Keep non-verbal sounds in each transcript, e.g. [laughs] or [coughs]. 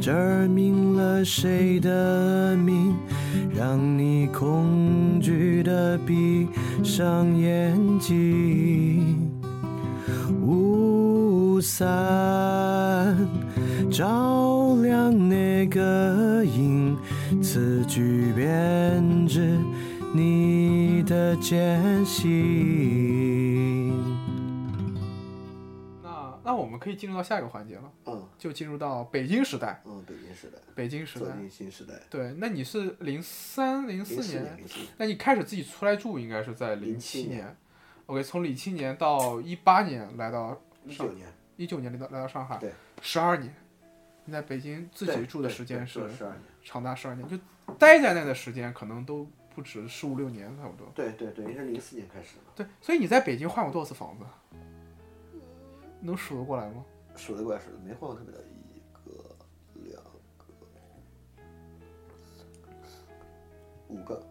这明了谁的名，让你恐惧的闭上眼睛。雾伞照亮那个影，此举编织你的艰辛。那那我们可以进入到下一个环节了，嗯就进入到北京时代，嗯，北京时代，北京时走代。进新时代，对，那你是零三零四零四年，零四年，那你开始自己出来住应该是在零07年年。OK，从零七年到一八年来到一九年，一九年来到来到上海对，十二年。你在北京自己住的时间是十二年，长达十二年，就待在那的时间可能都不止十五六年差不多。对对对，应该是零四年开始的，对，所以你在北京换过多少次房子？能数得过来吗？数得过来数得没换过特别的，一个、两个、五个，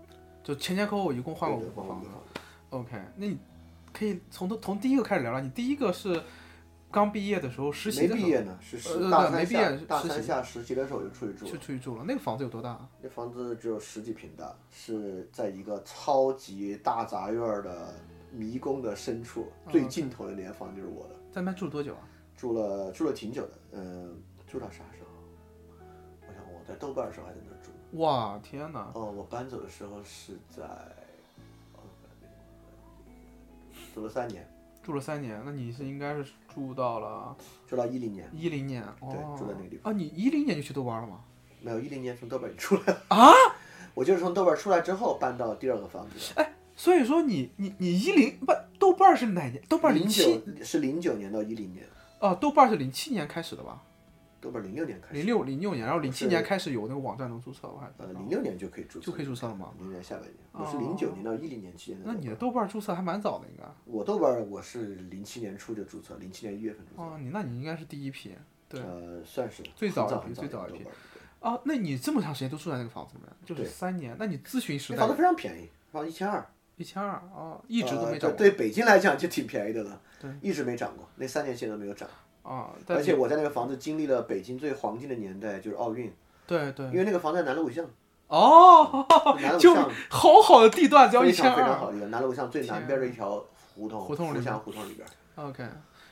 就前前后后一共换过对五对个换房过五子个。房子， OK，那你可以从头从第一个开始聊聊。你第一个是刚毕业的时候实习没的时毕候业呢，是呃十对大没三毕业下大实习三下实习的时候我就出去住就了，出去住了，那个房子有多大？那房子只有十几平大，是在一个超级大杂院儿的迷宫的深处，嗯哦最尽头的那间房就是我的，在那边住了多久啊？住了住了挺久的，嗯，住到啥时候？我想我在豆瓣的时候还在那儿住，哇，天哪！哦，我搬走的时候是在，哦住了三年，住了三年，那你是应该是住到了住到一零年，一零年对哦。住在那个地啊，你一零年就去豆瓣了吗？没有一零年从豆瓣里出来啊，我就是从豆瓣出来之后搬到第二个房子的。所以说你你你一零不豆瓣是哪年？豆瓣零七九是零九年到一零年，啊，豆瓣是零七年开始的吧？豆瓣零六年开零始，六零六年，然后零七年是开始有那个网站能注册，我还呃，零六年就可以注册，就可以注册了吗？哦零年下半年，我是零九年到一零年期间的那豆你瓣。的豆瓣注册还蛮早的，应该。我豆瓣我是零七年初就注册，零七年一月份注册，哦，你那你应该是第一批。对。呃，算是最早很一批最很早的一批豆瓣儿对啊，那你这么长时间都住在那个房子里面，就是对三年，那你咨询时代那房子非常便宜，房一千二，一千二啊，一直都呃没涨对过、对北京来讲就挺便宜的了，对，一直没涨过，那三年现在都没有涨。啊。但而且你我在那个房子经历了北京最黄金的年代，就是奥运，对因对为那个房子在南锣鼓巷，哦，南 [laughs] 锣就鼓巷好好的地段只要非一千常非常好二。的一个南锣鼓巷最南边的一条胡同，啊胡同里福面祥胡同里边。 OK，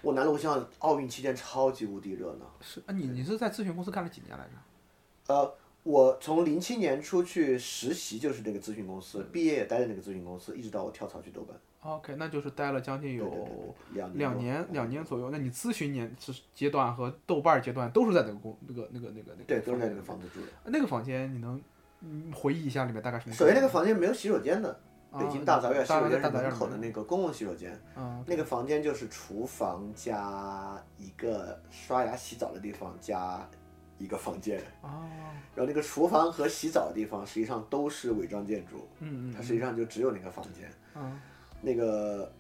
我南锣鼓巷奥运期间超级无敌热闹。是啊，你你是在咨询公司干了几年来着？呃，我从零七年出去实习就是那个咨询公司，毕业也待在那个咨询公司，一直到我跳槽去豆瓣，哦 OK，那就是待了将近对有对对两年两多嗯年两年左右。那你咨询年是阶段和豆瓣儿阶段都是在那个公那个那个那个那个对，都是在房那个间房子住的。那个房间，你能嗯回忆一下里面大概什么首感觉？先，哎那个房间没有洗手间的，北京大杂院洗当手然间在是大杂院门里口的面那个公共洗手间，嗯那个房间就是厨房加一个刷牙洗澡的地方加一个房间，啊然后那个厨房和洗澡的地方实际上都是违章建筑，嗯它嗯实际上就只有那个房间。嗯那个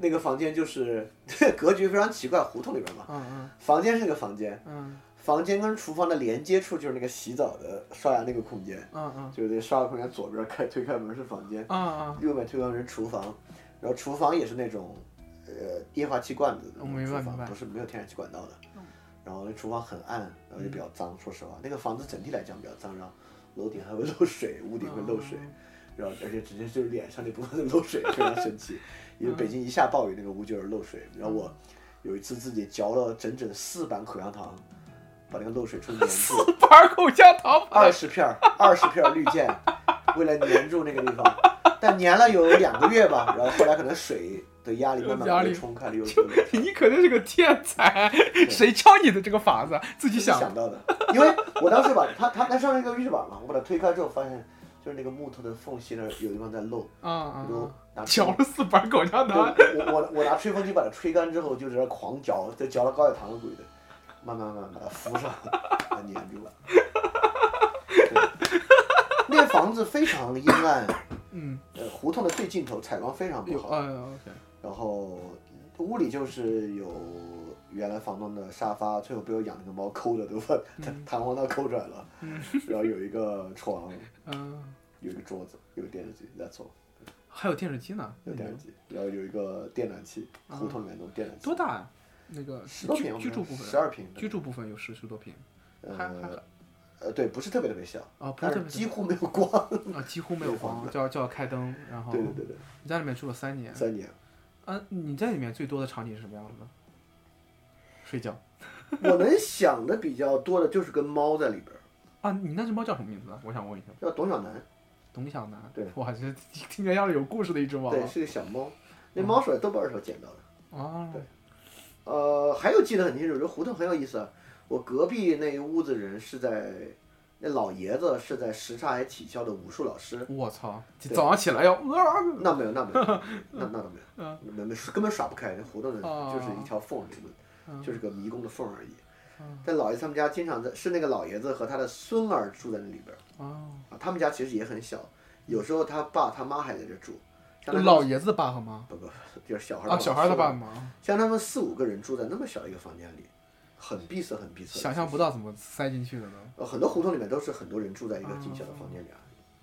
那个房间就是 [laughs] 格局非常奇怪，胡同里边嘛，嗯房间是那个房间，嗯房间跟厨房的连接处就是那个洗澡的刷牙那个空间，嗯嗯就是那个刷牙空间左边开推开门是房间， [laughs] 嗯右边推开门是厨房，然后厨房也是那种呃液化气罐子的我那明种白厨明白房，不是没有天然气管道的。然后那厨房很暗，然后也比嗯较脏。说实话，那个房子整体来讲比较脏，然后楼顶还会漏水，屋顶会哦漏水。然后而且直接就是脸上那部分漏水，非常 [laughs] 神奇。因为北京一下暴雨，那个屋就是漏水。然后我嗯有一次自己嚼了整整四板口香糖，把那个漏水 [laughs] 处粘住，嗯，板口香糖 [laughs] 二十片儿，二十片儿绿箭，为了粘住那个地方。但粘了有两个月吧，然后后来可能水的压力慢压慢力被冲开了，又又漏你可能是个天才，谁教你的这个法子？自己自己想想到的，因为我当时把它它它上面一个浴室板嘛，我把它推开之后发现，就是那个木头的缝隙那儿有地方在漏，啊啊比！如嗯拿嚼了四板口香糖，对我我我拿吹风机把它吹干之后，就在那狂嚼，就嚼了高血糖的鬼的，慢慢慢慢把它敷上，把它粘住了。对那个房子非常阴暗，嗯，呃，胡同的最尽头采光非常不有好，嗯 OK，然后屋里就是有原来房东的沙发，最后被我养那个猫抠的都把弹 [laughs] 弹簧刀抠出来了， [laughs] 然后有一个床，嗯，有一个桌子，有个电视机，that's all，还有电视机呢，有电视机，嗯然后有一个电暖器，胡同里面那种电暖器。多大呀？那个十多平啊居，居住部十分，二平，居住部分有十十多平，还还呃，对，不是特别特别小，啊，不但是特是别几乎没有光。啊，几乎没有光，就要就要开灯，然后对对对对，你在里面住了三年，三年，啊，你在里面最多的场景是什么样子的？睡觉我能想的比较多的就是跟猫在里边儿，啊，你那只猫叫什么名字呢？我想问一下。叫董小南，董小南，对 [laughs] 哇，这听起来像是有故事的一只猫对，啊。是个小猫，嗯那猫是在豆瓣儿上捡到的。哦对呃，还有记得很清楚，这胡同很有意思啊。我隔壁那一屋子人是在，那老爷子是在什刹海体校的武术老师，我操！对早上起来要啊那没有，那没 [laughs] 有，那那倒没嗯有，没没根本耍不开，那胡同哦的就是一条缝儿，里嗯面就是个迷宫的缝儿而已。但老爷子他们家经常在，是那个老爷子和他的孙儿住在那里边儿啊！啊。他们家其实也很小，有时候他爸他妈还在这住，像他们老爷子爸和妈不不就是小孩儿啊，小孩的孙儿爸妈，像他们四五个人住在那么小一个房间里，很闭塞很闭塞的。想象不到怎么塞进去的呢。呃，很多胡同里面都是很多人住在一个挺小的房间里啊。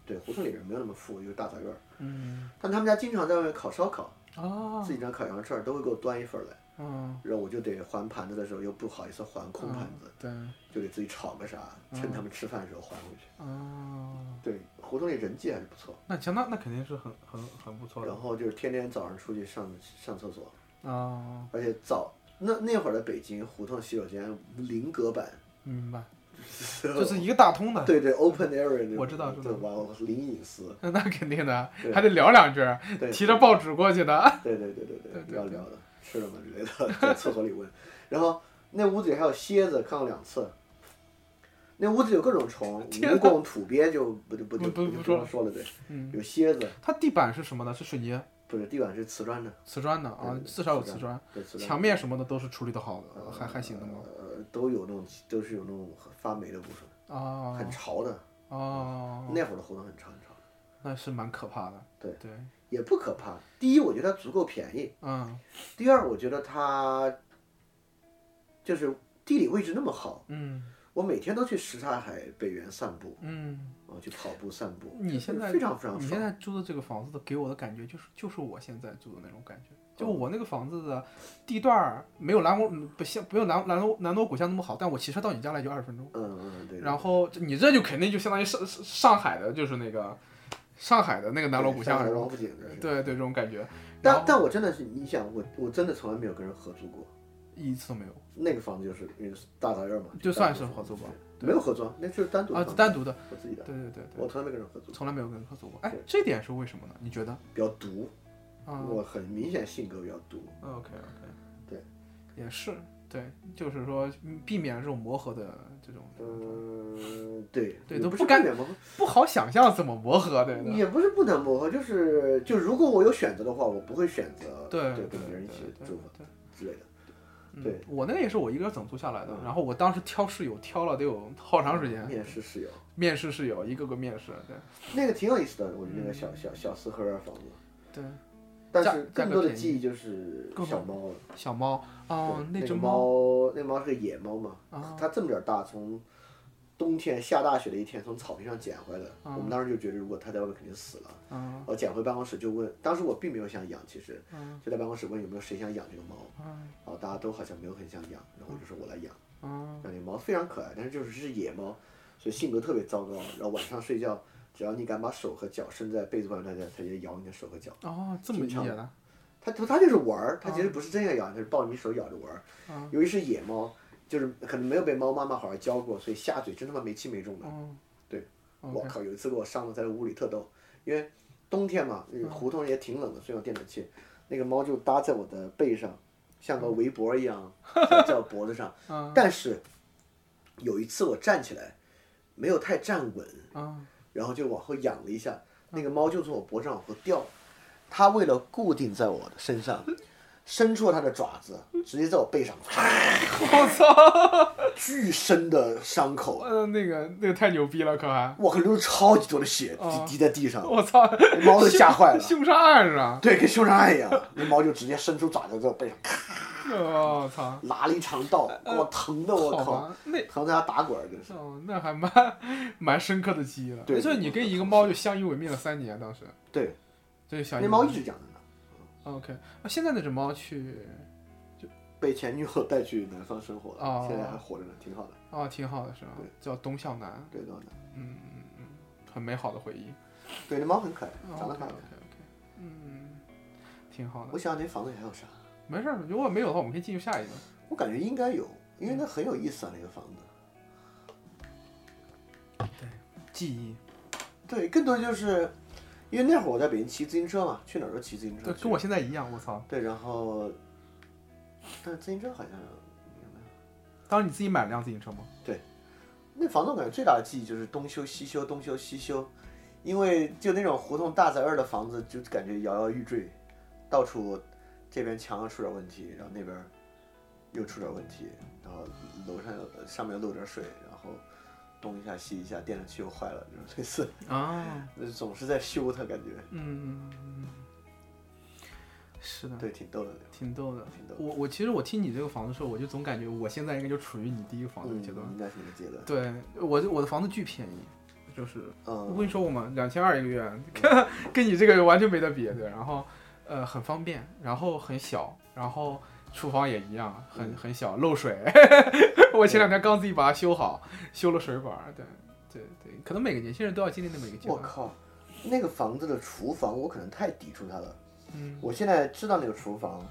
对，胡同里人没有那么富，就是大杂院儿。嗯但他们家经常在外面烤烧烤，啊自己家烤羊肉串儿都会给我端一份儿来，嗯，然后我就得还盘子的时候又不好意思还空盘子，对就得自己炒个啥，趁他们吃饭的时候还回去。啊，对，胡同里人际还是不错。哦那行，那那肯定是很很很不错然后就是天天早上出去上上厕所，的啊，而且早那那会儿的北京胡同洗手间零隔 [laughs] 板，明白，就就是一个大通的， [laughs] 对对 open air 那我知道种知道对，完了零隐私， [laughs] 那肯定的对，还得聊两句，[laughs] 对，提着报纸过去的， [laughs] 对对对对对对，对要对聊的吃了吗之类的，在厕所里问。然后那屋子里还有蝎子，看过两次。那屋子有各种虫，蜈蚣、土鳖就不就不就不不不就不说用了说了，对，嗯，有蝎子，它地板是什么呢？是水泥、不是地板是瓷砖的，瓷砖的对啊对，对至少有瓷瓷砖，对瓷砖，墙面什么的都是处理的好嗯的，还还行的吗？呃，都有那种都是有那种发霉的部分，啊很潮的。哦，那会儿的胡同很潮很潮，那是蛮可怕的。对对，也不可怕。第一，我觉得它足够便宜；嗯第二，我觉得它就是地理位置那么好，嗯我每天都去什刹海北园散步，嗯。啊，去跑步散步。你现在非常非常你爽现在住的这个房子的给我的感觉就是就是我现在住的那种感觉，嗯就我那个房子的地段儿没有南锣嗯不像没有南南锣南锣鼓巷那么好，但我骑车到你家来就二十分钟。嗯嗯，对。然后就你这就肯定就相当于上上上海的，就是那个上海的那个南锣鼓巷上海是王吧？府井这是。嗯对对，这种感觉。然但后但我真的是，你想我我真的从来没有跟人合租过。一次都没有。那个房子就是因为大杂院嘛，就算单独是合租吧对没有合租，那就是单独啊，的房子单独的，我自己对的，对对对，我从来没跟人合租，从来没有跟人合作过。哎对，这点是为什么呢？你觉得？比较独，啊我很明显性格比较独。 ，OK OK，对，也是，对，就是说嗯避免这种磨合的这种嗯，对，对也都不不是敢避免磨合不好想象怎么磨合的。也不是不能磨合，就是就如果我有选择的话，我不会选择对对对跟别人一起对住对之类的。嗯对我那个也是我一个人整租下来的嗯，然后我当时挑室友挑了得有好长时间，面试室友，面试室友一个个面试，对那个挺有意思的，我觉得那个小嗯小小四合院房子，对，但价是价更格多的便宜记忆就是更小好猫了。小猫哦对，只个猫猫，那个猫是个野猫嘛，啊它这么点儿大，从冬天下大雪的一天从草坪上捡回来的。啊我们当时就觉得，如果它在外面肯定死了。啊我捡回办公室就问，当时我并没有想养，其实啊就在办公室问有没有谁想养这个猫，啊然后大家都好像没有很想养，然后我就说我来养。啊那那猫非常可爱，但是就是是野猫，所以性格特别糟糕。然后晚上睡觉，只要你敢把手和脚伸在被子外面，它它就咬你的手和脚。哦，这么经理常解的它它它就是玩儿，它其实不是真要咬，它是抱着你手咬着玩儿。啊由于是野猫，就是可能没有被猫妈妈好好教过，所以下嘴真他妈没轻没重的。哦，对我 OK，靠，有一次给我伤的，在屋里特逗，因为冬天嘛，那个胡同也挺冷的，所以有电暖气。那个猫就搭在我的背上，像个围脖一样在在我脖子上。啊 [laughs] 但是有一次我站起来，没有太站稳，啊 [laughs] 然后就往后仰了一下，那个猫就从我脖子上往后掉，它为了固定在我的身上，伸出了它的爪子，直接在我背上，我操，巨深的伤口，呃那个那个太牛逼了，可还。我可流了超级多的血，滴滴在地上，我操！猫都吓坏了 [laughs] 凶凶杀案是吧？对，跟凶杀案一样，那猫就直接伸出爪子在我背上哦我操！拉了一长道，给我疼的我呃好靠吧，，那疼的他打滚儿，真是。哦，那还蛮蛮深刻的记忆了。对就是你跟一个猫就相依为命了三年，当时对，这就相依那为命。猫一直养着呢， OK，啊，现在那只猫去，就被前女友带去南方生活了，哦现在还活着呢，挺好的。啊，挺好的是吧对？叫东向南，对，暖男，嗯嗯嗯，很美好的回忆。对，那猫很可爱，长 OK OK 得很好哦 OK，看。嗯，挺好我的。想想那房子里还有啥？没事儿，如果没有的话，我们可以进入下一个。我感觉应该有，因为那很有意思啊，那个房子。记忆，对，更多就是因为那会儿我在北京骑自行车嘛，去哪儿都骑自行车对，去。呃跟我现在一样，我操！对，然后，但是自行车好像当时你自己买了辆自行车吗？那房东感觉最大的记忆就是东修西修，东修西修，因为就那种胡同大杂院的房子，就感觉摇摇欲坠，到处这边墙上出点问题，然后那边又出点问题，然后楼上有上面又漏点水，然后东一下西一下，电视器又坏了，就是类似，啊， [laughs] 总是在修它，感觉嗯，是的，对，挺逗的。挺逗的挺逗。的我我其实我听你这个房子的时候，我就总感觉我现在应该就处于你第一个房子嗯，的阶段。应该是那个阶段。对我我的房子巨便宜，就是我嗯，跟你说我们两千二一个月，跟跟你这个完全没得比。对，然后呃很方便，然后很小，然后厨房也一样，很嗯很小，漏水。 [laughs] 我前两天刚自己把它修好，修了水管儿。对对对，可能每个年轻人都要经历那么一个阶我段。靠，那个房子的厨房，我可能太抵触它了。嗯我现在知道那个厨房，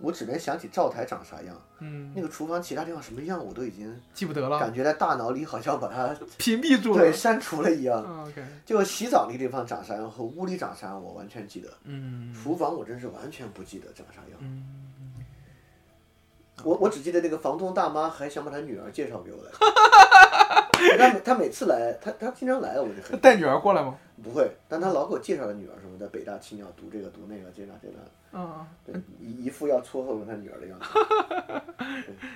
我只能想起灶台长啥样，嗯，那个厨房其他地方什么样，我都已经记不得了，感觉在大脑里好像把 [laughs] 它屏蔽住了对。删除了一样。啊 OK，就洗澡那个地方长啥样和屋里长啥样，我完全记得。嗯厨房我真是完全不记得长啥样。嗯，我我只记得那个房东大妈还想把她女儿介绍给 [laughs] 我来。她每她每次来，她她经常来，我就很带女儿过来吗？不会，但她老给我介绍她女儿什么的，北大青鸟读这个读那个，这那这那。嗯，对一一副要撮合他女儿 [laughs] 的样子。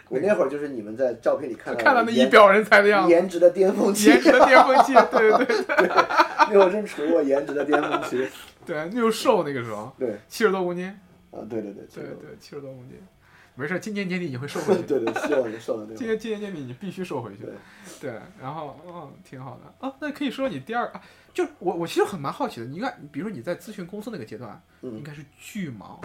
对我那会儿就是你们在照片里看到看到那的一呃颜表人才的样子，颜值的巅峰期，颜 [laughs] 值的巅峰期，对对对那会儿正处于我颜值的巅峰 [laughs] 期。对，那又瘦那个时候，对，七十多公斤，啊，对对对，对这个对，七十多公斤，没事，今年年底你会瘦回去。 [laughs] 对对，希望你瘦了对今吧？年今年年底你必须瘦回去对，对，然后嗯、挺好的啊。那可以说你第二，啊、就我我其实很蛮好奇的，你看，比如说你在咨询公司那个阶段，应嗯该是巨忙，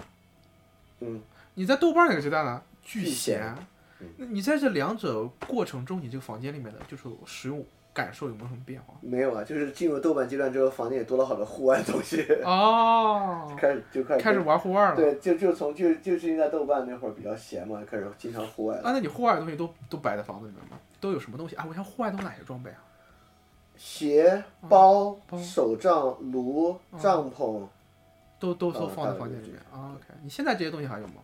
嗯，你在豆瓣那个阶段呢，巨巨闲闲嗯。那你在这两者过程中，你这个房间里面的就是使用感受有没有什么变化？没有啊，就是进入豆瓣阶段之后，房间也多了好多户外东西， [laughs] 哦，开始就开始开始玩户外了。对，就就从就就是因为在豆瓣那会儿比较闲嘛，开始经常户外了啊，那你户外的东西都都摆在房子里面吗？都有什么东西啊？我想户外都有哪些装备啊？鞋、包、嗯包嗯手杖、炉、帐篷，都都都呃放在大房概间就里面是啊。OK，你现在这些东西还有吗？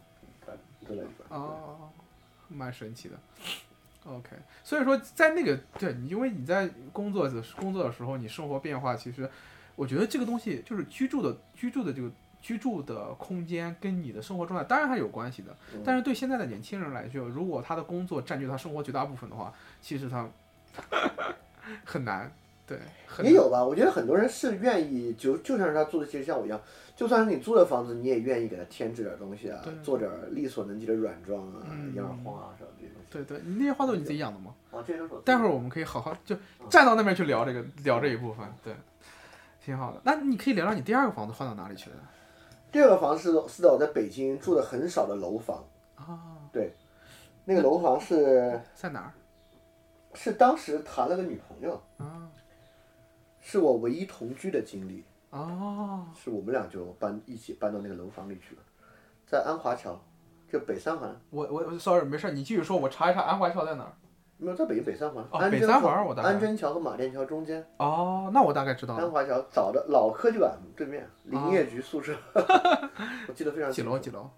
都在里边。哦，蛮神奇的。OK，所以说在那个对你，因为你在工作的工作的时候，你生活变化，其实我觉得这个东西就是居住的居住的这个居住的空间跟你的生活状态当然还有关系的。嗯但是对现在的年轻人来说，如果他的工作占据他生活绝大部分的话，其实他 [laughs] 很难，对，很也难有吧，我觉得很多人是愿意，就就像是他租的，其实像我一样，就算是你租的房子，你也愿意给他添置点东西啊对，做点力所能及的软装啊、嗯样花啊什么这些东西。对对，你那些花都是你自己养的吗？啊，这都是我待会儿我们可以好好就站到那边去聊这个聊这一部分，对，挺好的。那你可以聊聊你第二个房子换到哪里去了第二个房是是在我在北京住的很少的楼房，啊？那个楼房是在哪儿是当时谈了个女朋友，啊？是我唯一同居的经历，哦，是我们俩就搬一起搬到那个楼房里去了，在安华桥，就北三环，我我我 sorry，没事，你继续说，我查一查安华桥在哪儿。没有在北京北三环，哦安北贞三和环我大概安贞桥和马甸桥中间。哦，那我大概知道安了，华桥早的老科技馆对面林业局宿舍， [laughs] 我记得非常哦几清楚楼哦几楼？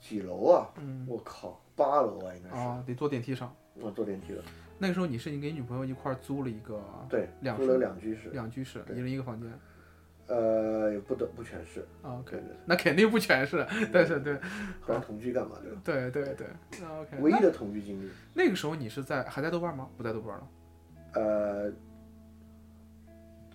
几楼啊？嗯，我靠，八楼啊，应该是。哦，得坐电梯上。我坐电梯了。那个时候你是你跟你女朋友一块儿租了一个对，哦两租了室两居室，两居室，一对人一个房间。呃，也不得不全是，啊 OK，对对那肯定不全是，但是对不然同居干嘛对吧？对对对那，OK 唯那。一的同居经历，那个时候你是在还在豆瓣吗？不在豆瓣了。呃，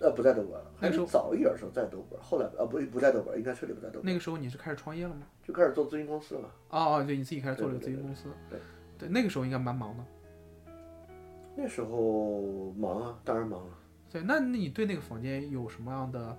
呃，不在豆瓣了，那还时是候早一点的时候在豆瓣，后来呃不不在豆瓣，应该彻底不在豆瓣，那个时候你是开始创业了吗？就开始做咨询公司了嘛。哦哦，对，你自己开始做了个咨对对询公司。对对那个时候应该蛮忙的。那时候忙啊，当然忙了。对，那你对那个房间有什么样的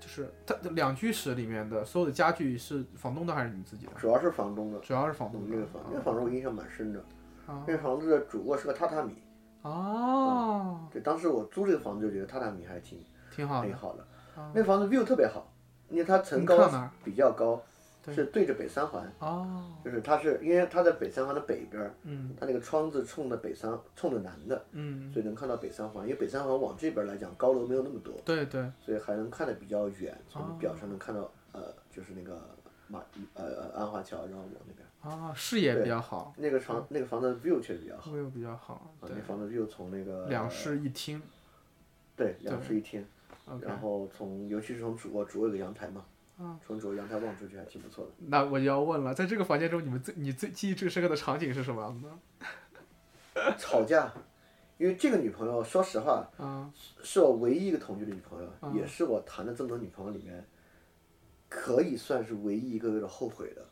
就是它两居室里面的所有的家具是房东的还是你自己的？主要是房东的，主要是房我东们的那个房，那个房子我印象蛮深的。啊那个房子的主卧是个榻榻米，哦，对，当时我租这个房子就觉得榻榻米还挺挺好挺的。好的啊。那房子 view 特别好，因为它层你高看哪儿比较高，对是对着北三环，哦，就是它是因为它在北三环的北边儿，嗯它那个窗子冲着北三冲着南的，嗯，所以能看到北三环。因为北三环往这边来讲高楼没有那么多，对对，所以还能看得比较远，哦从表上能看到呃就是那个马呃呃安华桥，然后往那边。啊，视野比对较好，那个床那个房子 view 确实比较好，会有比较好，啊嗯对那，房子 view 从那个两室一厅对两室一厅。 ，OK，然后从尤其是从主卧，主卧有个阳台嘛，嗯从主卧阳台望出去还挺不错的。那我就要问了，在这个房间中，你们最你最记忆最深刻的场景是什么呢？吵架，因为这个女朋友，说实话，啊，是我唯一一个同居的女朋友，嗯也是我谈的这么多女朋友里面，可以算是唯一一个有点后悔的，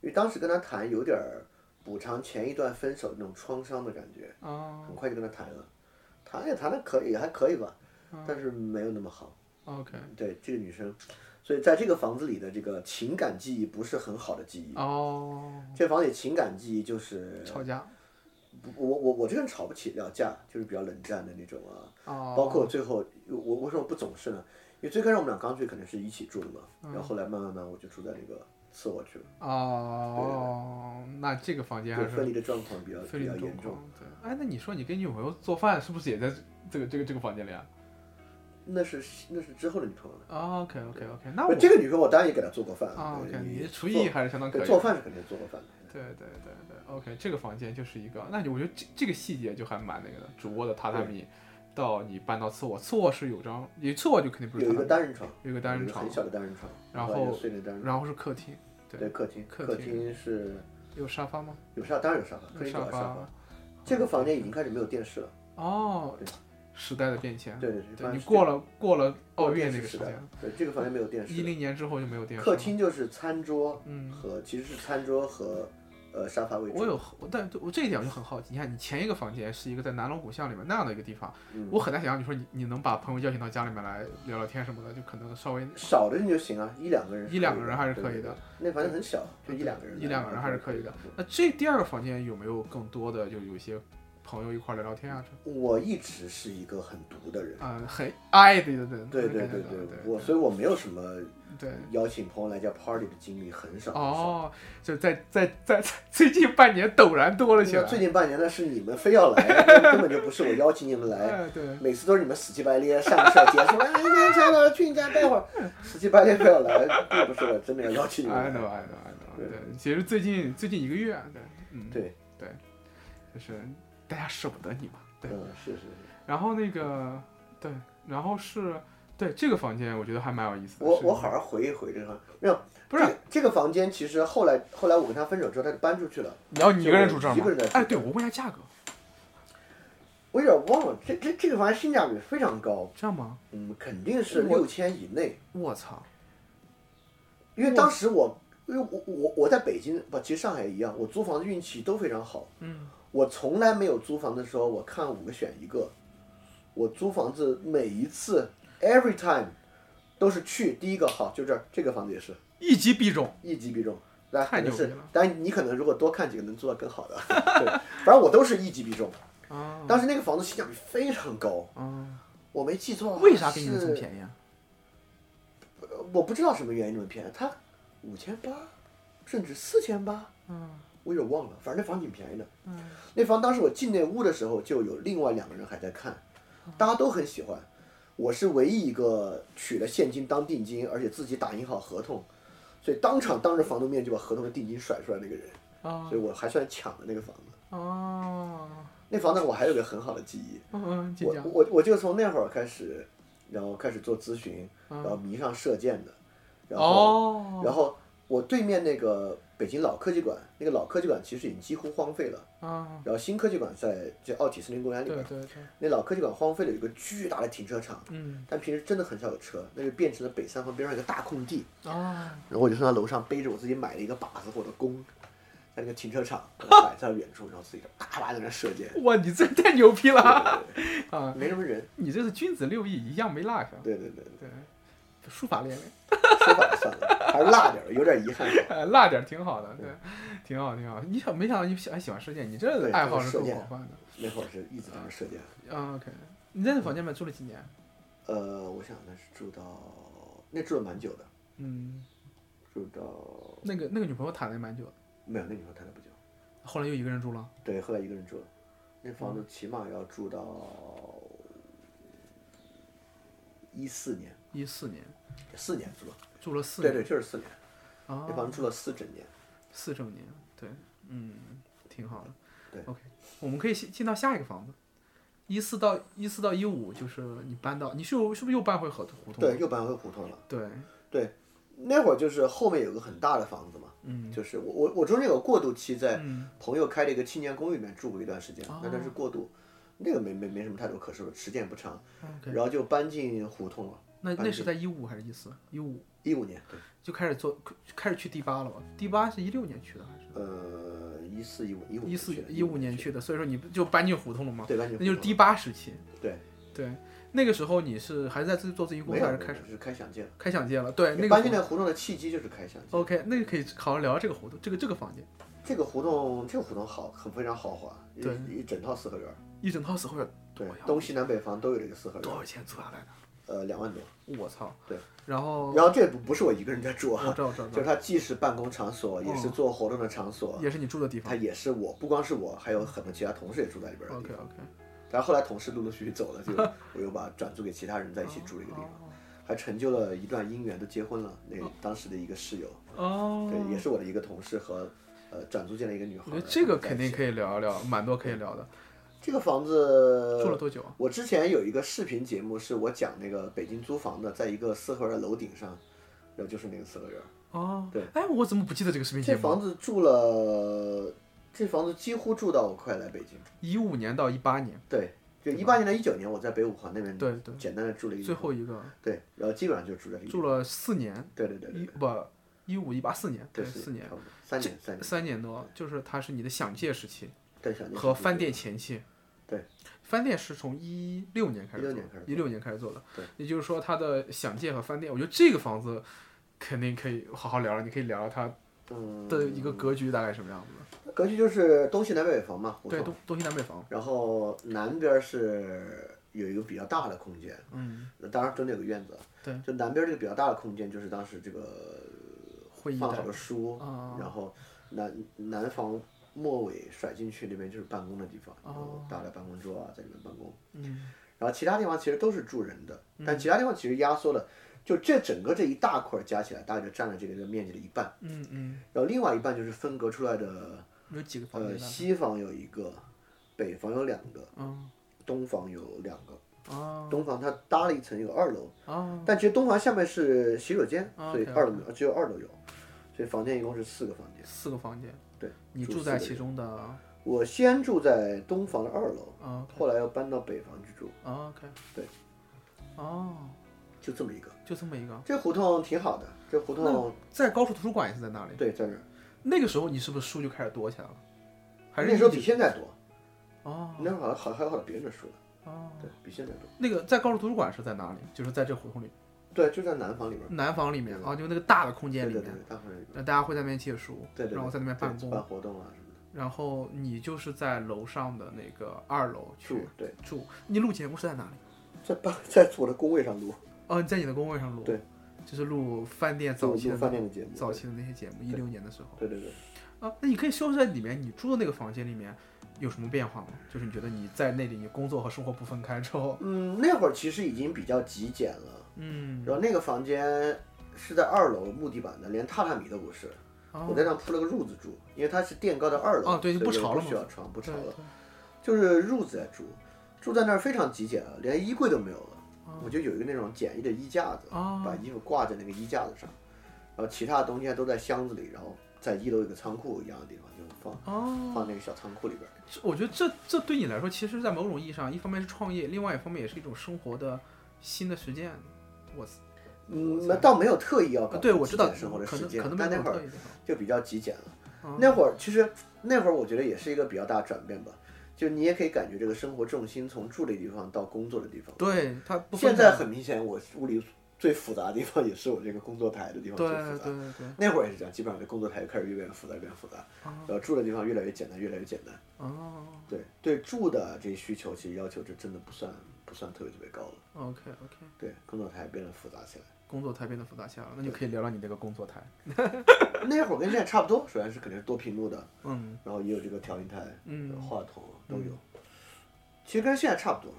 因为当时跟她谈有点儿补偿前一段分手那种创伤的感觉，啊很快就跟她谈了，谈也谈的可以，还可以吧，嗯但是没有那么好。 ，OK，对这个女生，所以在这个房子里的这个情感记忆不是很好的记忆。哦，这房里情感记忆就是，吵架，不我我我这个人吵不起了架，就是比较冷战的那种啊。哦，包括最后我我为什么不总是呢？因为最开始我们俩刚去可能是一起住的嘛，嗯然后后来慢慢慢我就住在那个次卧去了，哦，那这个房间还对是分离的状况比较非比较常严重重。。对，哎，那你说你跟女朋友做饭是不是也在这个这个这个房间里啊那是那是之后的女朋友了。 ？OK OK OK，那我这个女朋友我当然也给她做过饭啊对，OK，你你的厨艺做还是相当可以对的。做饭是肯定做过饭的。对对对对，OK，这个房间就是一个，那你我觉得这这个细节就还蛮那个的，主卧的榻榻米，到你搬到次卧，次卧是有张，你次卧就肯定不是有一榻个榻单人床，米，有一个单人有一床很，小的单人床，然后来后就睡那单人床，然后是客厅，对对客厅，客客厅厅是有沙发吗？有沙，当然有沙发，有客厅主沙要是沙发发。这个房间已经开始没有电视了，哦对，时代的变迁，对对对对搬你时过了过了奥运电那视个时时代间了，，对，这个房间没有电一视了。零年之后就没有电视了。客厅就是餐桌嗯，和其实是餐桌和呃沙发位置。我有，我但我这一点我就很好奇。你看，你前一个房间是一个在南锣鼓巷里面那样的一个地方，嗯我很难想象你说你你能把朋友邀请到家里面来聊聊天什么的，就可能稍微少的人就行啊，一两个人是可以的，一两个人还是可以的对。对对那房间很小，就一两个人，一两个人还是可以的。那这第二个房间有没有更多的就有一些朋友一块儿聊聊天啊？这我一直是一个很独的人，嗯，很爱的人，对对对对对我所以我没有什么对。邀请朋友来家 party 的经历，很少。很少。哦，就在在在在最近半年陡然多了起那来。最近半年呢，是你们非要来，根本就不是我邀请你们来， [laughs] 哎，对，每次都是你们死乞白咧，上个事儿结束，哎，今天贾老师去你家待会儿，死乞白咧非要来，并不是我真的要邀请你，I 们 know 来。 I know I know。对，其实最近最近一个月，对，嗯，对，就是大家舍不得你嘛，对。嗯，是是是，然后那个，对，然后是，对这个房间，我觉得还蛮有意思的。我是我好好回忆回忆这个，没有，不是啊这个这个房间，其实后来后来我跟他分手之后，他就搬出去了，你要你一个人住这儿一吗个人在？哎，对，我问一下价格，我有点忘了，这这这个房间性价比非常高，这样吗？嗯，肯定是我六千以内，我操！嗯因为当时我因为我我我在北京不，其实上海也一样，我租房的运气都非常好，嗯，我从来没有租房的时候，我看五个选一个。我租房子每一次，every time，都是去第一个好，就这儿，这个房子也是一击必中。一击必中。那太肯定牛逼是了，当然你可能如果多看几个能做到更好的。对，反正我都是一击必中。啊当时那个房子性价比非常高，啊！我没记错。为啥给你们这么便宜啊？宜？呃我不知道什么原因这么便宜，它五千八，甚至四千八。嗯我有点忘了，反正那房挺便宜的。嗯，那房当时我进那屋的时候，就有另外两个人还在看，哦大家都很喜欢。我是唯一一个取了现金当定金，而且自己打印好合同，所以当场当着房东面就把合同的定金甩出来那个人，啊所以我还算抢了那个房子。啊！那房子我还有个很好的记忆，嗯嗯，晋我江我我就从那会儿开始，然后开始做咨询，然后迷上射箭的，然后嗯哦然后我对面那个北京老科技馆，那个老科技馆其实已经几乎荒废了。啊，然后新科技馆在这奥体森林公园里对边，对对，那老科技馆荒废了，有一个巨大的停车场，嗯但平时真的很少有车，那就变成了北三环边上一个大空地。啊然后我就从他楼上背着我自己买了一个靶子或者弓，在那个停车场把它摆在远处，然后自己啪啪在那射箭，哇，你这太牛逼了啊！ [laughs] [laughs] 没什么人。你这是君子六艺，一样没落下。对对对，对，书法练练，说法算了，还是辣点儿，有点遗憾。哎 [laughs] 辣点儿挺好的，对，挺好挺好。你想没想到你喜还喜欢射箭，你这对爱好就是是够射箭广泛的。那会儿是一直在那射箭，嗯，OK，你在那房间里面住了几年？呃，我想那是住到那住了蛮久的，嗯，住到那个那个女朋友谈了也蛮久的，没有那女朋友谈了不久，后来又一个人住了。对，后来一个人住了，那房子起码要住到一四年，一四年四年住了，住了四对年，对，就是四年，啊那，房子住了四整年。四周年，对，嗯，挺好的。对，OK，我们可以进进到下一个房子，一四到一四到一五就是你搬到，你是又是不是又搬回合胡同？对，又搬回胡同了。对，对，那会儿就是后面有个很大的房子嘛，嗯，就是我我我中间有个过渡期，在嗯朋友开了一个青年公寓里面住过一段时间，哦那段是过渡，那个没没没什么太多可说的，时间不长，哦，OK，然后就搬进胡同了，那搬那是在一五还是一四？一五一五年，对，就开始做，开始去第八了吧？第八是一六年去的还是？呃，一四一五一五一四一一五年去的，所以说你不就搬进胡同了吗？对，搬进那就是胡第八时期。对对，那个时候你是还是在自己做自己同工没作，有还是没有开始就是开想界了，开响街了？对，那个搬胡哦进那胡同的契机就是开想街， OK，那个可以好好聊这个胡同，这个这个房间，这个胡同这个胡同好很非常豪华，对一一整套四合院儿，一整套死会对哎呀，东西南北房都有这个四合院多儿，少钱租下来的？呃，两万多，我操！对，然后然后这不不是我一个人在住啊我。知道，我知道，我就知是它既是办公场所，也是嗯做活动的场所道，，也是你住的地它方。也是我，不光是我，还有很多其他同事也住在里边儿的地 OK 方。 OK，但是后来同事陆陆续续走了， [laughs] 就我又把它转租给其他人在一起住了一个地哦方，还成就了一段姻缘，都结婚了。那个当时的一个室友，哦，对，也是我的一个同事和呃转租进来一个女孩我觉儿。得这个肯定以。可以聊一聊，蛮多可以聊的。这个房子住了多久啊？我之前有一个视频节目，是我讲那个北京租房的，在一个四合院楼顶上，然后就是那个四合院。哦，对，哎，我怎么不记得这个视频节这目？房子住了，这房子几乎住到我快来北京。一五年到一八年，对，就一八年到一九年，我在北五环那边，对对，简单的住了一最后一个对，然后基本上就住在这里。住了四年，对对对对一不一五一八四年，对，四年差，不多三年三年，三年多，就是它是你的想界时期。对，小年和翻店前期。对，翻店是从一六年开始做16的年开始，一六年开始做的。对，也就是说它的想界和翻店，我觉得这个房子肯定可以好好聊了。你可以聊聊它嗯的一个格局大概什么样子的。格局就是东西南北房嘛，胡对，同，东东西南北房。然后南边是有一个比较大的空间，嗯，那当然中间有个院子，对，就南边这个比较大的空间就是当时这个会议放带好的书，啊然后南南房末尾甩进去那边就是办公的地方，然哦后搭了办公桌啊，在里面办公。嗯，然后其他地方其实都是住人的，但其他地方其实压缩了，就这整个这一大块儿加起来，大概就占了这个面积的一半。嗯嗯，然后另外一半就是分隔出来的，有几个房呃，间呢？西房有一个，北房有两个，嗯东房有两个。啊东房它搭了一层一个二楼，啊但其实东房下面是洗手间，啊所以 OK，OK 二楼没有只有二楼有，所以房间一共是四个房间。四个房间，对，你住住四在个其中的我先住在东房的二楼，啊后来又搬到北房去住，啊 OK，对，哦，就这么一个。就这么一个。这胡同挺好的，这胡同在高处图书馆也是在那里。对在这儿，那个时候你是不是书就开始多起来了？还是那时候一直比现在多，哦那会儿好像好还有好多别人的书了，哦，对比现在多。那个在高速图书馆是在哪里？就是在这胡同里，对，就在南房里边儿，南房里面啊，就那个大的空对间里对面对，，大房里边儿，那大家会在那边借书，对对，然后在那边对办公，办活动啊什么的，然后你就是在楼上的那个二楼去住对，住。你录节目是在哪里？在办在我的工位上录，哦，你在你的工位上录，对，就是录饭店录早期录的饭店的节目，早期的那些节目，一六年的时候对对对对，啊，那你可以说说在里面你住的那个房间里面有什么变化吗？就是你觉得你在那里你工作和生活不分开之后，嗯，那会儿其实已经比较极简了，嗯，然后那个房间是在二楼木地板的，连榻榻米都不是。我哦在那铺了个褥子住，因为它是垫高到二楼，哦对所以不潮了不嘛需要床，不潮对了，对就是褥子在住，住在那儿非常极简啊，连衣柜都没有了，哦我就有一个那种简易的衣架子，哦把衣服挂在那个衣架子上，然后其他的东西都在箱子里，然后在一楼有个仓库一样的地方就放哦，放那个小仓库里边儿，这我觉得这这对你来说，其实，在某种意义上，一方面是创业，另外一方面也是一种生活的新的实践。我操，嗯，那倒没有特意要呃搞对我知道，极简生活的可时能间可，能没但那有会特儿意的话就比较极简了。嗯那会儿其实那会儿我觉得也是一个比较大的转变吧，就你也可以感觉这个生活重心从住的地方到工作的地方。对他不分现开在很明显，我屋里最复杂的地方也是我这个工作台的地方最对复杂。对对对，那会儿也是这样，基本上这工作台就开始越变越复杂，越变越复杂，啊然后住的地方越来越简单，越来越简单。哦对对，住的这需求其实要求这真的不算不算特别特别高了。 ，OK OK，对，工作台变得复杂起来。工作台变得复杂起来了，那就可以聊聊你这个工作台。那会儿跟现在差不多，首先是肯定是多屏幕的，嗯然后也有这个调音台、嗯，话筒啊都有。其实跟现在差不多。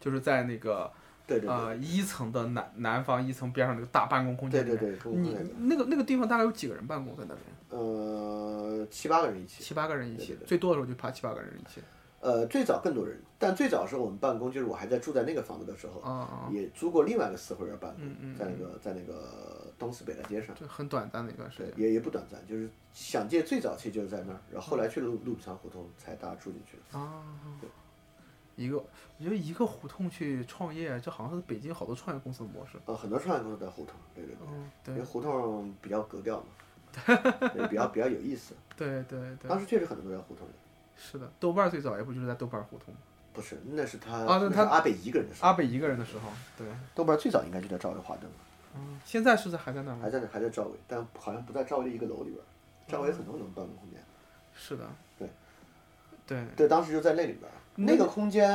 就是在那个对对对、呃一层的南南方一层边上那个大办公空间对里对面，对，跟我你们那那个个那个地方大概有几个人办公在那边？呃七八个人一起。七八个人一起对对，对最多的时候就爬七八个人一起。呃，最早更多人，但最早是我们办公，就是我还在住在那个房子的时候，啊啊，也租过另外一个四合院办公，嗯嗯在那个在那个东四北大街上，就很短暂的一段时对间，。也也不短暂，就是想借最早期就是在那儿，然后后来去了嗯陆陆昌胡同才大家住进去的。啊，一个，我觉得一个胡同去创业，这好像是北京好多创业公司的模式。呃，很多创业公司在胡同，对对嗯，对对，因为胡同比较格 [laughs] 调嘛，对比较比较有意思。对对对，当时确实很多人在胡同里，是的。豆瓣儿最早一步就是在豆瓣儿胡同，不是，那是他啊那那是他阿北一个人的事。阿北一个人的时候，对，豆瓣最早应该就在赵薇华灯，嗯，现在是在还在那儿吗还？在那还在赵薇，但好像不在赵薇一个楼里边儿，赵薇有很多种办公空间。是的，对对，对，当时就在那里边儿，那那个空间，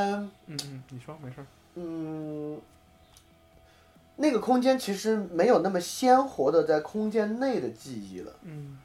嗯嗯，你说没事儿，嗯，那个空间其实没有那么鲜活的在空间内的记忆了，嗯，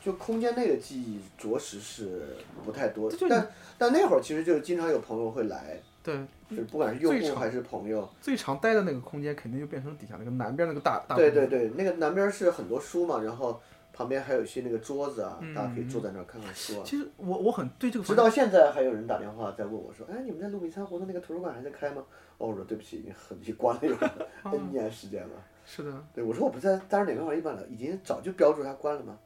就空间内的记忆着实是不太多这就。但但那会儿其实就经常有朋友会来，对，就是不管是用最户常还是朋友，最常待的那个空间肯定就变成底下那个南边那个大大对空对间，对，那个南边是很多书嘛，然后旁边还有一些那个桌子啊，嗯大家可以坐在那儿看看书啊。其实我我很对这个直房到现在还有人打电话在问我说：“哎，你们在鹿鸣山胡同那个图书馆还在开吗？”哦，我说对不起，已经很已经关了有哦 [laughs] N 年时间了。是的，对，我说我不在，当时哪个好像一般了，已经早就标注它关了吗？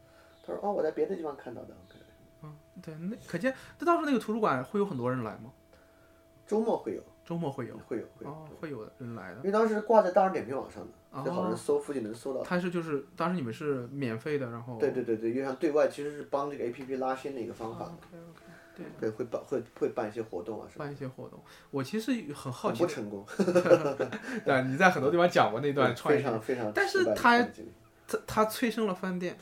他说：“哦，我在别的地方看到的。OK 嗯，对，那可见，那当时那个图书馆会有很多人来吗？周末会有，周末会有，会有，会有，哦，会有人来的因。为当时挂在大众点评网上的，所以好哦像搜附近能搜到。它是就是当时你们是免费的，然后对对对对，因为它对外其实是帮这个 APP 拉新的一个方法。 ，OK OK，对，对，会办会会办一些活动啊什么啊办一些活动。我其实很好的，奇不，成功，对，你在很多地方讲过那段创非业，常非常失败的经历。但是它它它催生了饭店。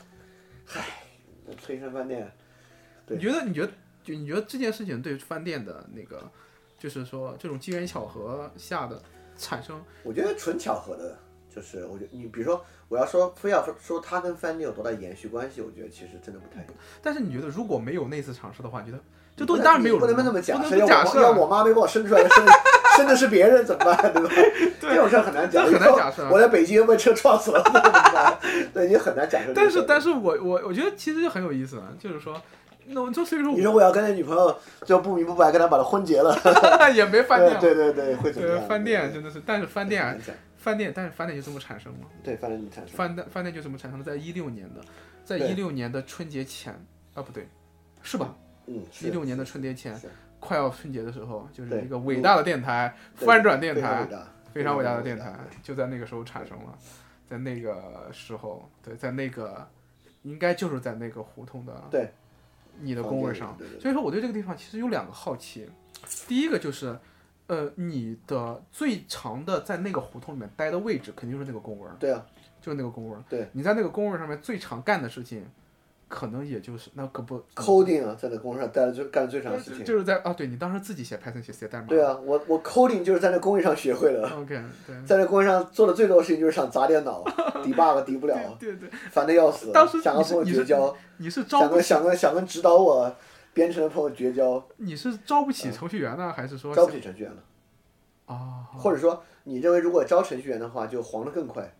崔山饭店，对你觉得你觉得就你觉得这件事情对饭店的那个，就是说这种机缘巧合下的产生，我觉得纯巧合的，就是我觉得你比如说我要说非要说说它跟饭店有多大延续关系，我觉得其实真的不太有。但是你觉得如果没有那次尝试的话，你觉得这东你不西能当然没有你不能人这么假不能设，要假我妈设啊要我妈没把我生出来，生 [laughs] 的生的是别人怎么办，对吧？这种事儿很难讲，这很难假设啊以后我在北京被车撞死了， [laughs] 那怎么办？对，你很难假设这但个事是儿。，但是我我我觉得其实就很有意思啊，就是说，那我就所以说你说我要跟那女朋友就不明不白跟她把她婚结了，我 [laughs] 也没饭店了，对对对，会怎么对样？饭店真的是，但是饭店啊很难讲饭店，但是饭店就这么产生了，对饭店你产生饭店饭店就这么产生了，在一六年的，在对一六年的春节前啊，不对，是吧？嗯是一六年的春节前是，快要春节的时候，就是对一个伟大的电台对翻转电非常台伟，大，非常伟大的电非台常伟，就在那个时候产生了，在那个时候，对，在那个应该就是在那个胡同的对你的工位房上间里对对，对所以说我对这个地方其实有两个好奇，第一个就是，呃，你的最长的在那个胡同里面待的位置肯定就是那个工位儿大，对啊，就是那个工位儿，对，你在那个工位儿上面最常干的事情，可能也就是那可不。 coding 啊，在那工位上待了最干了最长的事情。就是在啊，对你当时自己写 Python 写写代码，对啊，我我 coding 就是在那工位上学会的， ，OK，对，在那工位上做的最多的事情就是想砸 [laughs] 电脑，debug 敌不了，对对，烦的要死当时，想你跟是朋友你绝是交，你是招想不跟想跟想跟指导我编程的朋友绝交，你是招不起程序员呢，还是说嗯招不起程序员了。啊？或者说，你认为如果招程序员的话，就黄的更快。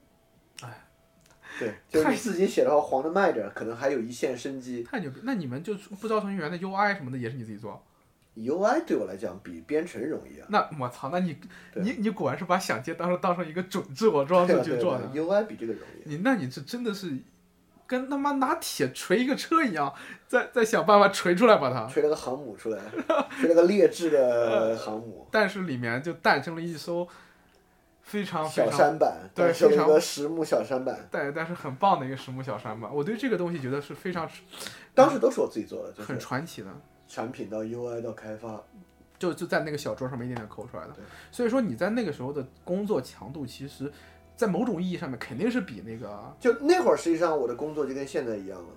[laughs] 对，就哎是太你自己写的话，黄的卖着，可能还有一线生机。太牛逼！那你们就不招程序员的 UI 什么的也是你自己做？ UI 对我来讲比编程容易啊。那我操，那你对你你果然是把想接当成当成一个准自我装对置吧去对啊做吧的。 ？UI 比这个容易。你那你是真的是跟他妈拿铁锤一个车一样，在在想办法锤出来把它。吹了个航母出来，吹了个劣质的航母，但是里面就诞生了一艘非常啊非小常舢板，啊对是一非常个实木小舢板。对，但是很棒的一个实木小山吧。我对这个东西觉得是非常当时都是我自己做的，嗯就很是传奇的。产品到 UI 到开发，就就在那个小桌上面一点点抠出来的对。所以说你在那个时候的工作强度，其实在某种意义上面肯定是比那个就那会儿，实际上我的工作就跟现在一样了，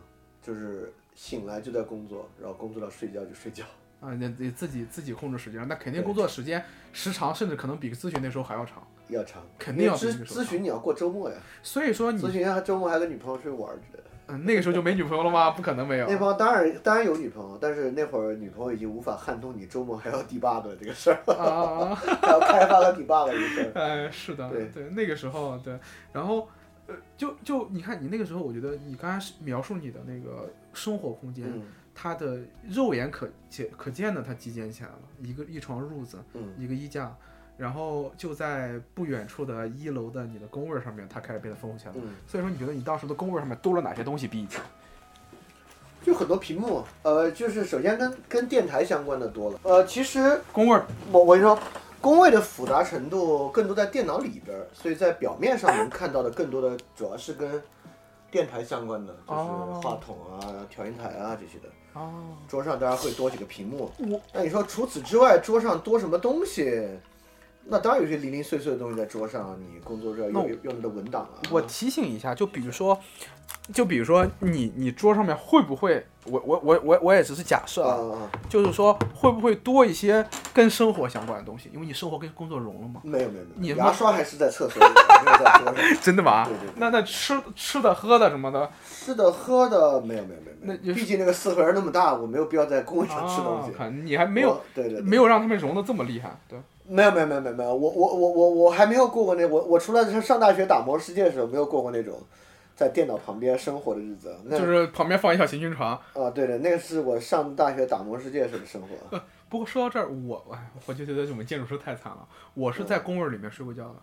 就是醒来就在工作，然后工作到睡觉就睡觉。 [laughs] 啊，你你自己自己控制时间，那肯定工作时间时长甚至可能比咨询那时候还要长。要长，肯定要因为比咨那个时候咨长嗯询你要过周末呀，所以说你咨询他周末还跟女朋友出去玩儿之类的。嗯，那个时候就没女朋友了吗？不可能没有那。帮当然当然有女朋友，但是那会儿女朋友已经无法撼动你周末还要 debug 这个事儿，啊， [laughs] 还要开发和 debug 这个事儿。哎，是的，对那个时候对，然后呃，就就你看你那个时候，我觉得你刚才是描述你的那个生活空间，嗯它的肉眼可见可见的它极简起来了，一个一床褥子，嗯，一个衣架，然后就在不远处的一楼的你的工位上面，它开始变得丰富起来了。嗯所以说，你觉得你当时的工位上面多了哪些东西比以前？就很多屏幕，呃，就是首先跟跟电台相关的多了。呃，其实工位儿我我跟你说，工位的复杂程度更多在电脑里边儿，所以在表面上能看到的更多的主要是跟电台相关的，就是哦话筒啊、调音台啊这些的。哦，桌上当然会多几个屏幕我。那你说除此之外，桌上多什么东西？那当然有些零零碎碎的东西在桌上，啊你工作这那我用用你的文档啊。我提醒一下，就比如说，就比如说你你桌上面会不会，我我我我我也只是假设啊，啊啊啊就是说会不会多一些跟生活相关的东西？因为你生活跟工作融了嘛。没有没有没你有，他妈牙刷还是在厕所里，没有在桌 [laughs] 上。真的吗？对对对那那吃吃的喝的什么的，吃的喝的没有没有没有没那有，就是毕竟那个四合院那么大，我没有必要在工位上吃东西啊、。看你还没有我对对对没有让他们融的这么厉害，对。没有没有没有没有没有，我我我我我还没有过过那我我除了上大学打魔兽世界的时候没有过过那种在电脑旁边生活的日子，那就是旁边放一小行军床。啊对对，那个是我上大学打魔兽世界时候的生活。不过说到这儿，我哎，我就觉得我们建筑师太惨了。我是在嗯工位里面睡过觉的。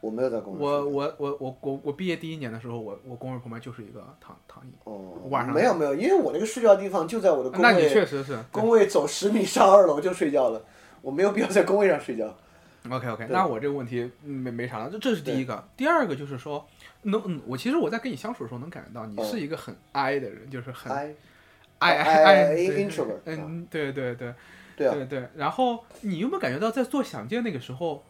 我没有在工位我上我我我我我毕业第一年的时候，我我工位旁边就是一个躺躺椅。哦，晚上没有没有，因为我那个睡觉地方就在我的工位，那你确实是工位走十米上二楼就睡觉了，我没有必要在工位上睡觉。 OK OK，对那我这个问题嗯没没啥了，这这是第一个。第二个就是说，能嗯，我其实我在跟你相处的时候能感觉到你哦是一个很 I 的人，就是很 I 哎， I I 哎对 introvert，嗯，对对对对啊，对对。然后你有没有感觉到在做想见那个时候，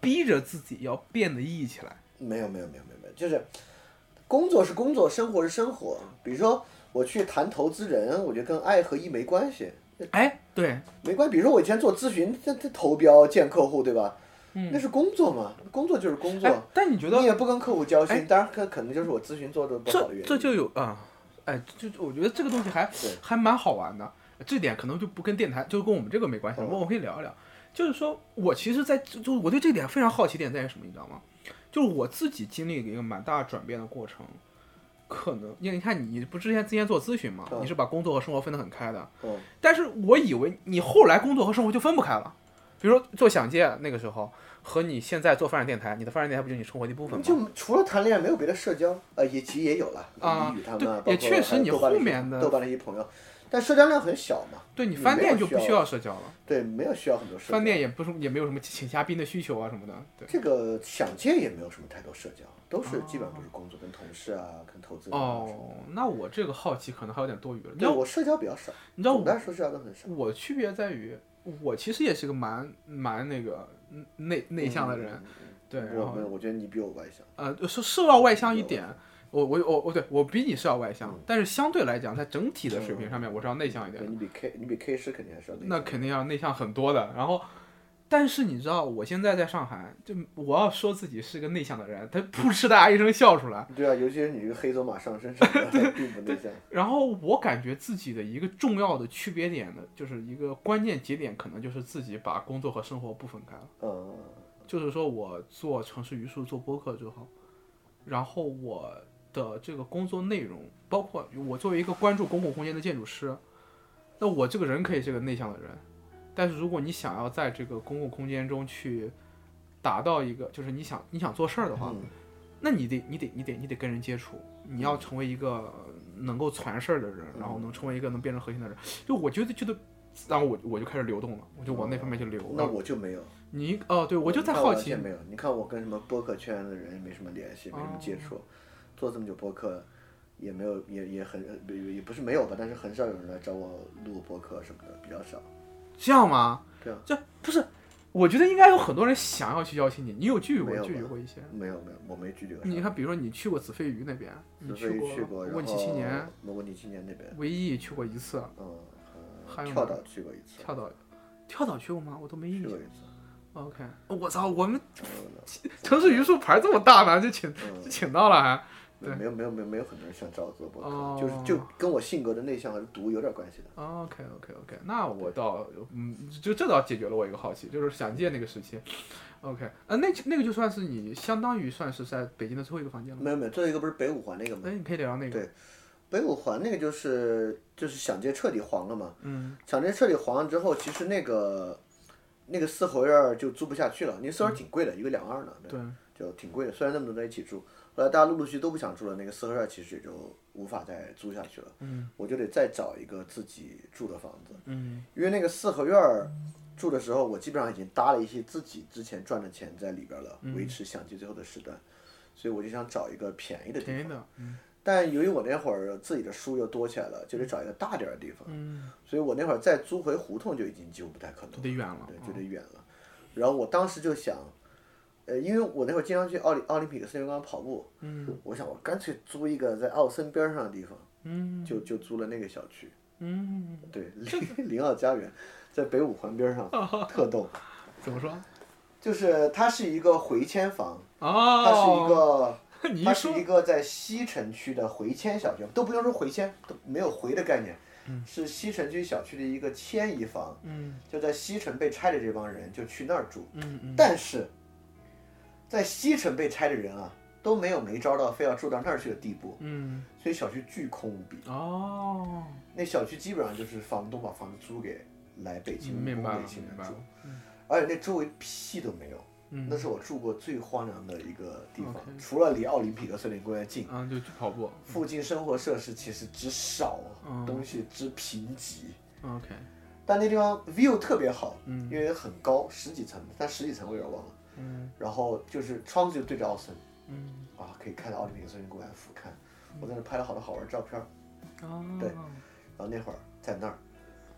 逼着自己要变得 E 起来？没有没有没有没有没有，就是工作是工作，生活是生活。比如说我去谈投资人，我觉得跟爱和一没关系，哎，对，没关系。比如说我以前做咨询，这这投标见客户，对吧？嗯那是工作嘛，工作就是工作。哎，但你觉得你也不跟客户交心，哎当然可可能就是我咨询做的不好的这原因。这就有啊、哎，就就我觉得这个东西还对还蛮好玩的。这点可能就不跟电台，就跟我们这个没关系了。嗯不过我可以聊一聊，就是说我其实在，就我对这点非常好奇，点在于什么，你知道吗？就是我自己经历了一个蛮大转变的过程。可能因为你看，你不之前之前做咨询嘛，嗯你是把工作和生活分得很开的。嗯但是我以为你后来工作和生活就分不开了。比如说做想界那个时候，和你现在做发展电台，你的发展电台不就是你生活的一部分吗？就除了谈恋爱没有别的社交，呃，也其实也有了，啊李宇他们对啊，也包括确实还有你豆瓣后一些面的豆瓣的一些朋友，但社交量很小嘛，对你你翻没店有就不需需要要社交了。对，没有需要很多社交。饭店也不是也没有什么请嘉宾的需求啊什么的，对。这个想见也没有什么太多社交，都是基本上都是工作跟同事啊，跟投资人啊什么哦，那我这个好奇可能还有点多余了。的。你知对，道，我社交比较少，你知道总的来我说社交都很少。我区别在于，我其实也是个蛮蛮那个嗯内内向的人，嗯，对。然我后没有，我觉得你比我外向。呃，就是社交外向一点，我我我我对我比你社交外向，但是相对来讲，在整体的水平上面，我是要内向一点对。你比 K，你比 K 师肯定还是要内那向肯定要内向很多的。然后，但是你知道，我现在在上海，就我要说自己是个内向的人，他噗嗤大家一声笑出来。对啊，尤其是你这个黑走马上身什么的， [laughs] 并不内向。然后我感觉自己的一个重要的区别点呢，就是一个关键节点，可能就是自己把工作和生活不分开了。嗯，就是说我做城市榆树做播客之后，然后我的这个工作内容，包括我作为一个关注公共空间的建筑师，那我这个人可以是个内向的人，但是如果你想要在这个公共空间中去达到一个，就是你想你想做事儿的话，嗯那你得你得你得你得跟人接触，你要成为一个能够传事儿的人，然后能成为一个能变成核心的人。就我觉得觉得，然后我我就开始流动了，我就往那方面去流。嗯那然后我就没有。你哦，对我就在你看好完奇哦全，没有，你看我跟什么播客圈的人也没什么联系，没什么接触，做这么久播客，也没有，也也很也也不是没有吧，但是很少有人来找我录播客什么的，比较少。这样吗？对啊，这不是我觉得应该有很多人想要去邀请你，你有拒绝没过有拒绝吧过一些？没有没有，我没拒绝过啥。你看，比如说你去过子非鱼那边，你子非鱼去过过，然问题青年后，我问题青年那边，唯一去过一次，嗯，还呃有跳呢岛去过一次，跳岛，跳岛去过吗？我都没印象去过。一次， OK，哦我操，我们然后呢， [laughs] 城市榆树牌这么大呢，就请就嗯，请到了还。对没有没有没有没有很多人像赵做博哦客，就是就跟我性格的内向和毒有点关系的。 OK OK OK，那我倒嗯，就这倒解决了我一个好奇，就是想见那个时期。OK，呃，那那个就算是你相当于算是在北京的最后一个房间了。没有没有，最后一个不是北五环那个吗？哎，你可以聊聊那个。对北五环那个就是就是想街彻底黄了嘛，嗯，想街彻底黄了之后，其实那个那个四合院儿就租不下去了，那四合院儿挺贵的，一个两二呢，嗯对，就挺贵的。虽然那么多人一起住，后来大家陆陆续续都不想住了，那个四合院儿其实也就无法再租下去了。嗯我就得再找一个自己住的房子，嗯因为那个四合院儿住的时候，我基本上已经搭了一些自己之前赚的钱在里边儿了，嗯维持想去最后的时段，所以我就想找一个便宜的地便宜方。的，嗯但由于我那会儿自己的书又多起来了，就得找一个大点儿的地方，嗯，所以我那会儿再租回胡同就已经几乎不太可能就得远了。嗯对，觉得远了。然后我当时就想，呃，因为我那会儿经常去奥林奥林匹克森林公园跑步，嗯我想我干脆租一个在奥森边儿上的地方，嗯就就租了那个小区。嗯， [laughs] 对，林林奥家园在北五环边儿上，特逗。怎么说？就是它是一个回迁房，它是一哦，个，你它一是说一个在西城区的回迁小区，都不用说回迁，都没有回的概念，是西城区小区的一个迁移房，嗯就在西城被拆的这帮人就去那儿住，嗯嗯，但是，在西城被拆的人啊都没有没招到非要住到那儿去的地步，嗯所以小区巨空无比。哦，那小区基本上就是房东把房子租给来北京务嗯明工白了北京明人白住了，。而且那周围屁都没有，嗯，那是我住过最荒凉的一个地方 OK，除了离奥林匹克森林公园近，啊，就去跑步。附近生活设施其实之少嗯，东西之贫瘠。 OK，但那地方 view 特别好，嗯因为很高，十几层，但十几层我有点忘了。嗯然后就是窗子就对着奥森，嗯啊，可以看到奥林匹克森林公园俯瞰。我在那拍了好多好玩的照片儿，哦，对然后那会儿在那儿，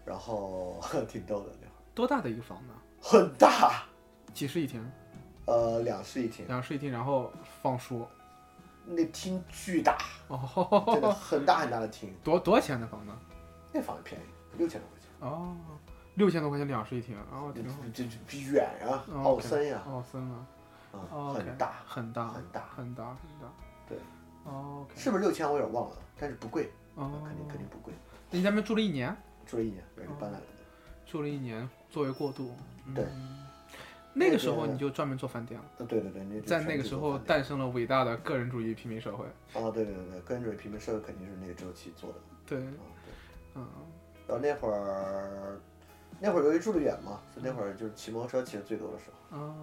然后挺逗的那会儿，多大的一个房呢？很大，几室一厅，呃，两室一厅，两室一厅，然后放书。那厅 [laughs] 巨大，真的哦，很大很大的厅。多多少钱的房呢？那房子便宜，六千多块钱，哦，六千多块钱两室一厅，然后挺好。这这比远呀、哦奥森呀、奥森啊，啊，哦，OK，很大，很大，很大很大，很大。对，哦，OK，是不是六千？我有点忘了，但是不贵，哦，肯定肯定不贵。你在那边住了一年，住了一年，然后就搬来了。住了一年作为过渡。嗯对。那个那时候个你就专门做饭店了，呃，对对对，那就在全那个是时做候饭店诞生了伟大的个人主义平民社会。哦，对对对对，跟着平民社会肯定是那个周期做的。对，啊、对。嗯，然后那会儿，那会儿由于住得远嘛，所以那会儿就是骑摩托车骑的最多的时候。哦，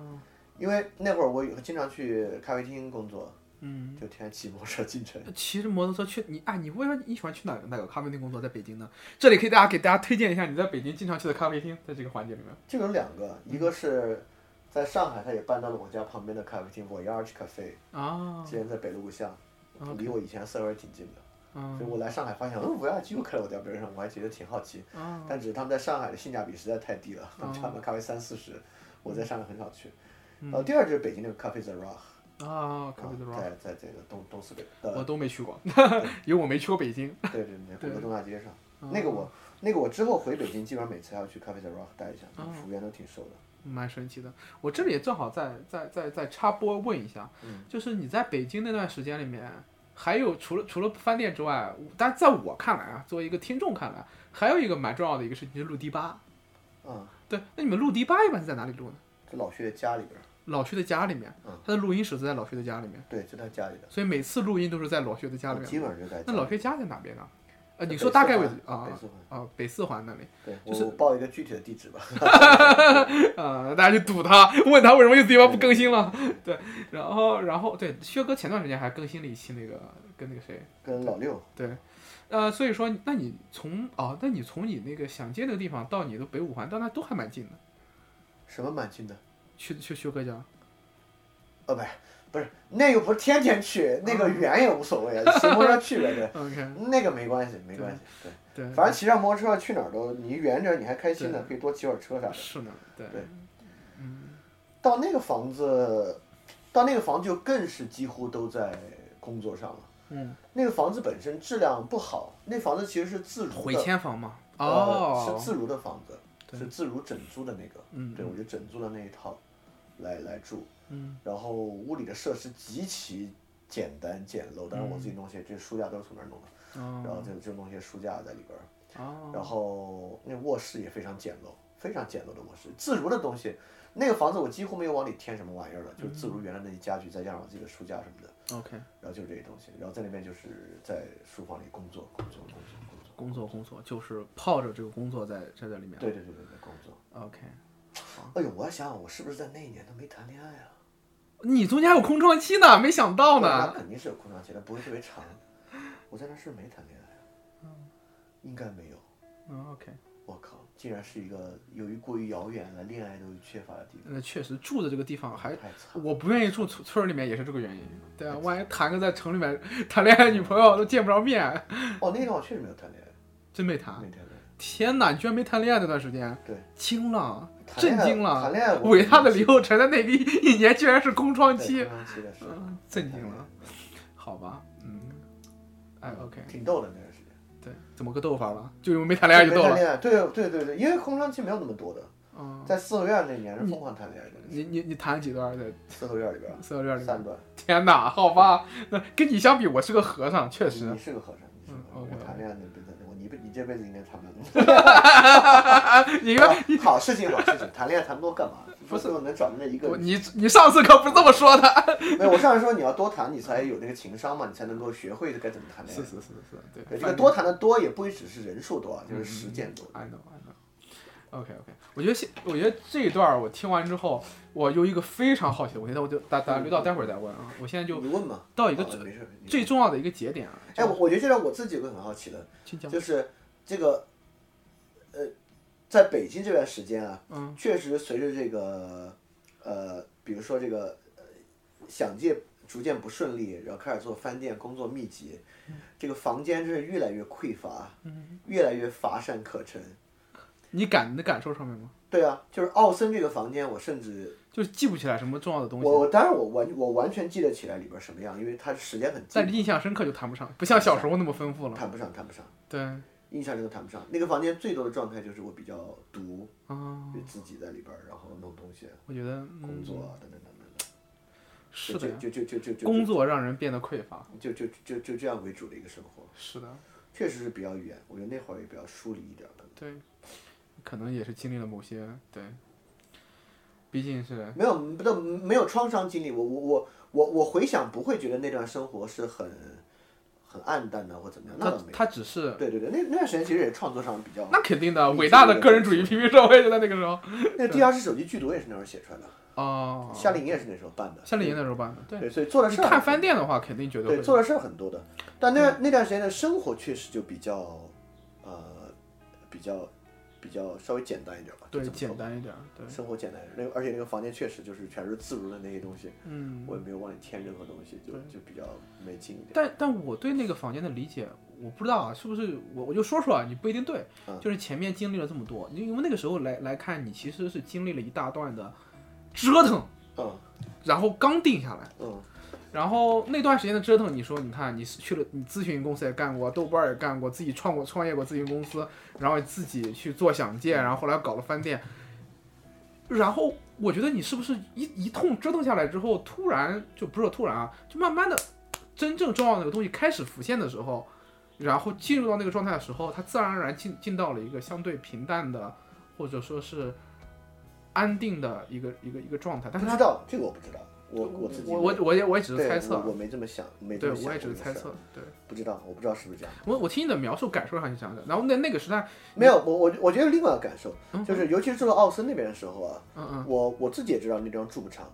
因为那会儿我有经常去咖啡厅工作，嗯，就天天骑摩托车进城。骑着摩托车去你哎，你为什么你喜欢去哪个哪个咖啡厅工作？在北京呢？这里可以大家给大家推荐一下你在北京经常去的咖啡厅，在这个环节里面。这个有两个，一嗯个是在上海，他也搬到了我家旁边的咖啡厅 Voyage Cafe，啊，之前在北路故巷，哦离我以前四合院挺近的。所以嗯，我来上海发现，嗯，Voyage 又开到我家边上，我还觉得挺好奇。啊，但只是他们在上海的性价比实在太低了，他哦们咖啡三四十，我在上海很少去。嗯然后第二就是北京那个咖啡 The Rock，啊，咖啡的啊 rock，在在这个东东四北，我呃，都没去过， [laughs] 因为我没去过北京。对对对，鼓楼东大街上，嗯那个我那个我之后回北京，基本上每次还要去咖啡 The Rock 待一下哦，服务员都挺熟的。蛮神奇的。我这里也正好再再再再插播问一下，嗯就是你在北京那段时间里面，还有除了除了饭店之外，但在我看来啊，作为一个听众看来，还有一个蛮重要的一个事情就是录迪吧。嗯，对，那你们录迪吧一般是在哪里录呢？就老薛的家里边儿，老薛的家里面嗯，他的录音室是在老薛的家里面，对，就他家里的，所以每次录音都是在老薛的家里基面。本上就在家里。那老薛家在哪边呢？呃，你北说四大概位环置啊北四环啊，北四环那里，对，就是我我报一个具体的地址吧。呃，大家就堵他，问他为什么又地方不更新了， [laughs] 对，然后然后对，薛哥前段时间还更新了一期那个跟那个谁，跟老六，对，呃，所以说，那你从哦，那你从你那个想见那个地方到你的北五环，到那都还蛮近的，什么蛮近的？去去薛哥家，哦，不是，不是，那个不是天天去，嗯那个远也无 [laughs] 所谓啊，骑摩托车去呗，对。 ，OK，那个没关系，没关系，对，对，反正骑上摩托车去哪儿都，你远点儿你还开心呢，可以多骑会儿车啥的。是呢，对，对到那个房子，到那个房子就更是几乎都在工作上了。嗯，那个房子本身质量不好，那房子其实是自如回的，迁房嘛。呃，是哦，自如的房子，是自如整租的那个。嗯对，我就整租了那一套来来住。嗯，然后屋里的设施极其简单简陋，当然我自己弄些，这书架都是从那儿弄的，哦然后就就弄些书架在里边儿。哦，然后那卧室也非常简陋，非常简陋的卧室，自如的东西。那个房子我几乎没有往里添什么玩意儿了，就是自如原来那些家具，再加上我自己的书架什么的， OK，然后就是这些东西。然后在那边就是在书房里工作，工作，工作，工作。工作工作就是泡着这个工作在在这里面。对对对对对，工作。 OK，哎呦，我还想想，我是不是在那一年都没谈恋爱啊？你中间还有空窗期呢，没想到那呢。肯定是有空窗期，但不会特别长。我在那是不是没谈恋爱啊？应该没有。嗯，OK，我靠，竟然是一个由于过于遥远了恋爱都缺乏的地那呃确实住的这个地方还方，太惨。我不愿意住村村儿里面也是这个原因。对啊，万一谈个在城里面谈恋爱女朋友都见不着面，哦，那个地方我确实没有谈恋爱，真没谈没。谈恋爱。天哪，你居然没谈恋爱那段时间，对，惊了，谈恋震爱惊了。谈恋爱我伟大的李厚辰的那一一年居然是空窗对期， [laughs] 空窗期的时候嗯，震惊了。好吧，嗯，哎，OK，嗯挺逗的那段时间。对，怎么个逗法了？就因为没谈恋爱就没逗谈了。恋爱，对对对对，因为空窗期没有那么多的，嗯，在四合院那年是疯狂谈恋爱的，你你你谈了几段在四合院里边四合院里面三？段。天哪，好吧，那跟你相比，我是个和尚，确你实你。是个和尚，你是个和嗯，OK，尚，我谈恋爱那辈子，我你辈你这辈子应该谈不了那么多。 [laughs] 你啊看， [laughs] 好事情，好事情，谈恋爱谈多干嘛？不是是能找那一个我，你你上次可不是这么说的。没有，我上来说你要多谈，你才有那个情商嘛，你才能够学会该怎么谈 [laughs] 恋是爱。是是是，对，对，这反正嗯个多谈的多也不只是人数多啊，就是实践多。 I know, I know. OK, OK. 我觉得现，我觉得这一段我听完之后，我有一个非常好奇的问题，但我就打打留到待会儿再问啊。我现在就你问嘛，到一个好最没事。你最重要的一个节点啊，哎，就我我觉得这让我自己有个很好奇的，请讲。就是这个，呃，在北京这段时间啊，嗯确实随着这个，呃，比如说这个，呃，想借逐渐不顺利，然后开始做饭店，工作密集，嗯这个房间真是越来越匮乏，越来越乏善可陈。你感你的感受上面吗？对啊，就是奥森这个房间，我甚至就是记不起来什么重要的东西，我我当然我完我完全记得起来里边什么样，因为它时间很但近，是印象深刻就谈不上，不像小时候那么丰富了。谈不上谈不上，对，印象真的谈不上。那个房间最多的状态就是我比较独，啊，就自己在里边儿，然后弄东西、我觉得工嗯，作啊等等等等等，是的呀，就就就就就就工作让人变得匮乏。就就就就这样为主的一个生活，是的，确实是比较远。我觉得那会儿也比较疏离一点儿的。对，可能也是经历了某些对，毕竟是没有，不都没有创伤经历，我我我我我回想不会觉得那段生活是很很暗淡的或怎么样，那他倒没有。哦他只是对对对，那那段时间其实也创作上比较。那肯定的，伟大的个人主义批评社会就在那个时候。那第二次手机剧毒也是那时候写出来的，哦，夏令营也是那时候办的。夏令营那时候办的，对。对，所以做的你事儿看饭店的话，肯定觉得对会。嗯做的事儿很多的，但那那段时间的生活确实就比较呃比较比较稍微简单一点吧，对就这么说简单一点，对，生活简单，那个而且那个房间确实就是全是自如的那些东西，嗯。我也没有往里添任何东西，就对就比较没劲一点。但但我对那个房间的理解，我不知道啊，是不是我我就说说啊，你不一定对，嗯就是前面经历了这么多，因为那个时候来来看，你其实是经历了一大段的折腾，嗯然后刚定下来。嗯，然后那段时间的折腾，你说，你看，你是去了，你咨询公司也干过，豆瓣儿也干过，自己创过创业过咨询公司，然后自己去做想见，然后后来搞了饭店，然后我觉得你是不是一一通折腾下来之后，突然就不是突然啊，就慢慢的真正重要的那个东西开始浮现的时候，然后进入到那个状态的时候，它自然而然进进到了一个相对平淡的，或者说是安定的一个一个一个状态，但不是知它道这个我不知道，我我自己哎我我我也我也只是对猜测啊我，我没这么想，没这对，么想我也只过是这猜个事儿测。嗯对不知道，我不知道是不是这样。我，我听你的描述感受上是这样的。然后那那个时代，没有，我我我觉得另外一个感受嗯就是，尤其是住到奥森那边的时候啊，嗯嗯，我我自己也知道那地方住不长，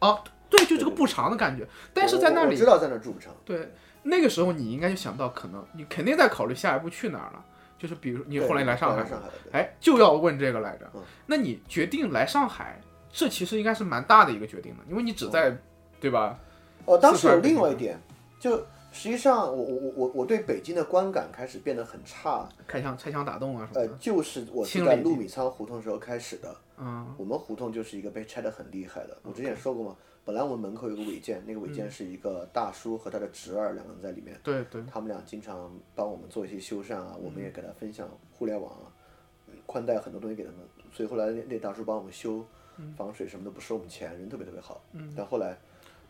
啊，对，就这个不长的感觉。但是在那我我里知，道在那儿住不长。对，那个时候你应该就想到，可能你肯定在考虑下一步去哪儿了。就是比如你对后来来上海，上海了，对哎，就要问这个来着嗯。那你决定来上海，这其实应该嗯是蛮大的一个决定的，因为你只在，对吧？哦，当四时川有肯定另外一的点，就实际上，我我我我对北京的观感开始变得很差，开枪拆墙打洞啊什呃么的，，就是我清是理在陆米仓胡同时候开始的。嗯我们胡同就是一个被拆得很厉害的。我之前也说过嘛，本来我们门口有个违建，那个违嗯建是一个大叔和他的侄儿两个人在里面，对对，他们俩经常帮我们做一些修缮嗯啊，我们也给他分享互联网啊，宽带很多东西给他们，所以后来那那大叔帮我们修嗯防水什么的不收我们钱，人特别特别好。但后来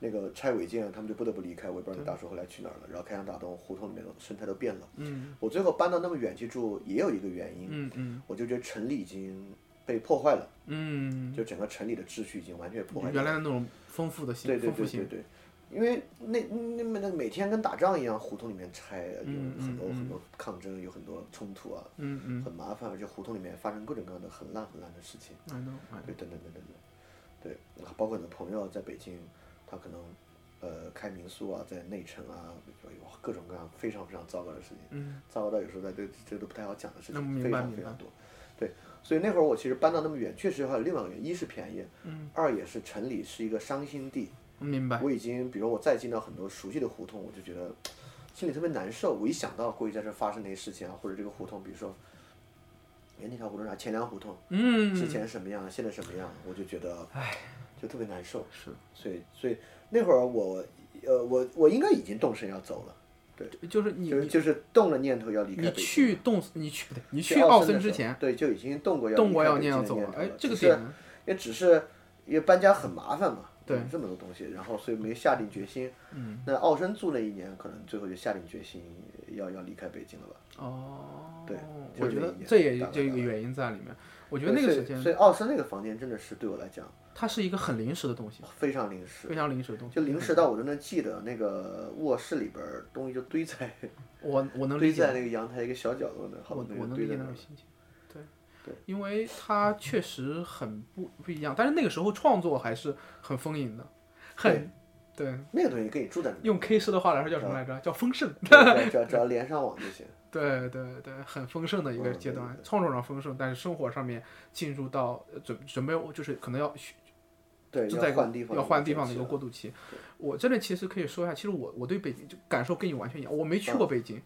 那个拆违建啊，他们就不得不离开，我也不知道那大叔后来去哪儿了。然后开枪打洞，胡同里面的生态都变了。嗯我最后搬到那么远去住，也有一个原因，嗯嗯我就觉得城里已经被破坏了，嗯，就整个城里的秩序已经完全被破坏掉原了。来的那种丰富的对性，丰对富对对性，对，因为那那那那每天跟打仗一样，胡同里面拆，啊有嗯很多嗯很多抗争，有很多冲突啊，嗯嗯很麻烦，而且胡同里面发生各种各样的很烂很烂的事情， ，I know I know，对，等等等等等，对，啊包括你的朋友在北京，他可能呃开民宿啊，在内城啊，哇各种各样非常非常糟糕的事情，嗯糟糕到有时候在这这都不太好讲的事那情，明非白常明非常白多。对，所以那会儿我其实搬到那么远，确实还有另外一个原因，一是便宜，嗯，二也是城里是一个伤心地，明白，我已经，比如我再进到很多熟悉的胡同，我就觉得心里特别难受。我一想到过去在这发生的一些事情啊，或者这个胡同，比如说，哎，那条胡同啥钱粮胡同，嗯，之前什么样，现在什么样，我就觉得，唉，就特别难受。是的所以，所以那会儿我，呃，我我应该已经动身要走了，就，就是你就是你就是动了念头要离开你北京。去动你去不对，你去奥奥森的时之候前，对，就已经动过要动过离开要北念京要的走念了，头哎了，这个只是点 [laughs] 也只是因为搬家很麻烦嘛，对有这么多东西，然后所以没下定决心。嗯，那奥森住了一年，可能最后就下定决心要要离开北京了吧？哦，对我就是觉得那一年这也大概这个大概原因在里面。我觉得那个时对所以间，所以奥森那个房间真的是对我来讲它是一个很临时的东西，非常临时，非常临时的东西。就临时到我都能记得那个卧室里边儿东西就堆在我我能理堆解在，那个阳台一个小角落那儿，好我多我能东西堆理在解那那儿种。心情。对，因为它确实很不不一样，但是那个时候创作还是很丰盈的，很对。那个东西可以 [laughs] 住在用 K 式的话来说叫啊什么来着？叫丰盛。那儿，只要只要连上网就行。对对对，很丰盛的一个嗯阶对段，对创作上丰盛，但是生活上面进入到呃准准备，就是可能要对，就在一要个换地方，要换地方的一个过。过渡期。我这里其实可以说一下，其实我我对北京就感受跟你完全一样，我没嗯去过北京，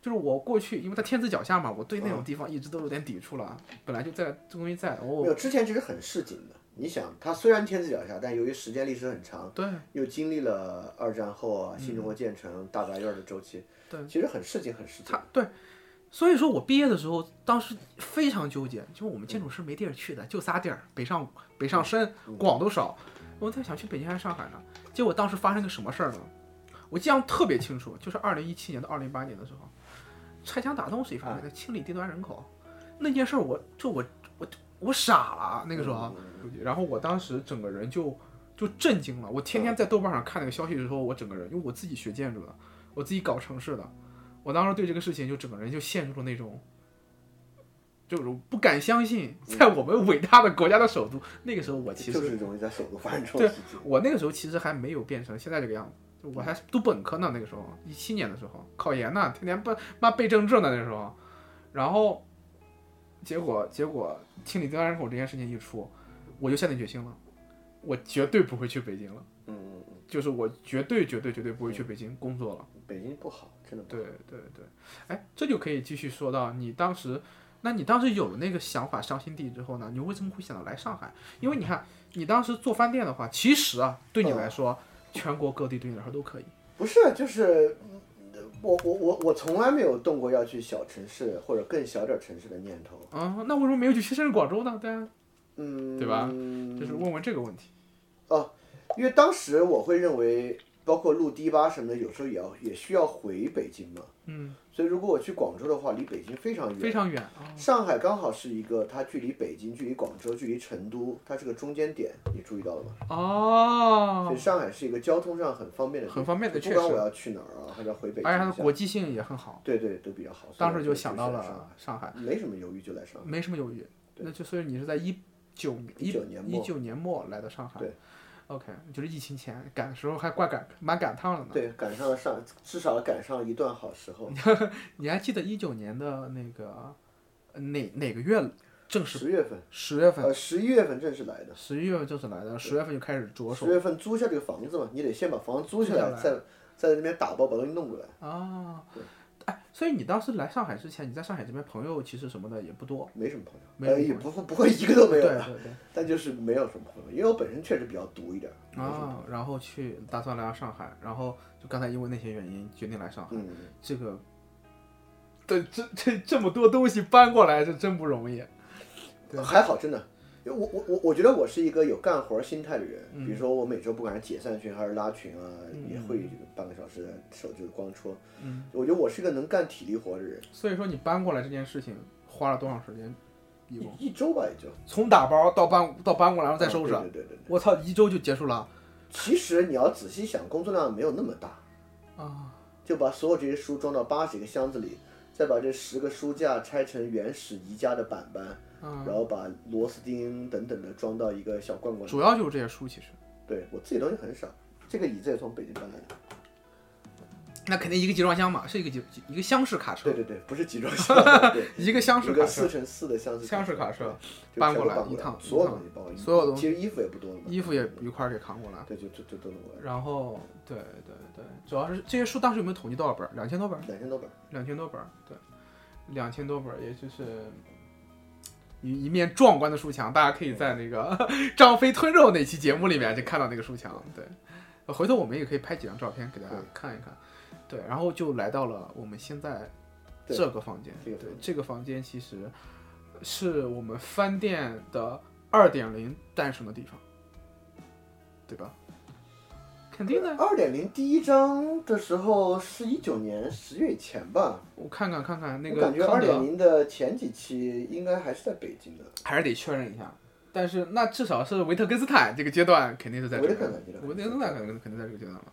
就是我过去因为在天子脚下嘛，我对那嗯种地方一直都有点抵触了，本来就在这东西在没我有，之前其实很市井的。你想，它虽然天子脚下，但由于时间历史很长，对嗯又经历了二战后啊，新中国建成、大杂院的周期，对，其实很市井，很市井他。对。所以说我毕业的时候，当时非常纠结，就是我们嗯建筑师没地儿去的，就仨地儿，北上北上深，广都少。我在想去北京还是上海呢，结果当时发生个什么事儿呢？我记得特别清楚，就是二零一七年到二零一八年的时候，拆墙打洞是一啊方面，清理低端人口那件事儿，我就我我我傻了啊那个时候，嗯然后我当时整个人就就震惊了。我天啊天在豆瓣上看那个消息的时候，我整个人，因为我自己学建筑的，我自己搞城市的，我当时对这个事情就整个人就陷入了那种。就是我不敢相信，在我们伟大的国家的首都，那个时候我其实嗯就是容易在首都发生这种对事情。我那个时候其实还没有变成现在这个样子，我还读本科呢，那个时候一七年的时候考研呢，天天背妈背政治呢那时候，然后结果结果清理低端人口这件事情一出，我就下定决心了，我绝对不会去北京了，嗯嗯嗯，就是我绝对绝对绝对不会去北京工作了。北京不好，真的不好。对对对，哎，这就可以继续说到你当时，那你当时有了那个想法伤心地之后呢，你为什么会想到来上海？因为你看，你当时做饭店的话，其实啊，对你嗯来说，全国各地对你来说都可以。不是，啊就是嗯我我我我从来没有动过要去小城市或者更小点儿城市的念头。啊、那为什么没有去深圳、广州呢？对啊，嗯，对吧就是问问这个问题。因为当时我会认为，包括路堤吧什么的，有时候也要也需要回北京嘛。嗯，所以如果我去广州的话，离北京非常远。非常远啊，上海刚好是一个，它距离北京、距离广州、距离成都，它是个中间点，你注意到了吗？所哦以，上海是一个交通上很方便的地方，很方便的就确不管实我要去哪儿啊，还是要回北京而且它的一下，国际性也很好。对对都比较好。所以当时我就就想到选上了哎上海，海，没什么犹豫就来上海。没什么犹豫。对那就所以你是在一九一19年一末九年末来的上海。对 OK，就是疫情前赶的时候还怪赶蛮赶趟了呢。对，赶上了上，至少赶上了一段好 [laughs] 时候。你还记得一九年的那个呃哪哪个月正式十月份，十月份？呃，十一月份正式来的。十一月份正式来的，十月份就开始着手十。月份租下这个房子嘛，你得先把房子租下租下来，来再在那边打包把东西弄过来，啊对，哎，所以你当时来上海之前，你在上海这边朋友其实什么的也不多，没什么朋没友，什呃，么也不不会一个都没对有对了，对但就是没有什么朋友，因为我本身确实比较独一点儿，啊，然后去打算来到上海，然后就刚才因为那些原因决定来上海，嗯，这个，这这这这么多东西搬过来，这真不容易。对还好，真的。因为我我我我觉得我是一个有干活心态的人，比如说我每周不管是解散群还是拉群啊，嗯也会这个半个小时的手就光戳。嗯，我觉得我是一个能干体力活的人，所以说你搬过来这件事情花了多长时间？一共一一周吧也就从打包到搬到搬过来，然后再收拾啊。对对对对对。我操，一周就结束了其实你要仔细想，工作量没有那么大，啊！就把所有这些书装到八十个箱子里，再把这十个书架拆成原始宜家的板板，嗯，然后把螺丝钉等等的装到一个小罐罐里。主要就是这些书，其实对我自己东西很少，这个椅子也从北京搬来的。那肯定一个集装箱嘛，是一个集一个厢式卡车对，对对，不是集 [laughs] 装箱，对，一个厢式一卡个车四，乘四的箱子，厢式卡车对就搬全过部来搬一趟所有一趟东西包括衣服所有东西其实衣服也不多嘛，衣服也一块儿给扛过来。对，就就就都弄过来，然后，对对对，主要是这些书当时有没有统计多少本儿？两千多本儿。两千多本，两千多本，儿，对，两千多本，儿，也就是一一面壮观的书墙，大家可以在那个 [laughs] 张飞吞肉那期节目里面就看到那个书墙。对，呃回头我们也可以拍几张照片给大家对看一看。对，然后就来到了我们现在对这个房间。这对个房间，这个房间其实是我们翻店的二点零诞生的地方，对吧？肯定的，二点零第一章的时候是一九年十月以前吧，我看看看看那我个感觉康二德点零的前几期应该还是在北京的，还是得确认一下。但是那至少是维特根斯坦这个阶段肯定是在这维边特根斯坦阶，段维特根斯坦肯定肯定在这个阶段了，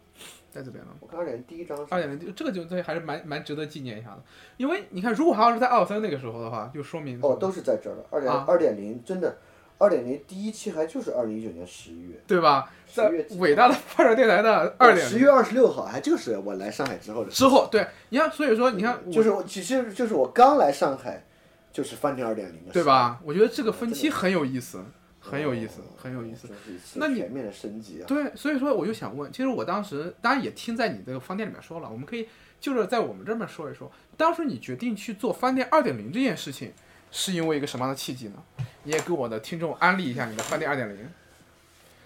在这边了。我看二点零第一章二点是，零这个就这还是蛮蛮值得纪念一下的，因为你看，如果还要是在奥森那个时候的话，就说明哦，都是在这儿了，二点啊二点零真的，二点零第一期还就是二零一九年十一月。对吧？在10月几伟大的发展电台的二点十零月二十六号，还就是我来上海之后的事。之后，对，你看，所以说你看我，就是我，其实就是我刚来上海，就是饭店二点零的，对？吧？我觉得这个分期真哦很有意思，很有意思，很有意思。这是一次那你全面的升级啊，对，所以说我就想问，其实我当时当然也听在你这个饭店里面说了，我们可以就是在我们这边说一说，当时你决定去做饭店二点零这件事情，是因为一个什么样的契机呢？你也给我的听众安利一下你的饭店二点零，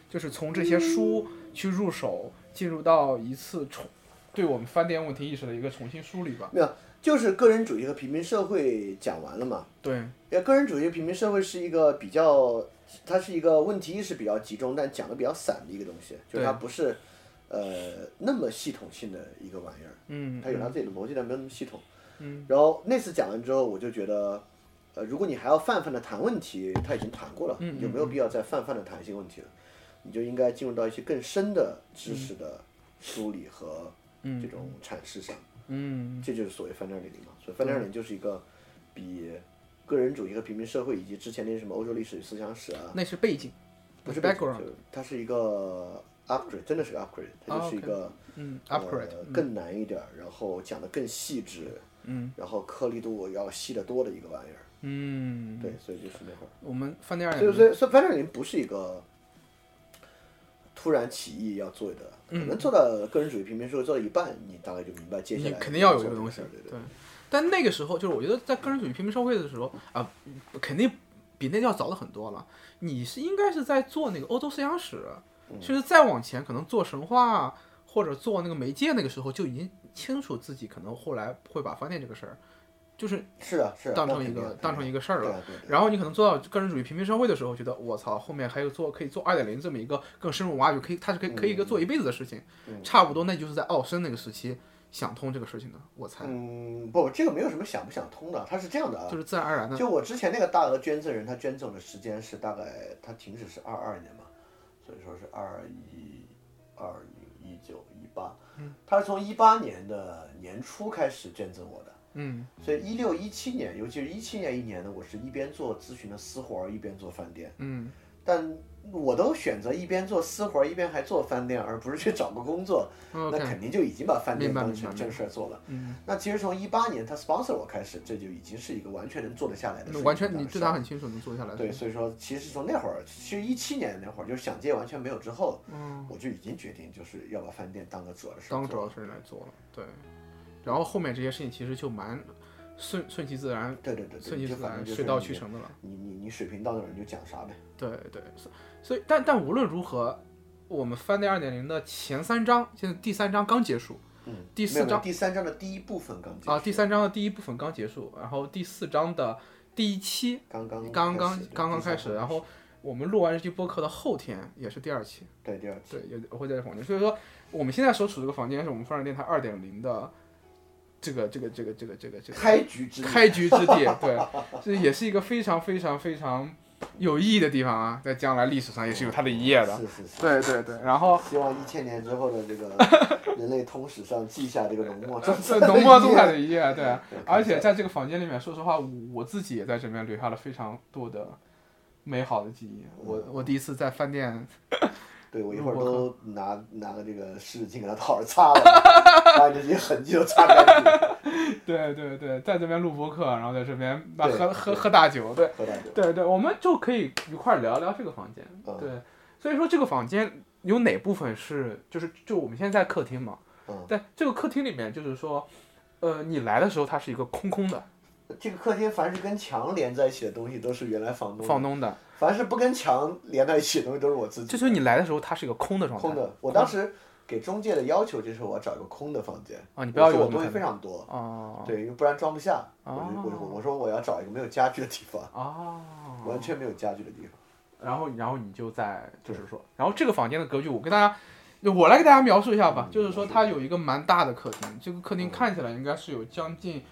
就是从这些书去入手，进入到一次重对我们饭店问题意识的一个重新梳理吧。没有，就是个人主义和平民社会讲完了嘛。对，因为个人主义、平民社会是一个比较，它是一个问题意识比较集中，但讲的比较散的一个东西，就是它对不是，呃，那么系统性的一个玩意儿。嗯，它有它自己的逻辑，但没有那么系统。嗯，然后那次讲完之后，我就觉得，呃，如果你还要泛泛的谈问题，他已经谈过了，嗯你就没有必要再泛泛的谈一些问题了，你就应该进入到一些更深的知识的梳理和嗯这种阐释上，嗯这就是所谓泛二点零嘛。所以泛二点零就是一个比个人主义和平民社会以及之前那些什么欧洲历史与思想史啊，那是背景，不是 background，就是它是一个 upgrade，真的是个 upgrade，它就是一个。嗯呃，upgrade，更难一点儿，然后讲的更细致，嗯，然后颗粒度要细得多的一个玩意儿。嗯，哎对，所以就是那会儿，我们饭店二所点零，以所以所以翻转林不是一个突然起义要做的，可嗯能做到个人主义平民社会做到一半，你大概就明白接下你来肯定要有这这个东西，对对。对。但那个时候，就是我觉得在个人主义平民社会的时候啊、肯定比那要早的很多了。你是应该是在做那个欧洲思想史，嗯甚至再往前，可能做神话或者做那个媒介，那个时候就已经清楚自己可能后来会把饭店这个事儿，就是是啊是啊，当那成一肯定个啊当成一个事儿对了。啊对啊对啊然后你可能做到个人主义平民社会的时候，觉得我操，后面还有做可以做二点零这么一个更深入挖掘，可以它是可以可以一个做一辈子的事情，差不多那就是在奥森那个时期想通这个事情的，我猜、嗯，不，这个没有什么想不想通的，它是这样的啊就，是自然而然的。就我之前那个大额捐赠人，他捐赠的时间是大概他停止是二二年嘛，所以说是二一、二零、一九、一八，嗯他是从一八年的年初开始捐赠我的，嗯所以一六一七年，尤其是一七年一年呢，我是一边做咨询的私活儿，一边做饭店，嗯但我都选择一边做私活儿，一边还做饭店，而不是去找个工作，那 OK，肯定就已经把饭店明白当明白成正事儿做了。嗯，那其实从一八年他 sponsor 我开始，这就已经是一个完全能做得下来的事那情。嗯完全你当时对他很清楚，能做下来。对，，所以说其实从那会儿，其实一七年那会儿，就是想戒完全没有之后，嗯，我就已经决定就是要把饭店当个主要的事儿当主做要事来做了。对，然后后面这些事情其实就蛮顺顺其自然，对对对顺对，其就自反然，正就是水到你渠成的了。你你你水平到那儿你就讲啥呗。对对，所所以但但无论如何，我们翻那二点零的前三章，现在第三章刚结束嗯，第四没有没有章第三章的第一部分刚结啊，第束三章的第一部分刚结束，然后第四章的第一期刚刚刚哦开刚始对刚刚第三开始，章然后我们录完这期播客的后天也是第二期，对第二期对，也会在这房间。所以说，我们现在所处这个房间是我们放热电台二点零的这个这个这个这个这个这个开局之开局之地，对，这也是一个非常非常非常有意义的地方啊，在将来历史上也是有它的一页的。是是是，对对对，然后希望一千年之后的这个 [laughs] 人类通史上记下这个浓 [laughs] 墨重呃这彩。浓墨重彩的一 [laughs] 页，对啊对，而且在这个房间里面，说实话，我自己也在这边留下了非常多的美好的记忆。我嗯我第一次在饭 [laughs] 店，对我一会儿浓墨都拿拿个这个湿纸巾给它好 [laughs] 好擦了，把你的这些痕迹都擦干净。对对对，在这边录播客，然后在这边那对喝喝对喝大酒，对喝点酒。对对，我们就可以一块儿聊聊这个房间。嗯对，所以说这个房间有哪部分是就是就我们现在在客厅嘛，嗯但这个客厅里面就是说，呃，你来的时候它是一个空空的， [laughs] 这个客厅凡是跟墙连在一起的东西，都是原来房东的房东的，凡是不跟墙连在一起的东西，都是我自己的。就是你来的时候它是一个空的状态。空的。我当时给中介的要求就是我要找一个空的房间。啊你不要我说有我什么东可能西非常多，哦对，因为不然装不下。哦我就我我说我要找一个没有家具的地方，哦，完全没有家具的地方。然后然后你就在就是说，然后这个房间的格局，我跟大家，我来给大家嗯描述一下吧，就是说它有一个蛮大的客厅，这个客厅看起来应该是有将近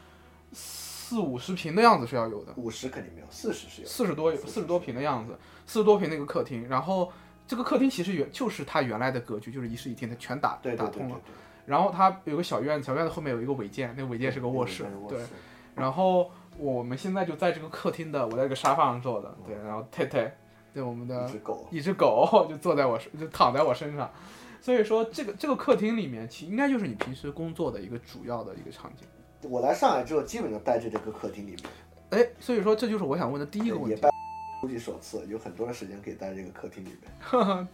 四五十平的样子是要有的，五十肯定没有，四十是有。四十多四十多平的样子，四十多平那个客厅，然后这个客厅其实原就是它原来的格局，就是一室一厅，它全打对打对对通对了对，，然后它有个小院子，小院子后面有一个违建，那个违建是个卧室那，嗯个对卧，室然后我们现在就在这个客厅的，我在这个沙发上坐的，对，然后太太，对我们的哦一只狗，一只狗就坐在我身，就躺在我身上。所以说，这个这个客厅里面，其应该就是你平时工作的一个主要的一个场景。我来上海之后，基本上待在这个客厅里面，哎，所以说这就是我想问的第一个问也题。拜估计首次有很多的时间可以待在这个客厅里面。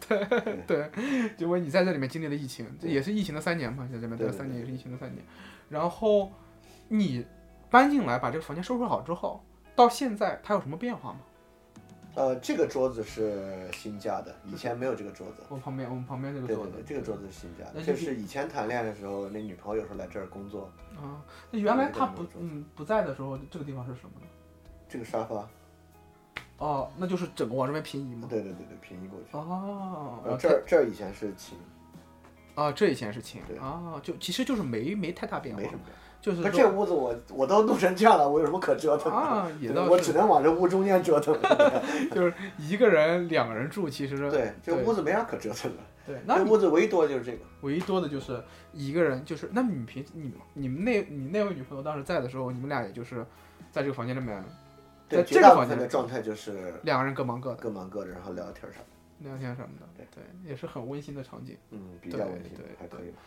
对，就问你在这里面经历了疫情，这也是疫情的三年嘛，在这边待了对对三年，对也是疫情的三年。然后你搬进来把这个房间收拾好之后，到现在它有什么变化吗？呃，这个桌子是新加的，以前没有这个桌子。我旁边我们旁边这个对桌对子对，，这个桌子是新加那的，就就是是以前谈恋爱的时候，那女朋友有时候来这儿工作，啊，那原来对对他对不对对嗯不在的时候，这个地方是什么呢？这个沙发，哦，那就是整个往这边平移吗？对对对对，平移过去。嗯哦，呃，这儿这儿以前是琴，啊，这以前是琴对啊，就其实就是没没太大变化没，什么。就是可说这屋子我我都弄成这样了，我有什么可折腾的？啊，也对倒我只是，能往这屋中间折腾。就是一个人两个人住，其实对，这屋子没啥可折腾的。对，那这你屋子唯一多的就是这个。唯一多的就是一个人，就是那你平你你们那你那位女朋友当时在的时候，你们俩也就是在这个房间里面在对，这绝个大房间部分的里状态就是两个人各忙各的各忙各的，然后聊天啥的。聊天什么的，对也是很温馨的场景。嗯，比较对温馨对，还可以吧。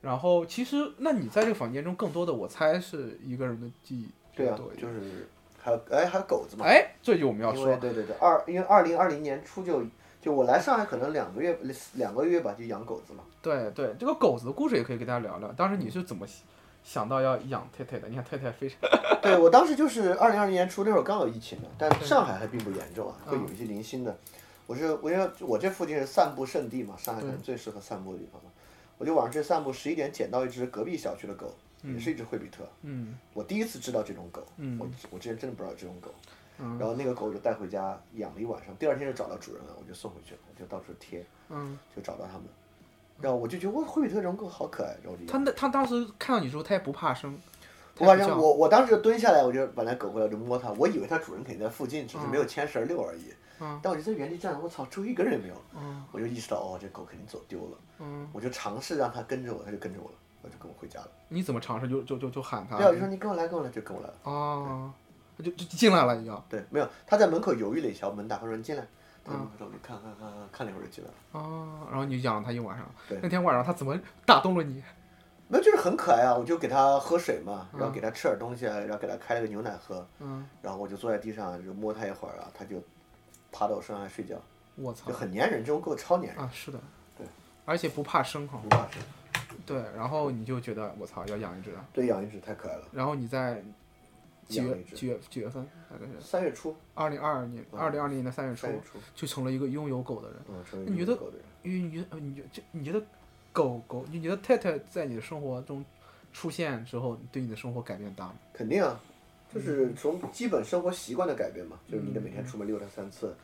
然后其实那你在这个房间中更多的，我猜是一个人的记忆对啊多，一点。就是还有哎还有狗子嘛。哎，这就我们要因为说，对对对，二因为二零二零年初就就我来上海可能两个月两个月吧，就养狗子嘛。对对，这个狗子的故事也可以跟大家聊聊。当时嗯你是怎么想想到要养太太的？你看太太非常对我当时就是二零二零年初那会儿刚有疫情的，但上海还并不严重啊，嗯会有一些零星的。我是我因为我这附近是散步圣地嘛，上海可嗯能最适合散步的地方嘛。我就晚上去散步，十一点捡到一只隔壁小区的狗，也是一只惠比特。嗯我第一次知道这种狗，嗯我我之前真的不知道这种狗。嗯然后那个狗我就带回家养了一晚上，第二天就找到主人了，我就送回去了，我就到处贴，嗯，就找到他们。然后我就觉得哇，惠比特这种狗好可爱，然后我就养他那他当时看到你之后，他也不怕生，他我反也不正叫我我当时就蹲下来，我就本来狗过来我就摸它，我以为它主人肯定在附近，只是没有牵绳遛而已。嗯但我就在原地站着，我操，周围一个人也没有，嗯我就意识到哦，这狗肯定走丢了。嗯，我就尝试让它跟着我，它就跟着我了，我就跟我回家了。你怎么尝试就就就就喊他对啊，我就说你跟我来，跟我来，就跟我来了。啊，就就就进来了，你要对，没有，它在门口犹豫了一下，我门打开说你进来，他嗯就在我面看看看看看了一会儿就进来了，啊，然后你养了它一晚上对，那天晚上它怎么打动了你？那就是很可爱啊！我就给它喝水嘛，然后给它吃点东西，啊，然后给它开了个牛奶喝，嗯，然后我就坐在地上就摸它一会儿啊，它就爬到我身上来睡觉，我操就，很粘人，这种狗超粘人。啊，是的，嗯对，而且不怕生哈不，怕生对，然后你就觉得我操要养一只了，对，养一只太可爱了。然后你在几养月了一只几月几月份？大概是三月初，二零二二年，嗯二零二零年的三月初三月初，就成了一个拥有狗的人。嗯，成你为觉一得个狗的人。因为你觉得，呃你觉这你觉得狗狗，你觉得太太在你的生活中出现之后，对你的生活改变大吗？肯定啊，嗯就是从基本生活习惯的改变嘛，就是你得每天出门遛它三次，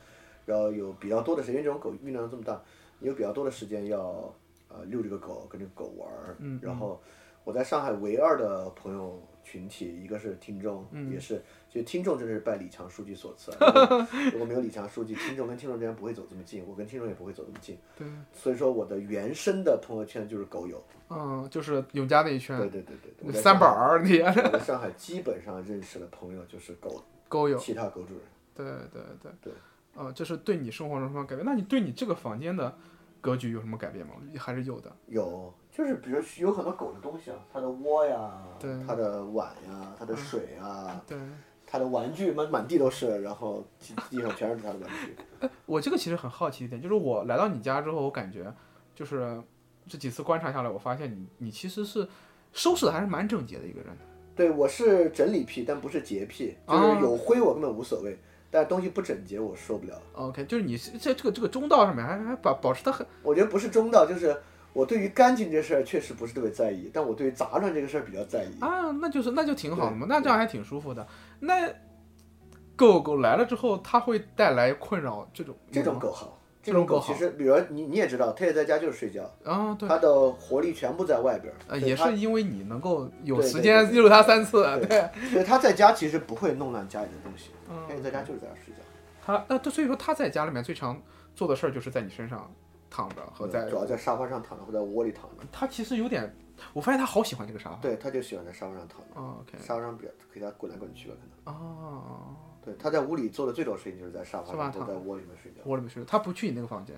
然后有比较多的时间，因为这种狗运动量这么大，你有比较多的时间要呃遛这个狗，跟这个狗玩儿。嗯然后我在上海唯二的朋友群体，一个是听众，嗯也是就听众，真是拜李强书记所 [laughs] 赐啊。如果如果没有李强书记，听众跟听众之间不会走这么近，我跟听众也不会走这么近。对，所以说我的原生的朋友圈就是狗友。嗯，就是永嘉那一对圈，对对对对，我在三上宝海儿那 [laughs] 些我在上海基本上认识的朋友就是狗，狗友，其他狗主人。对对对对，呃，这是对你生活中什么改变？那你对你这个房间的格局有什么改变吗？还是有的。有，就是比如有很多狗的东西啊，它的窝呀对，嗯它的碗呀，它的水啊，对，它的玩具满满地都是，然后地地上全是它的玩具。 [laughs] 我这个其实很好奇一点，就是我来到你家之后，我感觉就是这几次观察下来，我发现你你其实是收拾的还是蛮整洁的一个人。对，我是整理癖，但不是洁癖，就啊是有灰我根本无所谓，但东西不整洁我受不了。 OK，就是你是在这个这个中道上面还还保保持的很我觉得不是中道，就是我对于干净这事儿确实不是特别在意，但我对于杂乱这个事儿比较在意。啊，那就是那就挺好的嘛，那这样还挺舒服的。那狗狗来了之后，它会带来困扰这种这种吗狗好，这这种种狗狗好其实，比如说你你也知道，它也在家就是睡觉。啊，对，它的活力全部在外边儿，呃，所以也它是因为你能够有对对时对间对遛它三次，对对，所以它在家其实不会弄乱家里的东西，因为嗯，在家就是在家睡觉，它那它所以说它在家里面最常做的事儿就是在你身上躺着和在主要在沙发上躺着或者在窝里躺着。它其实有点，我发现它好喜欢这个沙发。对，它就喜欢在沙发上躺着，哦，OK，沙发上比较给它滚来滚去吧，可能。哦，对，它在屋里做的最多事情就是在沙发沙发上或者躺在窝里面睡觉。我里面去，它不去你那个房间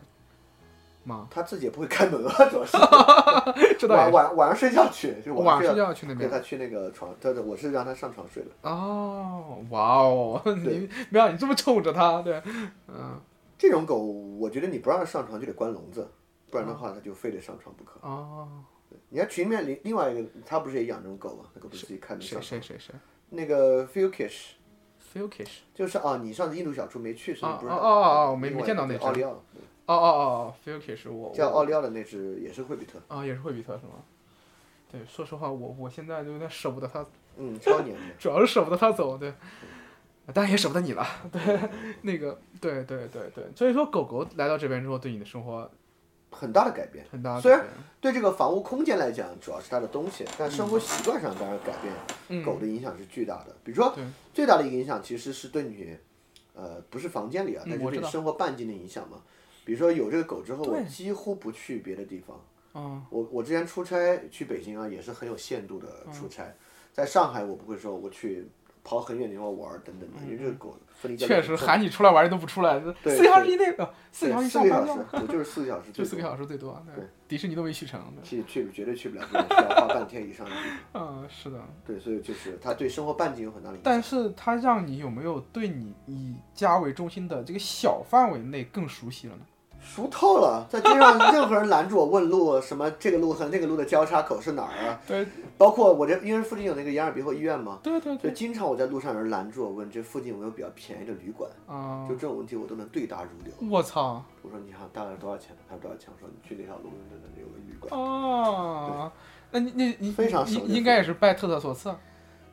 [laughs] 吗？它自己也不会开门啊，主 [laughs] 要是这倒晚也，晚晚上睡觉去，就是晚晚上上睡就觉。要去那对，边。它去那个床，对对，我是让它上床睡的。哦，哇哦，你没有你这么宠着它，对，嗯，这种狗，我觉得你不让它上床就得关笼子，不嗯然的话它就非得上床不可。哦，你看群里面另另外一个，他不是也养这种狗吗？那狗不是自己看着谁上谁谁谁那个 Fukish， ，Filkish，就是啊，你上次印度小猪没去，所以啊不知道。哦哦哦我没另外没见到那只奥利奥，哦哦哦，Filkish，我叫我奥利奥的那只也是惠比特，啊，也是惠比特是吗？对，说实话，我我现在就有点舍不得它，嗯，超黏的。主要是舍不得它走，对，当然也舍不得你了，对，那个，对对对对，所以说狗狗来到这边之后，对你的生活很大的改变，很大的虽然改变对这个房屋空间来讲，主要是它的东西，但生活习惯上当然改变，嗯狗的影响是巨大的。比如说对，最大的一个影响其实是对你，呃，不是房间里啊，嗯但是我知对你道生活半径的影响嘛。比如说有这个狗之后，我对几乎不去别的地方。嗯我我之前出差去北京啊，也是很有限度的嗯出差。在上海，我不会说我去跑很远的地方玩儿等等的，因为这个狗分离焦虑嗯确很实重喊你出来玩儿你都不出来，对四个小时以内，呃四个对小时以四上个班小吗时？，我就是四个小时，就四个小时最多，对对迪士尼都没去成，对，去去绝对去不了，这种需要花半天以上的地方。嗯，是的。对，所以就是它对生活半径有很大的影响。但是它让你有没有对你以家为中心的这个小范围内更熟悉了呢？熟透了，在街上任何人拦住我问路，什么这个路和那个路的交叉口是哪儿啊？对包括我这因为附近有那个眼耳鼻喉医院嘛，对对所对以，经常我在路上有人拦住我问这附近有没有比较便宜的旅馆，啊就，这种问题我都能对答如流。我操，我说你想大概多少钱？他说多少钱？我说你去那条路那那那有个旅馆。哦，那你你你非常熟你这你个应该也是拜特特所赐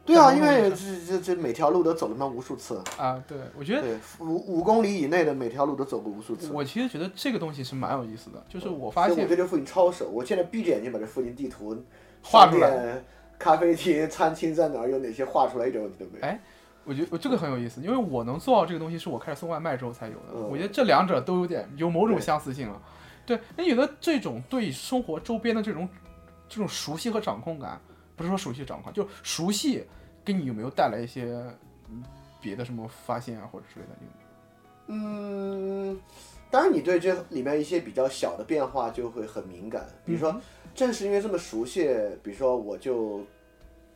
对啊，在因公路为这这这每条路都走了他妈无数次，啊，对我觉得。对，五五公里以内的每条路都走过无数次。我其实觉得这个东西是蛮有意思的，就是我发所以现我对这附近超熟。我现在闭着眼睛把这附近地图、画商出来店、咖啡厅、餐厅在哪儿，有哪些画出来一点问题都哎没有。我觉得我这个很有意思，因为我能做到这个东西是我开始送外卖之后才有的。嗯我觉得这两者都有点有某种相似性啊。对，那有的这种对生活周边的这种这种熟悉和掌控感，不是说熟悉掌控，就熟悉给你有没有带来一些嗯别的什么发现啊或者之类的？嗯，当然，你对这里面一些比较小的变化就会很敏感。比嗯如说，正是因为这么熟悉，比如说我就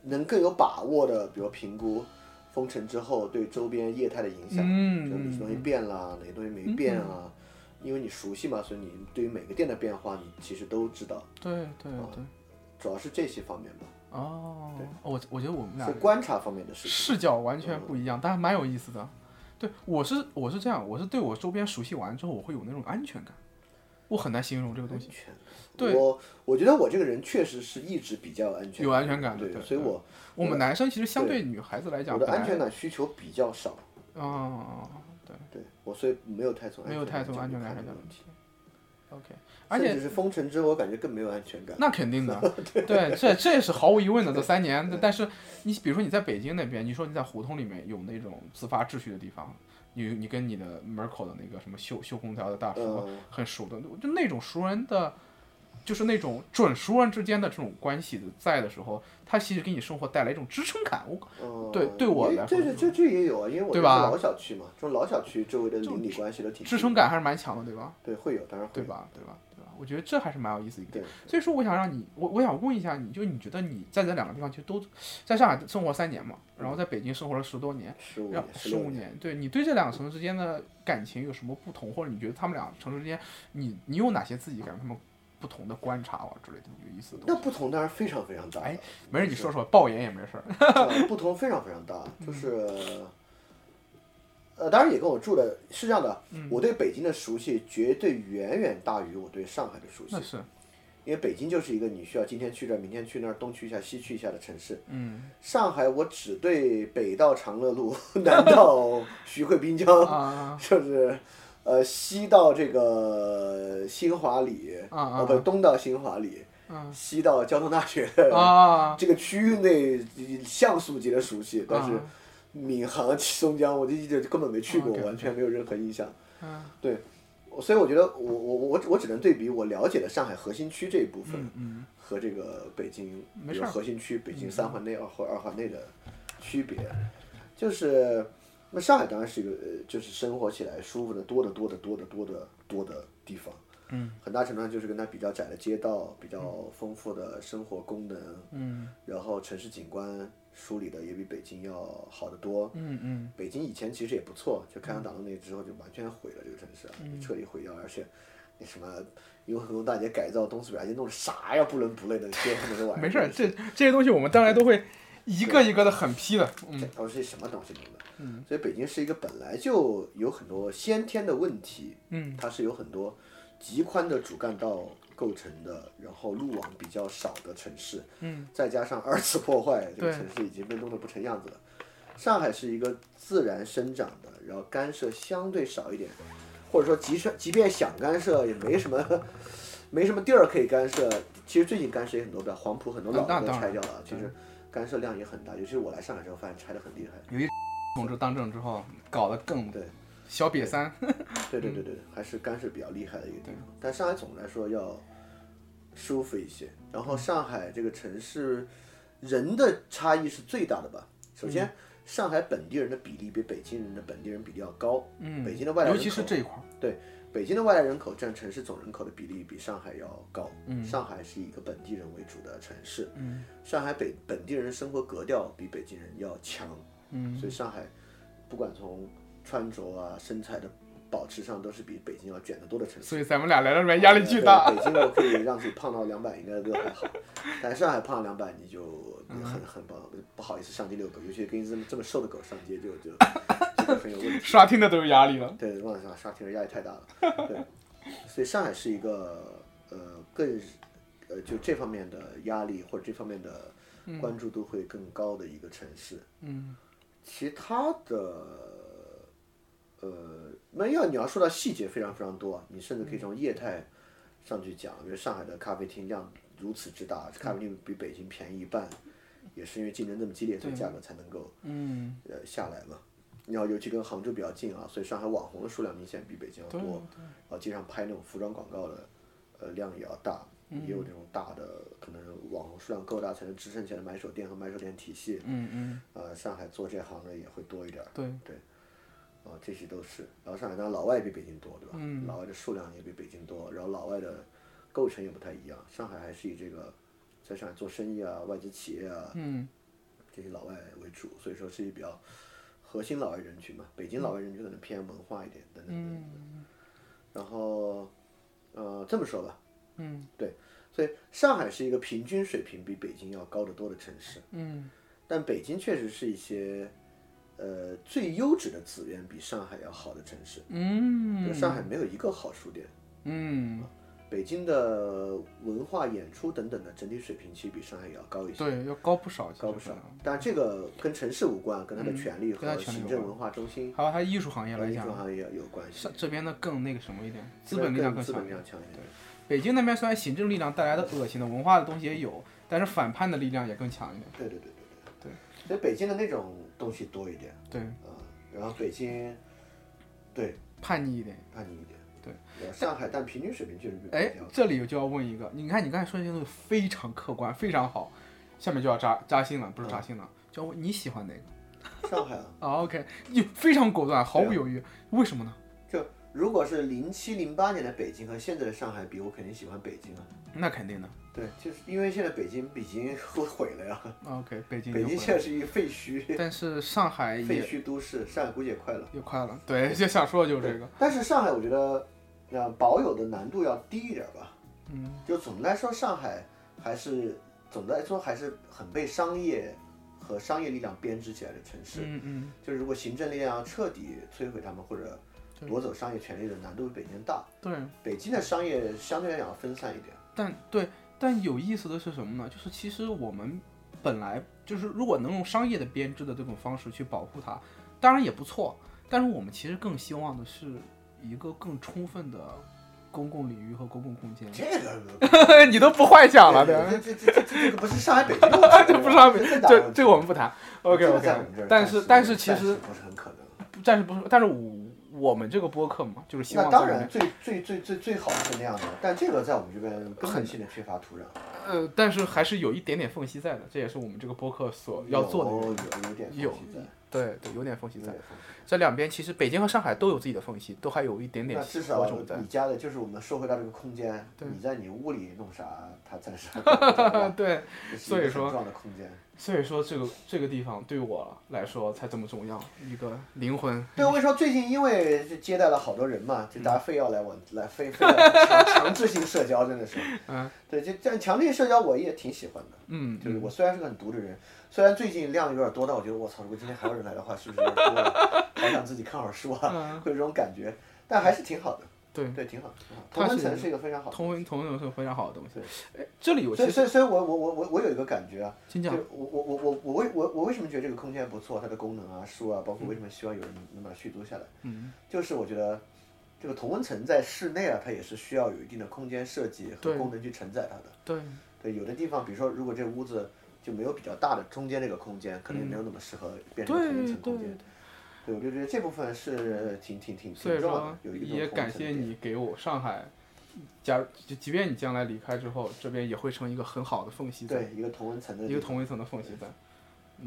能更有把握的，比如评估封城之后对周边业态的影响，嗯就哪些东西变了，哪些东西没变啊。因为你熟悉嘛，所以你对于每个店的变化，你其实都知道，对对对，主要是这些方面吧，哦，我我觉得我们俩是观察方面的事情。视角完全不一样，但还蛮有意思的。对，我是我是这样，我是对我周边熟悉完之后，我会有那种安全感，我很难形容这个东西。全。对我我觉得我这个人确实是一直比较有安全有安全感的对，对所以我我们男生其实相对女孩子来讲，我本的来安全感需求比较少，嗯，对对我所以没有太从没有太从从安全感感角上度看这讲个问题， ，OK，而且甚至是封城之后，我感觉更没有安全感。那肯 [laughs] 定的，对，这这也是毫无疑问的。这三年，但是你比如说你在北京那边，你说你在胡同里面有那种自发秩序的地方，你你跟你的门口的那个什么修修空调的大叔嗯很熟的，就那种熟人的，就是那种准熟人之间的这种关系的在的时候，他其实给你生活带来一种支撑感。我嗯，对对我因为来说这是这这也有啊，因为我对住吧老小区嘛，这种老小区周围的邻里关系都挺支撑感还是蛮强的，对吧？对会有，当然会对吧？对吧？对吧？我觉得这还是蛮有意思的一个点。对，所以说，我想让你，我我想问一下你，就你觉得你在这两个地方，其实都在上海生活三年嘛，然后在北京生活了十多年，十五让年十五年，年，对你对这两个城市之间的感情有什么不同，或者你觉得他们俩城市之间，你你有哪些自己感觉他们不同的观察啊之类的有意思的东那西？不同当然非常非常大了。哎没事，你说说，爆言也没事儿。呃不同非常非常大，嗯就是，呃，当然也跟我住的是这样的，嗯我对北京的熟悉绝对远远大于我对上海的熟悉那， [laughs] 是，因为北京就是一个你需要今天去这儿，明天去那儿，东去一下，西去一下的城市。嗯上海我只对北到长乐路， [laughs] 南到徐汇滨江，啊就是，呃，西到这个新华里，啊啊哦不，东到新华里，啊西到交通大学啊，这个区域内像素级的熟悉，但是啊闵行、松江，我就一直根本没去过， OK，OK 完全没有任何印象。嗯对，我所以我觉得我我我我我只能对比我了解的上海核心区这一部分嗯嗯和这个北京，没比事如儿嗯核心区北京三环内二或二环内的区别，就是那上海当然是一个呃，就是生活起来舒服的多得多得多得多得多的地方。嗯，很大程度上就是跟它比较窄的街道、比较丰富的生活功能，嗯然后城市景观梳理的也比北京要好得多。嗯嗯北京以前其实也不错，就开膛打洞那之后就完全毁了这个城市啊，嗯就彻底毁掉了，而且那什么雍和宫大街改造、东四百大街弄得啥呀不伦不类的，街上那个玩嗯，意儿。没事儿，这这些东西我们当然都会一个一个的很批的，嗯这都是什么东西弄的？嗯，所以北京是一个本来就有很多先天的问题，嗯它是有很多极宽的主干道构成的，然后路网比较少的城市，嗯，再加上二次破坏，这个对城市已经被弄得不成样子了。上海是一个自然生长的，然后干涉相对少一点，或者说即使即便想干涉也没什么， [laughs] 没什么地儿可以干涉。其实最近干涉也很多，比如黄埔很多老那的都当然拆掉了，其实干涉量也很大。尤其是我来上海之后，发现拆的很厉害。同志当政之后搞得更对小瘪三，对对对对，还是干涉比较厉害的一个地方。但上海总的来说要舒服一些。然后上海这个城市人的差异是最大的吧？首先，上海本地人的比例比北京人的本地人比例要高。嗯，北京的外来尤人口，其是这一块儿，北京的外来人口占城市总人口的比例比上海要高。上海是以一个本地人为主的城市。嗯上海北本地人的生活格调比北京人要强。嗯所以上海不管从穿着啊、身材的保持上，都是比北京要卷得多的城市。所以咱们俩来到这边压力巨大，对北京我可以让自己胖到两百，应该都还好。但上海胖两百，你就嗯你很很不不好意思上街遛狗，尤其跟这么这么瘦的狗上街就就就很有问 [laughs] 题。刷听的都有压力了，对，忘了啥沙田人压力太大了。对，所以上海是一个呃更呃就这方面的压力或者这方面的关注度会更高的一个城市。嗯其他的，呃，没有，你要说到细节非常非常多，啊你甚至可以从业态上去讲，因为上海的咖啡厅量如此之大，咖啡厅比北京便宜一半，也是因为竞争这么激烈，所以价格才能够嗯，呃下来嘛。然后尤其跟杭州比较近啊，所以上海网红的数量明显比北京要对多，然后街上拍那种服装广告的，呃，量也要大，嗯也有那种大的，可能网红数量够大才能支撑起来的买手店和买手店体系。嗯嗯呃，上海做这行的也会多一点儿。对，啊，这些都是。然后上海当然老外也比北京多，对吧？嗯老外的数量也比北京多，然后老外的构成也不太一样。上海还是以这个在上海做生意啊、外资企业啊嗯这些老外为主，所以说是一比较核心老外人群嘛。北京老外人群可能偏文化一点等等。嗯然后，呃，这么说吧，嗯所以上海是一个平均水平比北京要高得多的城市，嗯但北京确实是一些，呃，最优质的资源比上海要好的城市。比如嗯，上海没有一个好书店，嗯，北京的文化演出等等的整体水平其实比上海也要高一些，对，要高不少，高不少其实。但这个跟城市无关，跟它的权力嗯跟它和权力有行关政文化中心、还有它艺术行业和来艺术讲，行业有关系上，这边的更那个什么一点，资对本力量更更资强本一力点。量强一点。北京那边虽然行政力量带来的恶心的文化的东西也有，但是反叛的力量也更强一点。对对对对对。所以北京的那种东西多一点对，啊、然后北京叛逆一点。叛逆一点。对然后上海但平均水平确实比哎北京要，高。这里我就要问一个，你看你刚才说的这些东西非常客观，非常好，下面就要扎扎心了，不是扎心了，就要问你喜欢哪个？上海啊，啊，OK，你非常果断，毫不对啊犹豫，为什么呢？就如果是零七零八年的北京和现在的上海比，我肯定喜欢北京啊。那肯定的。对，就是因为现在北京已经 [laughs] 毁毁了呀，啊 OK，北京北也京会，现在是一个废墟，但是上海废哎也墟都市，上海估计也快了。也快了。对，就想说的就是这对个。，但是上海我觉得，呃，保有的难度要低一点吧。嗯，就总的来说，上海还是总的来说还是很被商业和商业力量编织起来的城市。嗯嗯，就是如果行政力量要彻底摧毁他们或者对夺走商业权利的难度比北京大。对。北京的商业相对来讲分散一点。但对，但有意思的是什么呢？就是其实我们本来就是如果能用商业的编织的这种方式去保护它，当然也不错。但是我们其实更希望的是一个更充分的公共领域和公共空间。这 [laughs] 个你都不幻想了，对吧？这这这这这个不是上海北京的问题，这不是上海北这更大问这题这个我们不谈。OK 这个在我 OK，们这儿但暂是时但是其暂时实不是很可能。暂时不是，但是我我们这个播客嘛，就是希那望当在然最最最最最好是那样的，但这个在我们这边根本性的缺乏土壤，呃，但是还是有一点点缝隙在的，这也是我们这个播客所 [laughs] 要做的有原因。有有点有缝隙在对对，有点缝隙有在点。缝隙这两边其实北京和上海都有自己的缝隙，都还有一点点那至火少嗯种在。你家的就是我们说回到这个空间，对你在你屋里弄啥， [laughs] 它暂 [laughs] 时对，这是所以一个很说重要的空间。所以说这个这个地方对我来说才这么重要，一个灵魂。对，我跟你说，最近因为是接待了好多人嘛，就嗯大家非要来我来非非要强强制性社交，真的是。 [laughs] 嗯。对，就这样强制性社交我也挺喜欢的。嗯，就是我虽然是个很毒的人，虽然最近量有点多，但我觉得我操，如果今天还有人来的话，是不是有点多了？好想自己看会儿书啊，会有这种感觉，但还是挺好的。嗯对对，挺好的，挺好的。它同温是层是一个非常好的。同文同文是非常好的东西对。哎，这里有所以，其所实以，所以我我我我我有一个感觉啊，请就讲，我我我我我为我我为什么觉得这个空间不错，它的功能啊、书啊，包括为什么希望有人能把它续租下来，嗯，就是我觉得这个同温层在室内啊，它也是需要有一定的空间设计和对功能去承载它的。对，对，有的地方，比如说，如果这屋子就没有比较大的中间这个空间，可能也没有那么适合变成同温对层空间嗯对。。对，我就觉得这部分是挺挺挺所以挺重要说的，有一个这种也同温感层谢的点。你给我上海。假如就即便你将来离开之后，这边也会成一个很好的缝隙在。对一个同温层的一个地方同一层的缝隙在。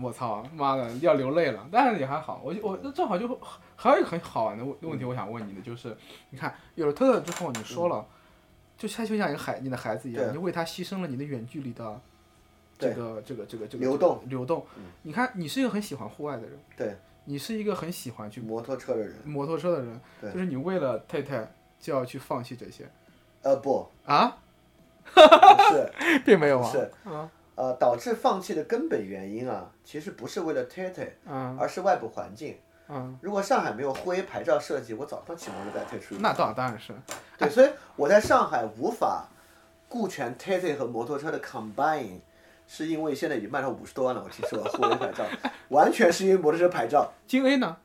我操，妈的要流泪了，但是也还好。我就我那正好就还有一个很好玩的问嗯问题，我想问你的就是，你看有了特特之后，你说了，就像就像一个孩你的孩子一样，对你为他牺牲了你的远距离的这对个这个这个这个流动流动嗯。你看，你是一个很喜欢户外的人，对你是一个很喜欢去摩托车的人，摩托车的人，对就是你为了太太就要去放弃这 [laughs] 些呃不，啊，不是并没有不啊，是，啊呃，导致放弃的根本原因啊，其实不是为了 Tete，啊而是外部环境。啊，如果上海没有徽牌照设计，我早上骑摩托带退出去。那当当然是对，所以我在上海无法顾全 Tete 和摩托车的 combine，是因为现在已经卖到五十多万了，我听说沪 A 牌照，完全是因为摩托车牌照金 A 呢。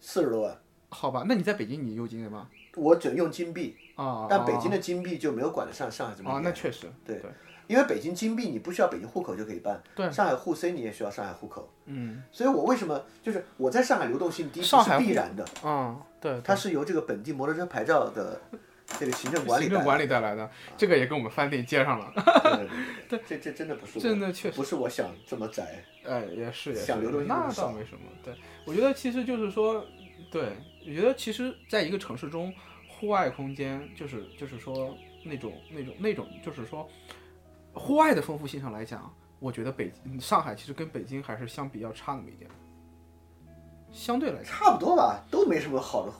四十多万，好吧，那你在北京你有经验吗？我只用金币，啊，但北京的的金币就没有管得上上海这么啊，严。那确实，对对，因为北京金币你不需要北京户口就可以办，对上海沪 C 你也需要上海户口，嗯所以我为什么就是我在上海流动性低不上海是户必然的，嗯，对，它是由这个本地摩托车牌照的这个行政管理行政带来啊管理带来的，这个也跟我们饭店接上了，的。对对 [laughs] 对对，这这真的不是我真的确实，不是我想这么宅。哎，也是也是想流动，性那更少倒没什么，对，我觉得其实就是说，对，我觉得其实在一个城市中，户外空间就是就是说那种那种那种就是说，户外的丰富性上来讲，我觉得北嗯上海其实跟北京还是相比较差那么一点，相对来讲。差不多吧，都没什么好的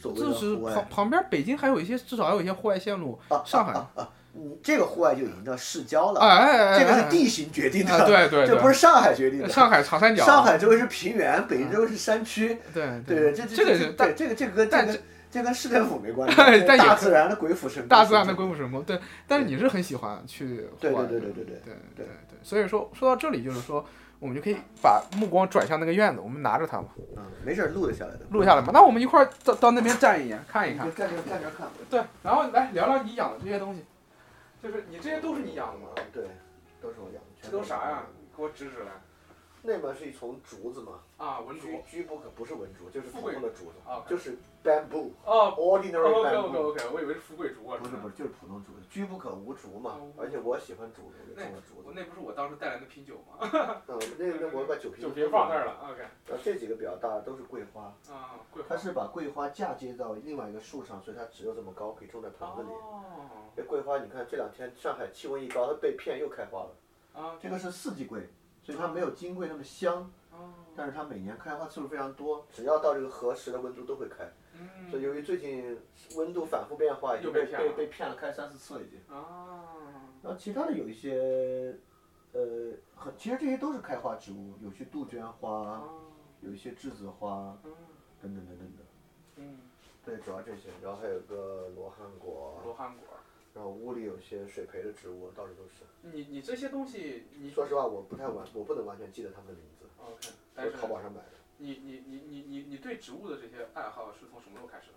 所谓就的是户旁外。啊旁边北京还有一些，至少还有一些户外线路。上海，嗯，这个户外就已经叫市郊了，哎哎哎，这个哎是地形决定的，啊对对 [laughs] 这对不是上海决定的。上海长三角，嗯上海周围是平原，北京周围是山区，对对这这这个这是对这个这个跟这但哎跟这跟市政府 [laughs] 没关系，但这也大自然的鬼斧神工，大自然的鬼斧神工，对。但是你是很喜欢去户对外对的，对对对对对对对对。所以说说到这里，就是说我们就可以把目光转向那个院子，我们拿着它嘛，嗯，没事儿录了下来的，录下来嘛。那我们一块儿到到那边站一眼，看一你看就。站这站这看，对，然后来聊聊你养的这些东西，就是你这些都是你养的吗？对，都是我养的，这全都是啥我呀养的？给我指指来。那边是一丛竹子嘛，啊，文居竹。居不可不是文竹，就是富普贵通的竹子啊，就是 bamboo 哦 ordinary ，OK OK bamboo， OK，我以为是富贵竹啊。不是不是就是普通竹子，居不可无竹嘛哦，而且我喜欢竹子，我就种了竹我子，那不是我当时带来的啤酒吗？嗯，那那我把酒瓶酒瓶放那儿了，了。OK。然后呃这几个比较大的都是桂花。啊，桂花它。是把桂花嫁接到另外一个树上，所以它只有这么高，可以种在盆子里。哦。这桂花，你看这两天上海气温一高，它被骗又开花了。啊。这个是四季桂，所以它没有金桂那么香，哦。但是它每年开花次数非常多，只要到这个合适的温度都会开。嗯。所以由于最近温度反复变化，已经又被被骗了被被骗了开三四次了已经。啊。然后其他的有一些，呃，很其实这些都是开花植物，有些杜鹃啊花，有一些栀子花，等等等等等。嗯，对，主要这些，然后还有个罗汉果，罗汉果。然后屋里有些水培的植物，到处都是。你你这些东西，你说实话，我不太完，我不能完全记得他们的名字， OK，我但是是淘宝上买的。你你你你你你对植物的这些爱好是从什么时候开始的？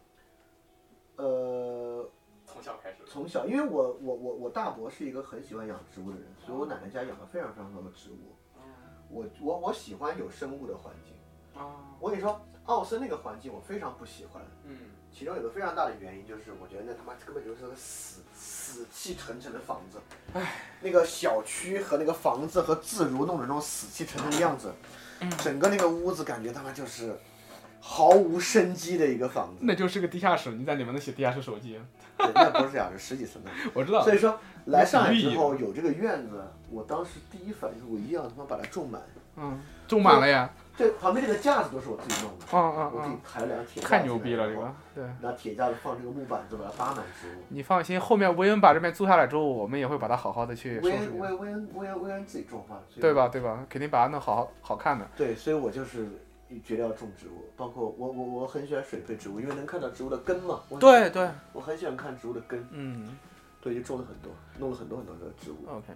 呃，从小开始的。从小，因为我我我我大伯是一个很喜欢养植物的人，所以我奶奶家养了非常非常多的植物。我我我喜欢有生物的环境。嗯啊。我跟你说，奥森那个环境我非常不喜欢，嗯。其中有个非常大的原因就是，我觉得那他妈根本就是个死死气沉沉的房子，唉，那个小区和那个房子和自如弄的那种死气沉沉的样子，整个那个屋子感觉他妈就是毫无生机的一个房子。那就是个地下室，你在里面能写地下室手机，对，那不是俩，是十几层的。我知道所。以说来上海之后有这个院子，我当时第一反应是我一定要他妈把它种满。嗯，种满了呀。这旁边这个架子都是我自己弄的，嗯嗯我自己嗯，抬了两个铁架子太牛逼了这然后个。对。拿铁架子放这个木板子，把它搭满植物。你放心，后面维恩把这边租下来之后，我们也会把它好好的去收薇拾恩，薇掉，恩，薇恩，薇恩，薇恩自己种花，所以对？吧？对吧？肯定把它弄好好好看的。对，所以我就是决定要种植物，包括我我我很喜欢水培植物，因为能看到植物的根嘛。我，对对，我很喜欢看植物的根，嗯对，就种了很多，弄了很多很多的植物。 ，OK，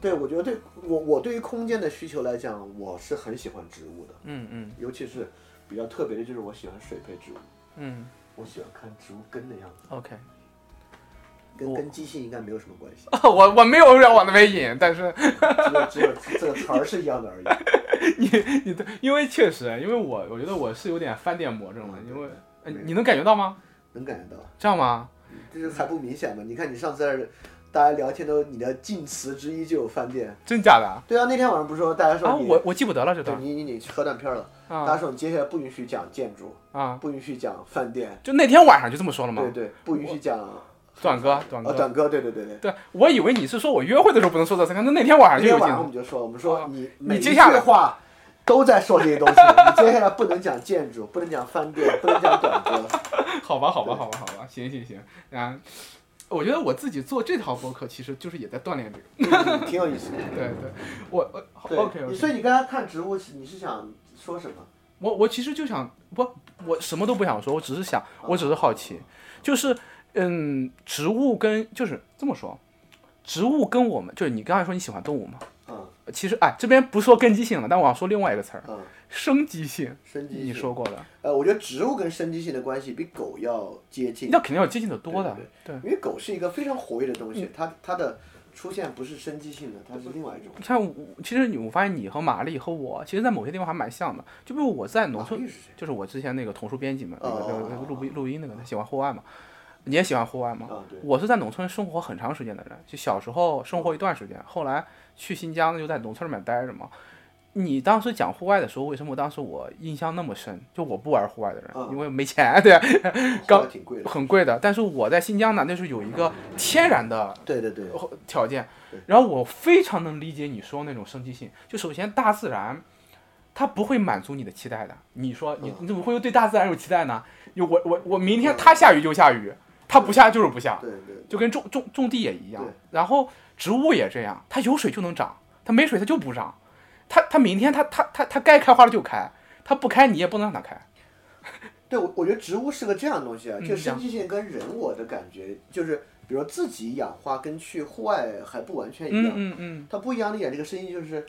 对，我觉得对我我对于空间的需求来讲，我是很喜欢植物的，嗯嗯尤其是比较特别的就是我喜欢水培植物，嗯我喜欢看植物根的样子， ，OK。跟我跟机性应该没有什么关系， [laughs] 我我没有要往那边引，但是 [laughs] 只有只有这个词儿是一样的而已。你的，因为确实，啊因为我我觉得我是有点翻脸魔怔了，因为、呃、对对你能感觉到吗？能感觉到。这样吗？这是还不明显吗？你看你上次在这儿大家聊天都，你的近词之一就有饭店。真假的啊？对啊，那天晚上不是说大家说你，啊我我记不得了这啊对段你你你去喝断片儿了，大啊家说你接下来不允许讲建筑，啊，不允许讲饭店，就那天晚上就这么说了吗对？对，不允许讲短哥，短呃哥，短歌，对对对对。对我以为你是说我约会的时候不能说这三个，那那天晚上那就天有进晚啊了。上我们就说，我们说啊你你每一接下来句话都在说这些东西，你接下来不能讲建筑， [laughs] 不能讲饭店，不能讲短歌。 [laughs] [laughs] 好吧，好吧，对好吧，好吧，行行行，啊。我觉得我自己做这套播客，其实就是也在锻炼这个。嗯挺有意思的。对对，我我好对 OK 你 OK。所以你刚才看植物，你是想说什么？我我其实就想不，我什么都不想说，我只是想，我只是好奇，就是嗯，植物跟就是这么说，植物跟我们就是你刚才说你喜欢动物嘛，嗯其实哎，这边不说根基性了，但我想说另外一个词儿，嗯，生机性，升级你说过的，呃，我觉得植物跟生机性的关系比狗要接近，那肯定要接近的多的，对。嗯因为狗是一个非常活跃的东西，它它的出现不是生机性的，它是另外一种。你看我，其实你我发现你和玛丽和我，其实，在某些地方还蛮像的。就比如我在农村玛丽是谁，就是我之前那个童书编辑嘛，那个哦那个那个录音录音那个，他喜欢户外嘛，你也喜欢户外嘛？啊，对，我是在农村生活很长时间的人，就小时候生活一段时间，后来去新疆那就在农村里面待着嘛。你当时讲户外的时候，为什么当时我印象那么深？就我不玩户外的人，嗯因为没钱，对，后刚来挺贵的。很贵的。但是我在新疆呢，那时候有一个天然的对对对，条件对。然后我非常能理解你说那种生机性，就首先大自然，它不会满足你的期待的。你说你嗯你怎么会对大自然有期待呢？有我我我明天它下雨就下雨，它不下就是不下，对对就跟种种种地也一样对。然后植物也这样，它有水就能长，它没水它就不长。它它明天它它它它该开花了就开，它不开你也不能让它开。对，我我觉得植物是个这样的东西啊，嗯就生机性跟人我的感觉就是，比如自己养花跟去户外还不完全一嗯样。嗯嗯，它不一样的点，这个生意就是，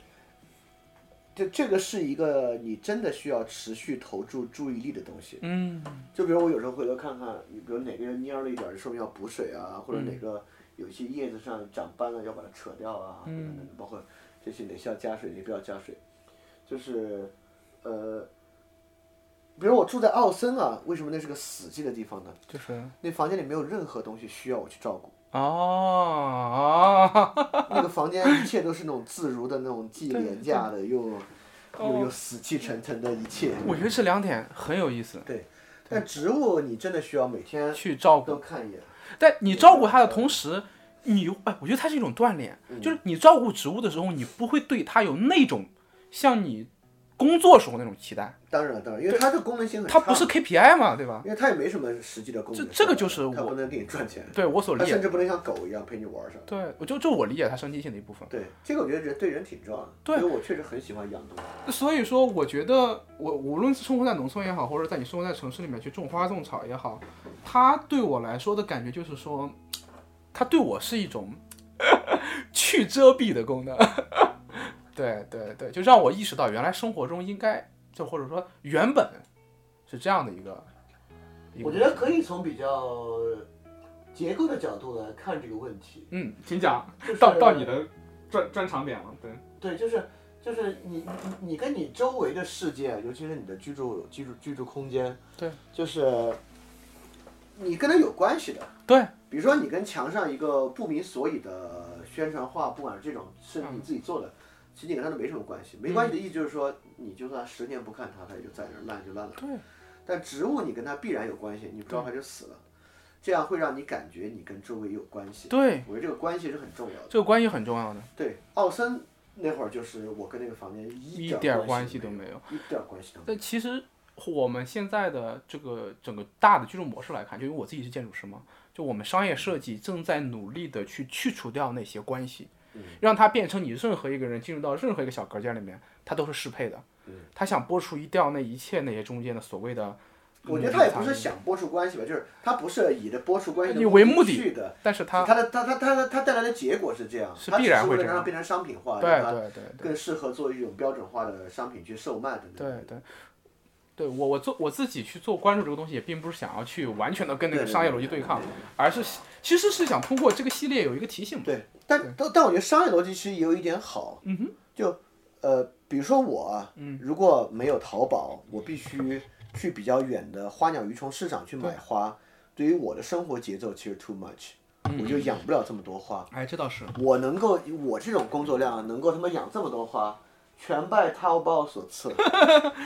就这个是一个你真的需要持续投注注意力的东西。嗯，就比如我有时候回头看看，比如哪个人蔫了一点儿，说明要补水啊，或者哪个有一些叶子上长斑了，要把它扯掉啊，等等等，包括这些哪些要加水，哪些不要加水，就是呃，比如我住在奥森啊，为什么那是个死寂的地方呢？就是那房间里没有任何东西需要我去照顾。哦哦，那个房间一切都是那种自如的那种既廉价的又又又死气沉沉的一切。我觉得这两点很有意思。但植物你真的需要每天去照顾，都看一眼，但你照顾它的同时，你又哎，我觉得它是一种锻炼，就是你照顾植物的时候，你不会对它有那种像你工作时候那种期待，当然当然，因为它的功能性很它差，不是 KPI 嘛，对吧？因为它也没什么实际的功能。这这个就是它我不能给你赚钱，对 [laughs] 我所它理甚解，至不能像狗一样陪你玩儿什么。对我就就我理解它生机性的一部分。对，这个我觉得人对人挺重要的，对因为我确实很喜欢养动物。所以说，我觉得我无论是生活在农村也好，或者在你生活在城市里面去种花种草也好，它对我来说的感觉就是说，它对我是一种 [laughs] 去遮蔽的功能。 [laughs] 对对对，就让我意识到原来生活中应该就或者说原本是这样的一个。一个我觉得可以从比较结构的角度来看这个问题。嗯，请讲就是到到你的专专长点了，对，对，就是就是你你你跟你周围的世界，尤其是你的居住居住居住空间，对，就是你跟它有关系的。对，比如说你跟墙上一个不明所以的宣传画，不管是这种是嗯你自己做的，其实你跟它都没什么关系。没关系的意思就是说，你就算十年不看它，它也就在那儿烂就烂了。对。嗯但植物你跟它必然有关系，你不知道它就死了，这样会让你感觉你跟周围有关系。对，我觉得这个关系是很重要的。这个关系很重要的，对，奥森那会儿就是我跟那个房间一点点儿关系系都没没有。有，一点儿关系都没但其实我们现在的这个整个大的居住模式来看，就因为我自己是建筑师嘛，就我们商业设计正在努力的去去除掉那些关系，让它变成你任何一个人进入到任何一个小隔间里面，它都是适配的。他想剥除一掉那一切那些中间的所谓的，有。我觉得他也不是，想剥除关系吧，就是他不是以着剥除关系以为目目的去的。但是他它的他他他他他带来的结果是这样，是他必只然是会为了这让它样变成商品化，啊对让它对对对。更适合作为一种标准化的商品去售卖等等。对对，对我我做我自己去做关注这个东西，也并不是想要去完全的跟那个对对商业对逻辑对抗，而是其实是想通过这个系列有一个提醒。对，但但但我觉得商业逻辑其实也有一点好，嗯哼，就呃，比如说我啊，嗯如果没有淘宝，我必须去比较远的花鸟鱼虫市场去买花，对于我的生活节奏其实 too much，我嗯就养不了这么多花。哎，这倒是，我能够，我这种工作量能够他妈养这么多花，全拜淘宝所 [laughs] 赐。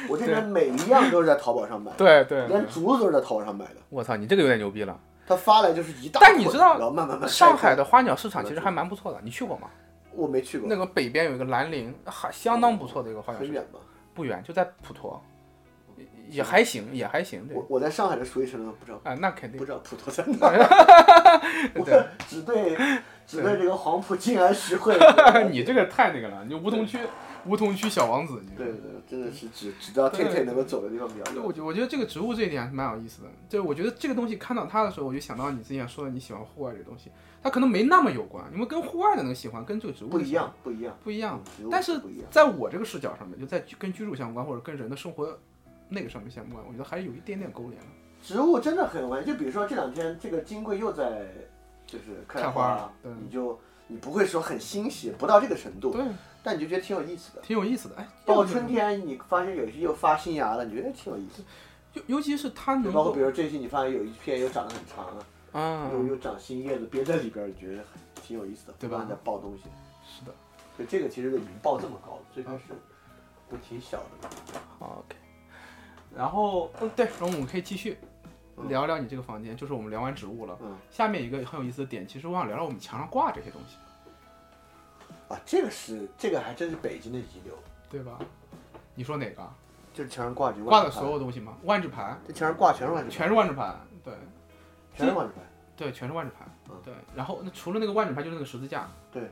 我这人每一样都是在淘宝上买，对对对连竹子都是在淘宝上买的。我操，你这个有点牛逼了。他发来就是一大捆，但你知道然后慢慢慢慢上开海的花鸟市场其实还蛮不错的，你去过吗？我没去过，那个北边有一个兰陵，还相当不错的一个花鸟很市场远，吧？不远，就在普陀，也也还行，也还行。对，我我在上海的熟悉程度不知道，啊，那肯不定。知道普陀在 [laughs] 哪儿，我只对只对这个黄埔静安 [laughs] 徐汇，你这个太那个了，你梧桐区，梧桐区小王子。你对对对，真的是只只知道退退能够走的地方比较就我多。觉我觉得这个植物这一点还蛮有意思的，就是我觉得这个东西看到它的时候，我就想到你之前说的你喜欢户外这个东西，它可能没那么有关，因为跟户外的那个喜欢跟这个植物的不一喜欢样，不一样，嗯不一样，植物但是不一样。在我这个视角上面，就在居跟居住相关或者跟人的生活那个上面相关，我觉得还是有一点点勾连的。植物真的很有关系，就比如说这两天这个金桂又在就是开开花花啊了对，你就你不会说很欣喜，不到这个程度，对，但你就觉得挺有意思的。挺有意思的。哎，包括又春天，你发现有一些又发新芽了，你觉得挺有意思。尤尤其是它就能包括够比如最近你发现有一片又长得很长了。啊，又又长新叶子憋在里边儿，你觉得很挺有意思的，嗯对吧不让它爆东西。是的，嗯就这个其实已经爆这么高了，最开始不提小的了。 OK，然后嗯对，然后我们可以继续聊聊你这个房间，就是我们聊完植物了。嗯下面一个很有意思的点，其实我想聊聊我们墙上挂这些东西，啊，这个是这个还真是北京的遗留，对吧？你说哪个？就是墙上挂着挂的所有东西吗？万智牌，这墙上挂全是万智牌，全是万智牌，对全是万智牌。对，全是万智牌嗯，对。然后那除了那个万智牌，就是那个十字架，对，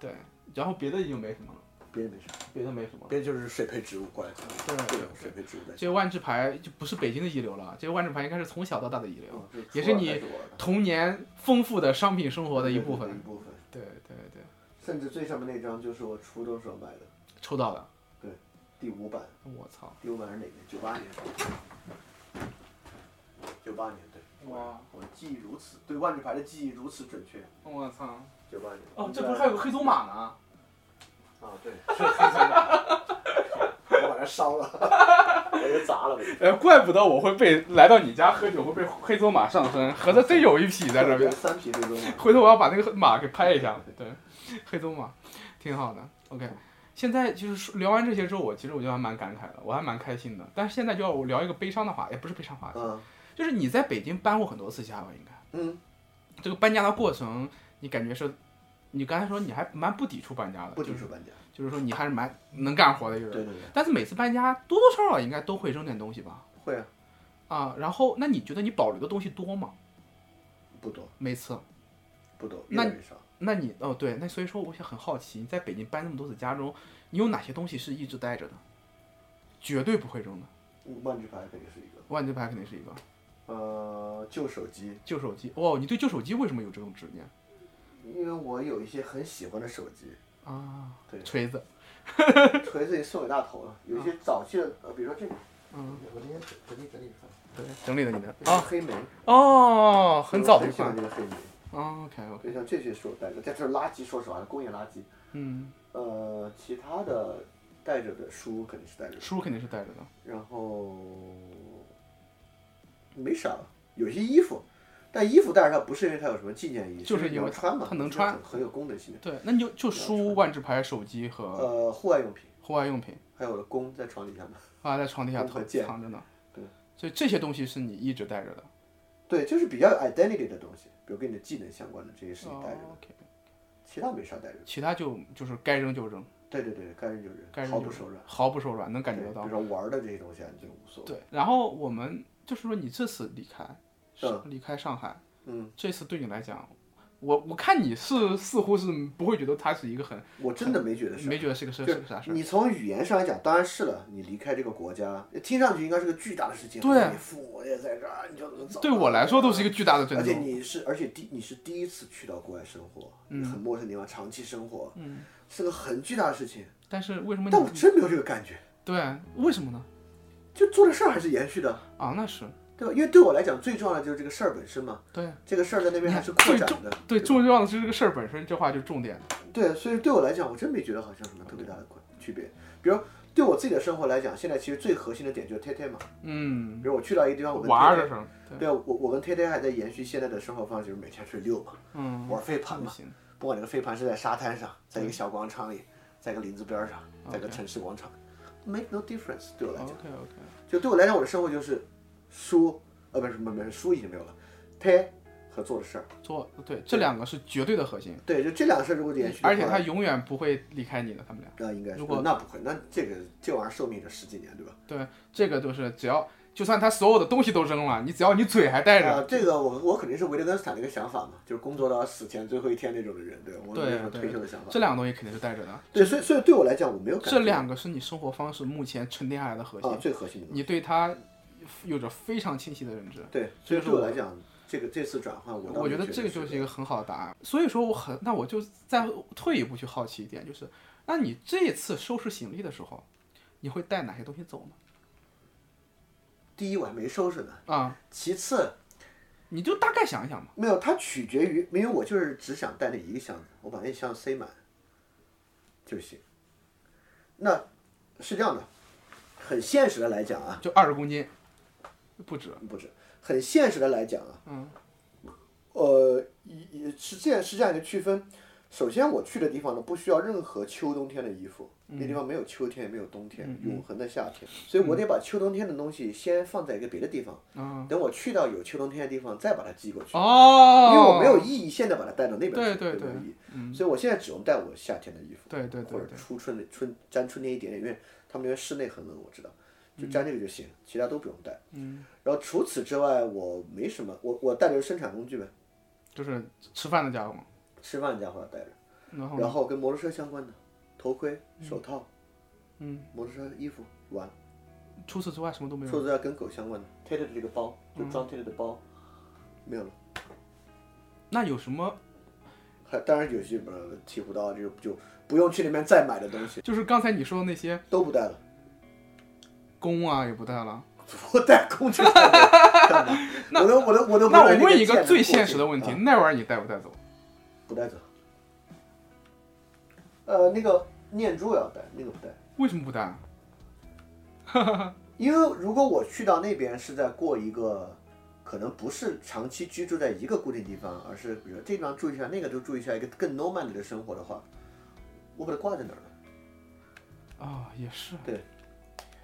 对。然后别的已经没什么了，别人没事，别的没什么了。别人就是水培植物过来的，对对对水培植物的。这些万智牌就不是北京的遗留了，这些万智牌应该是从小到大的遗留，嗯也是你童年丰富的商品生活我的一部部一分。部分，对对对，甚至最上面那张就是我初中时候买的抽到的，第五版，我操！第五版是哪年？九八年。九八年对，哇，我记忆如此，对万智牌的记忆如此准确。我操！九八年。哦，这不是还有个黑走马呢？啊？对，是黑色的。我把它烧了，我给砸了呗。呃，怪不得我会被来到你家喝酒会被黑走马上身，合着真有一匹在这边。三匹最终嘛。 [laughs] 回头我要把那个马给拍一下。对，黑鬃马，挺好的。OK，现在就是说聊完这些之后，我其实我就还蛮感慨的，我还蛮开心的。但是现在就要我聊一个悲伤的话，也不是悲伤话题，嗯就是你在北京搬过很多次家吧？应该嗯，这个搬家的过程，你感觉是？你刚才说你还蛮不抵触搬家的，不仅就是搬家。就是说你还是蛮能干活的一个人。对对，但是每次搬家多多少少应该都会扔点东西吧？会啊，啊，然后那你觉得你保留的东西多吗？不多每次？不多，越那来越少。那你哦对，那所以说我也很好奇，你在北京搬那么多次家中，你有哪些东西是一直带着的？绝对不会扔的，万智牌肯定是一个。万智牌肯定是一个。呃，旧手机，旧手机，哇、你对旧手机为什么有这种执念因为我有一些很喜欢的手机，啊？对锤子，锤子也送给大头了。有一些早期的，呃，比如说这个，嗯，我今天整理整理看，对，整理了你的这是啊，黑莓，哦，很早的我一哦喜款欢这个黑莓。 ，OK OK，就像这些是我带着，但这是垃圾，说实话，工业垃圾。嗯，呃，其他的带着的书肯定是带着的，书肯定是带着的，然后没啥了，有些衣服，但衣服带着它不是因为它有什么纪念意义，就是你因为要穿嘛，它能就是穿很很有功能性的。对，那你就就书、万智牌、手机和呃，户外用品，户外用品还有我的弓在床底下嘛。啊，在床底下都藏很贱藏着呢，对，所以这些东西是你一直带着的，对，就是比较有 identity 的东西，比如跟你的技能相关的这些事情带着的，哦，OK，其他没啥带着的。其他就就是该扔就扔。对对对，该扔就该扔，扔毫就不扔手软。毫不手软，能感觉对得到比。如说玩的这些东西啊，你就无所谓。对，然后我们就是说，你这次离开，嗯离开上海，嗯，这次对你来讲，我我看你是似乎是不会觉得它是一个很我真的没觉得是。没觉得是个是就个啥事儿。你从语言上来讲，当然是了。你离开这个国家，听上去应该是个巨大的事情。对你父母也在这儿，你就能走。对我来说都是一个巨大的震而且动。你是，而且第你是第一次去到国外生活，很陌生地方长期生活，嗯，是个很巨大的事情。但是为什么但我你真没有这个感觉，对为什么呢？就做的事儿还是延续的，啊，那是对吧？因为对我来讲，最重要的就是这个事儿本身嘛。对这个事儿在那边还是扩最展重的，对重要的是这个事儿本身，这话就是重点。对，所以对我来讲，我真没觉得好像有什么特别大的区别。比如对我自己的生活来讲，现在其实最核心的点就是天天嘛。比嗯，如我去到一个地方，我跟娃儿天的天时候，对，对我，我跟天天还在延续现在的生活方式，就是每天去遛嘛，嗯，玩飞盘不嘛。行，不管这个飞盘是在沙滩上，在一个小广场里，在一个林子边上，在一个城市广场，make no difference 对我来 OK 讲。 OK，就对我来讲，我的生活就是书，呃，不是，不是，不是，书已经没有了，拍和做的事儿。做对这两个是绝对的核心，对，就这两个事儿如果延续嗯的话，而且他永远不会离开你的，他们俩。那应该是如果那不会，那这个这玩意儿寿命就十几年，对吧？对，这个就是只要就算他所有的东西都扔了，你只要你嘴还带啊、着，这个我我肯定是维特根斯坦的一个想法嘛，就是工作到死前最后一天那种的人，对吧我没有对什么退休的想法。这两个东西肯定是带着的。对，所以所以对我来讲，我没有感觉这两个是你生活方式目前沉淀下来的核心，啊最核心的东西。你对它有着非常清晰的认知。对，所所以以说对我来讲，这个这次转换，我倒我觉没得觉这个就是一个个很好的答案。所以说，我很那我就再退一步去好奇一点，就是那你这次收拾行李的时候，你会带哪些东西走呢？第一我还没收拾呢，啊、其次你就大概想一想嘛。没有，它取决于，因为我就是只想带那一个箱子，我把那箱子塞满就行。那是这样的，很现实的来讲啊，就二十公斤，不止。不是很现实的来讲啊，嗯，呃，一一是这样是这样一个区分，首先我去的地方呢，不需要任何秋冬天的衣服，那地方没有秋天，也没有冬天，永恒的夏天，所以我得把秋冬天的东西先放在一个别的地方，等我去到有秋冬天的地方再把它寄过去，哦，因为我没有意义现在把它带到那边对去，对没有对嗯意义，所以我现在只能带我夏天的衣服。对对对或者初春的春沾春天一点点，因为他们那边室内很冷，我知道，嗯就沾这个就行，其他都不用带。嗯。然后除此之外，我没什么，我我带着生产工具呗，就是吃饭的家伙嗯嘛。吃饭家伙要带着，然后然后跟摩托车相关的头盔、手套，嗯，摩托车衣服完，除此之外什么都没有。嗯说是要跟狗相关的 t a t e 的这个包，就装 t a t e 的包，没有了。那有什么？还当然有些什么剃胡刀就就不用去那边再买的东西就是刚才你说的那些都不带了，弓啊也不带了。 [laughs] 我带工具干嘛？我都我都我都不 [laughs] 那让我这问一剑个能最过现去实的问题啊：那玩意儿你带不带走？不带走。呃，那个念珠要带，那个不带，为什么不带？啊因为如果我去到那边是在过一个，可能不是长期居住在一个固定地方，而是比如这地方住一下，那个就住一下，一个更 nomad 的生活的话，我把它挂在哪儿了？啊，也是。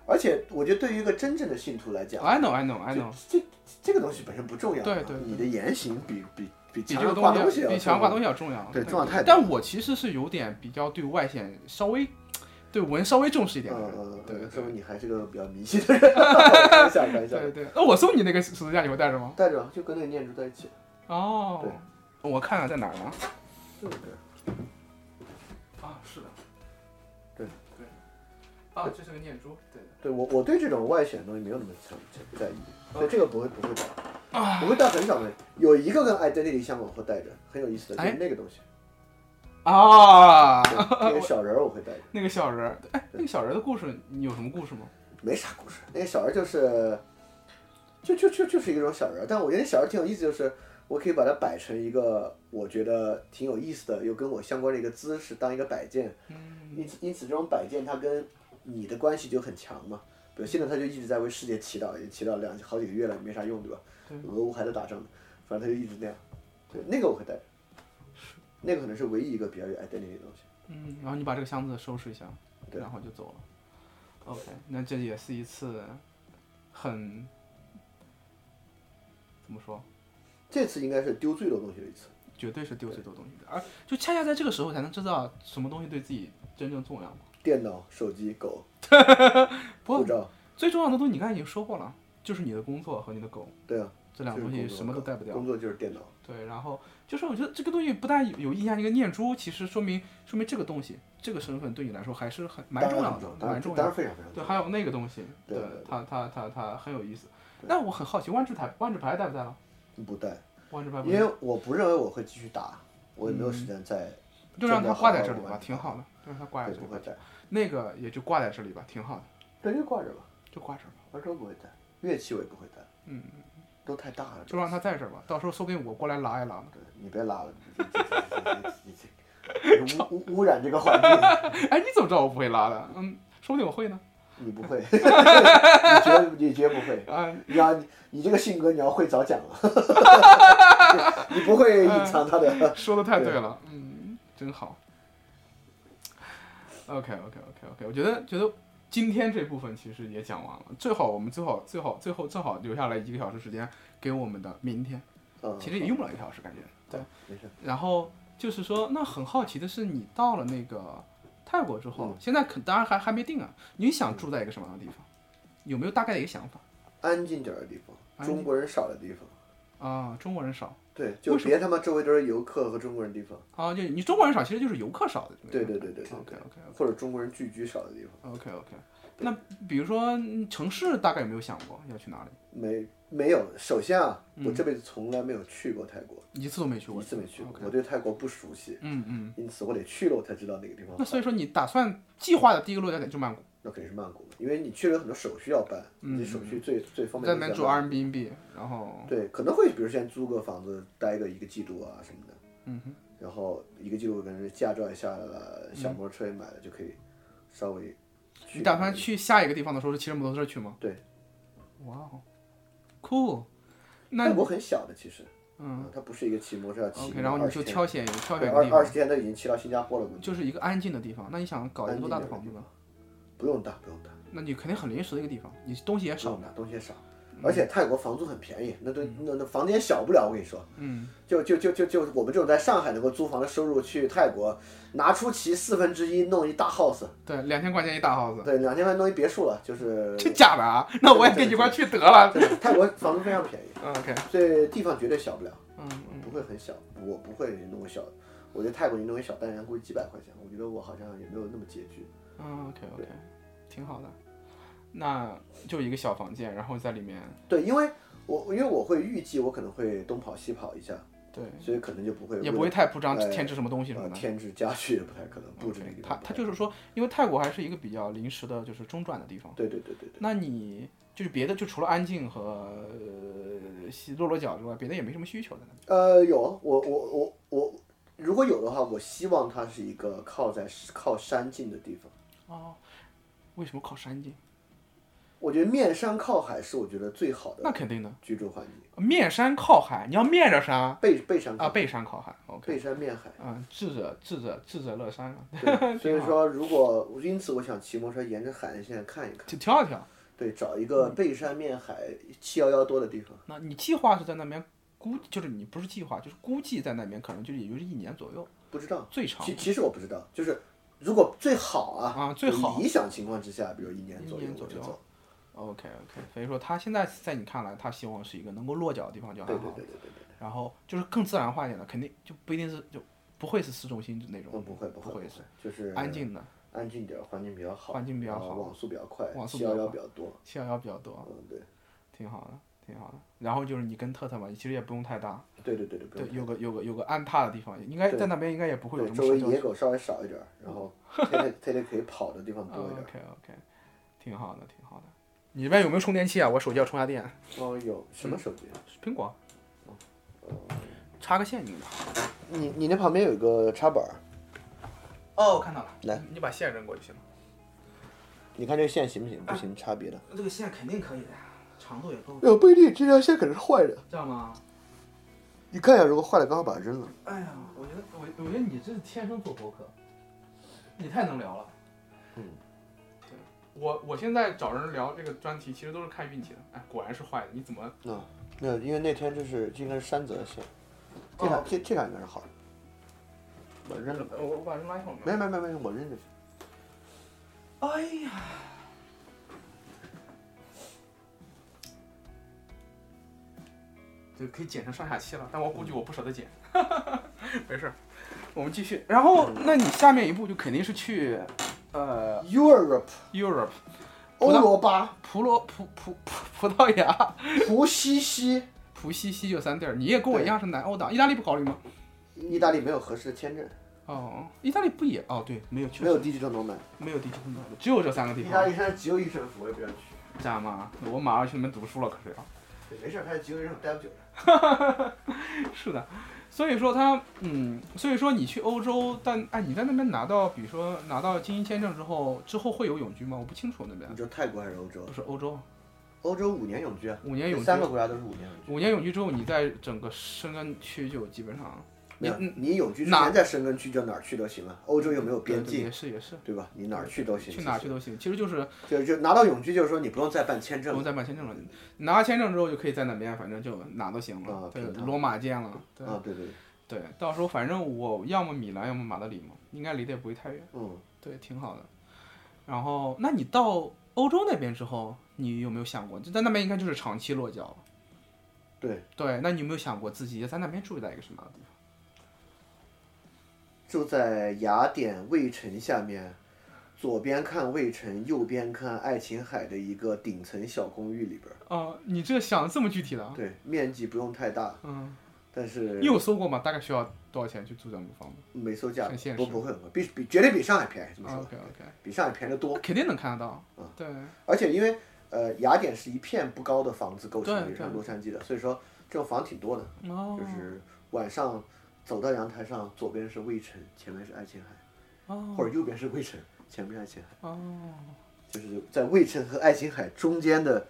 而且我觉得对于一个真正的信徒来讲， I know, I know, 哎 I know。这这这个东西本身不重要啊，对对对你的言行比比比比墙这个上挂东西西要比墙上挂东西西要重要，对重要太多但我其实是有点比较对外线稍微对文稍微重视一点的嗯人，嗯，对对嗯，对说明你还是个比较迷信的人， [laughs] 开玩笑开玩笑，对对。那我送你那个十字架，你会带着吗？带着就跟那个念珠在一起，哦，我看看在哪儿呢？对不对？啊，是的，对对，啊，这是个念珠，对的。对我，我对这种外显的东西没有那么强强在意，哦所以这个不会不会带，啊不会带很少的。有一个跟 identity 相关我会带着，很有意思的，就哎是那 [laughs] 个东西，啊，对那个小人儿我会带着，那个小人儿，哎，那个小人儿的故事，你有什么故事吗？没啥故事。那个小人就是，就就就就是一种小人儿，但我觉得那小人儿挺有意思，就是我可以把它摆成一个我觉得挺有意思的，又跟我相关的一个姿势当一个摆件，因此因此这种摆件它跟你的关系就很强嘛。比如现在他就一直在为世界祈祷，也祈祷两好几个月了，没啥用，对吧？俄乌还在打仗呢，反正他就一直那样。对，那个我会带着，那个可能是唯一一个比较有 identity 的东西。嗯，然后你把这个箱子收拾一下，对然后就走了。OK，那这也是一次很怎么说，这次应该是丢最多东西的一次。绝对是丢最多东西的，而就恰恰在这个时候才能知道什么东西对自己真正重要嘛。电脑、手机、狗、 [laughs] 不过护照，最重要的东西你刚才已经说过了，就是你的工作和你的狗对啊，这两个就东是西工作什么都带不掉工。作就是电脑，对，然后就是我觉得这个东西不但有有印象一个念珠，其实说明说明这个东西这个身份对你来说还是很蛮当然重要很的，当然蛮重要的当然。非常非常对，重还有那个东西，对对它它它它很有意思。但我很好奇，万智牌万智牌带不带了？要，不带，万智牌不因为我不认为我会继续打，我也没有时间再。就让它挂在这里吧，挺好的，就让它嗯挂在对，这不里会吧。带，那个也就挂在这里吧，挺好的，对，就挂着吧。就挂这儿吧，玩车不会带，乐器我也不会带，嗯，都太大了。就让它在这儿吧。到时候说不定我过来拉一拉呢。对你别拉了，你你你 [laughs] 你你污污污染这个环境， [laughs] 哎，你怎么知道我不会拉的？嗯，说不定我会呢。你不会，你绝你绝不会。啊，你要你你这个性格，你要会早讲了， [laughs] 你不会隐藏他的。说的太对了，嗯，真好。OK OK OK OK，我觉得觉得今天这部分其实也讲完了，最好我们最好最好最后正好留下来一个小时时间给我们的明天，嗯，其实也用不了一个小时感觉。对，没事。然后就是说，那很好奇的是，你到了那个泰国之后，嗯现在可当然还还没定啊，你想住在一个什么样的地方？有没有大概的一个想法？安静点儿的地安方，静中国人少的地方，啊，中国人少对，就别他妈周围都是游客和中国人地方，啊，就你中国人少，其实就是游客少的。对对对对对 OK OK 或者中国人聚居少的地方， OK OK。那比如说嗯城市，大概有没有想过要去哪里？没没有。首先啊，我这辈子从来没有去过泰国，一嗯次都没去过，一次没去过 OK，我对泰国不熟悉，嗯嗯。因此我得去了我才知道哪个地方那。所以说，你打算计划的第一个落脚点就曼谷，那肯定是曼谷嘛，因为你去了有很多手续要办，你手续最最方便嗯在的那是曼边谷。住 Airbnb，然后对，可能会比如先租个房子待个一个季度啊什么的，嗯然后一个季度可能是驾照也下来了，小摩托车也买了，就可以稍微去。你打算去下一个地方的时候是骑着摩托车去吗？对，哇哦，cool。那泰国很小的其实，啊嗯它不是一个骑摩托车要骑，OK，然后你就20天挑选挑对选一个地二二方十，天都已经骑到新加坡了，估计就是一个安静的地方。那你想搞一个多大的房子呢？不用大不用大，那你肯定很临时的一个地方，你东西也不少用。大，东西也少，嗯而且泰国房租很便宜，那对那那房子也小不了，我跟你说，嗯，就就就就就我们这种在上海能够租房的收入去泰国，拿出其四分之一弄一大 house，对，两千块钱一大 house，对，两千块弄一别墅了，就是真假的啊？那我也跟你一块儿去得了。真的泰国房租非常便宜，嗯 OK，所以地方绝对小不了，嗯嗯不会很小，我不会弄个小，我觉得泰国你弄个小单元估计几百块钱，我觉得我好像也没有那么拮据，嗯，OK OK，挺好的。那就一个小房间，然后在里面，对，因为我因为我会预计我可能会东跑西跑一下，对，所以可能就不会也不会太铺张哎添置什么东西什么呃的。添置家具也不太可能，布置那个 OK，地它方不它太就是说，因为泰国还是一个比较临时的，就是中转的地方。对对对对对，那你就是别的，就除了安静和呃西落落脚之外，别的也没什么需求的。呃，有我我我我如果有的话，我希望它是一个靠在靠山近的地方。哦，为什么靠山近？我觉得面山靠海是我觉得最好那的肯定的，居住环境，面山靠海，你要面着山啊，背背山靠背山靠海。OK，背山面海。嗯，智者智者智者乐山啊，[laughs] 对，所以说如果因此我想骑摩托车沿着海岸线看一看，就跳一跳。对，找一嗯个背山面海七幺幺多的地方。那你计划是在那边估，就是你不是计划，就是估计在那边可能就是也就是一年左右，不知道，最长其其实我不知道，就是如果最好啊，啊最好理想情况之下，比如一年左一右年我左就右走。 OK OK，所以说他现在在你看来，他希望是一个能够落脚的地方就对很对好对了，对对对，然后就是更自然化一点的，肯定就不一定是就不会是市中心那种，嗯，不会不不会不会会是，就是安静的，安静点儿，环境比较好，环境比较然后好网速比较快，网速七比较幺幺快比较多。七幺幺比较多，嗯，对挺好的，挺好的。然后就是你跟特特嘛，其实也不用太大，对对对对，不对用，有个有个有个安踏的地方，应该对在那边应该也不会有对什周么社围交野狗稍微少一点儿，然 [laughs] 后天天天天可以跑的地方多一点儿。 OK OK，挺好的，挺好的。你这边有没有充电器啊？我手机要充下电，哦，有什么手机？苹果。啊嗯插个线进去。你你那旁边有一个插板儿，哦，我看到了。来，你把线扔过去行吗？你看这个线行不行？不 [coughs] 行，插别的。这个线肯定可以的，长度也够。呃，不一定，这条线可能是坏的。这样吗？你看一下，如果坏了，刚好把它扔了。哎呀，我觉得我我觉得你这是天生做博客，你太能聊了。嗯。对，我我现在找人聊这个专题，其实都是看运气的。哎，果然是坏的，你怎么？啊那没有，因为那天就是这应该是山泽的线，这条、哦这这条应该是好的。我扔了吧，我我把人拉一会儿。没没没没，我扔着去。哎呀，对，可以剪成上下期了，但我估计我不舍得 [laughs] 剪。没事，儿，我们继续。然后，那你下面一步就肯定是去呃 Europe， Europe 葡欧萄罗巴，葡罗葡葡葡葡萄牙葡西西，葡西西这三地儿。你也跟我一样是南欧党，意大利不考虑吗？意大利没有合适的签证，哦，意大利不也哦对，没有去没有低级正动漫。没有地区通道的，只有这三个地意大方。利现在只有一省府，我也不想去。这样吗？我马上去那边读书了，可是要。对没事儿，他在只有一省府待不久了。 [laughs] 是的，所以说他，嗯，所以说你去欧洲，但哎，你在那边拿到，比如说拿到精英签证之后，之后会有永居吗？我不清楚那边你。说泰国还是欧洲不？是欧洲，欧洲五年永居啊，五年永这三个居，国家都是五年永居。五年永居之后，你在整个申根区就基本上，没有，你你永居之哪前在申根区就哪儿去都行啊了，欧洲又没有边对对境也，是也是，对吧？你哪儿去都行。去哪儿其去实都行，其实就是就就拿到永居，就是说你不用再办签不证用了。再办签证了，拿到签证之后就可以在那边，反正就哪都行了啊，对，平摊罗马见了，对啊，对对对，对，到时候反正我要么米兰，要么马德里嘛，应该离得也不会太远。嗯，对，挺好的。然后，那你到欧洲那边之后，你有没有想过，就在那边应该就是长期落脚了？对，对，那你有没有想过自己在那边住在一个什么样的地方？住在雅典卫城下面，左边看卫城，右边看爱琴海的一个顶层小公寓里边儿。哦、你这想这么具体的啊？对，面积不用太大，嗯，但是你有搜过吗？大概需要多少钱去住这样的房子没收价很现，不实啊不会很贵，比比绝对比上海便宜，这么说吧？OK，OK，比上海便宜的多。肯定能看得到。嗯对，而且因为呃雅典是一片不高的房子构成对的，像对洛杉矶的，所以说这种房挺多的。哦，就是晚上走到阳台上，左边是卫城，前面是爱琴海，或哦，者右边是卫城，前面是爱琴海，哦，就是在卫城和爱琴海中间的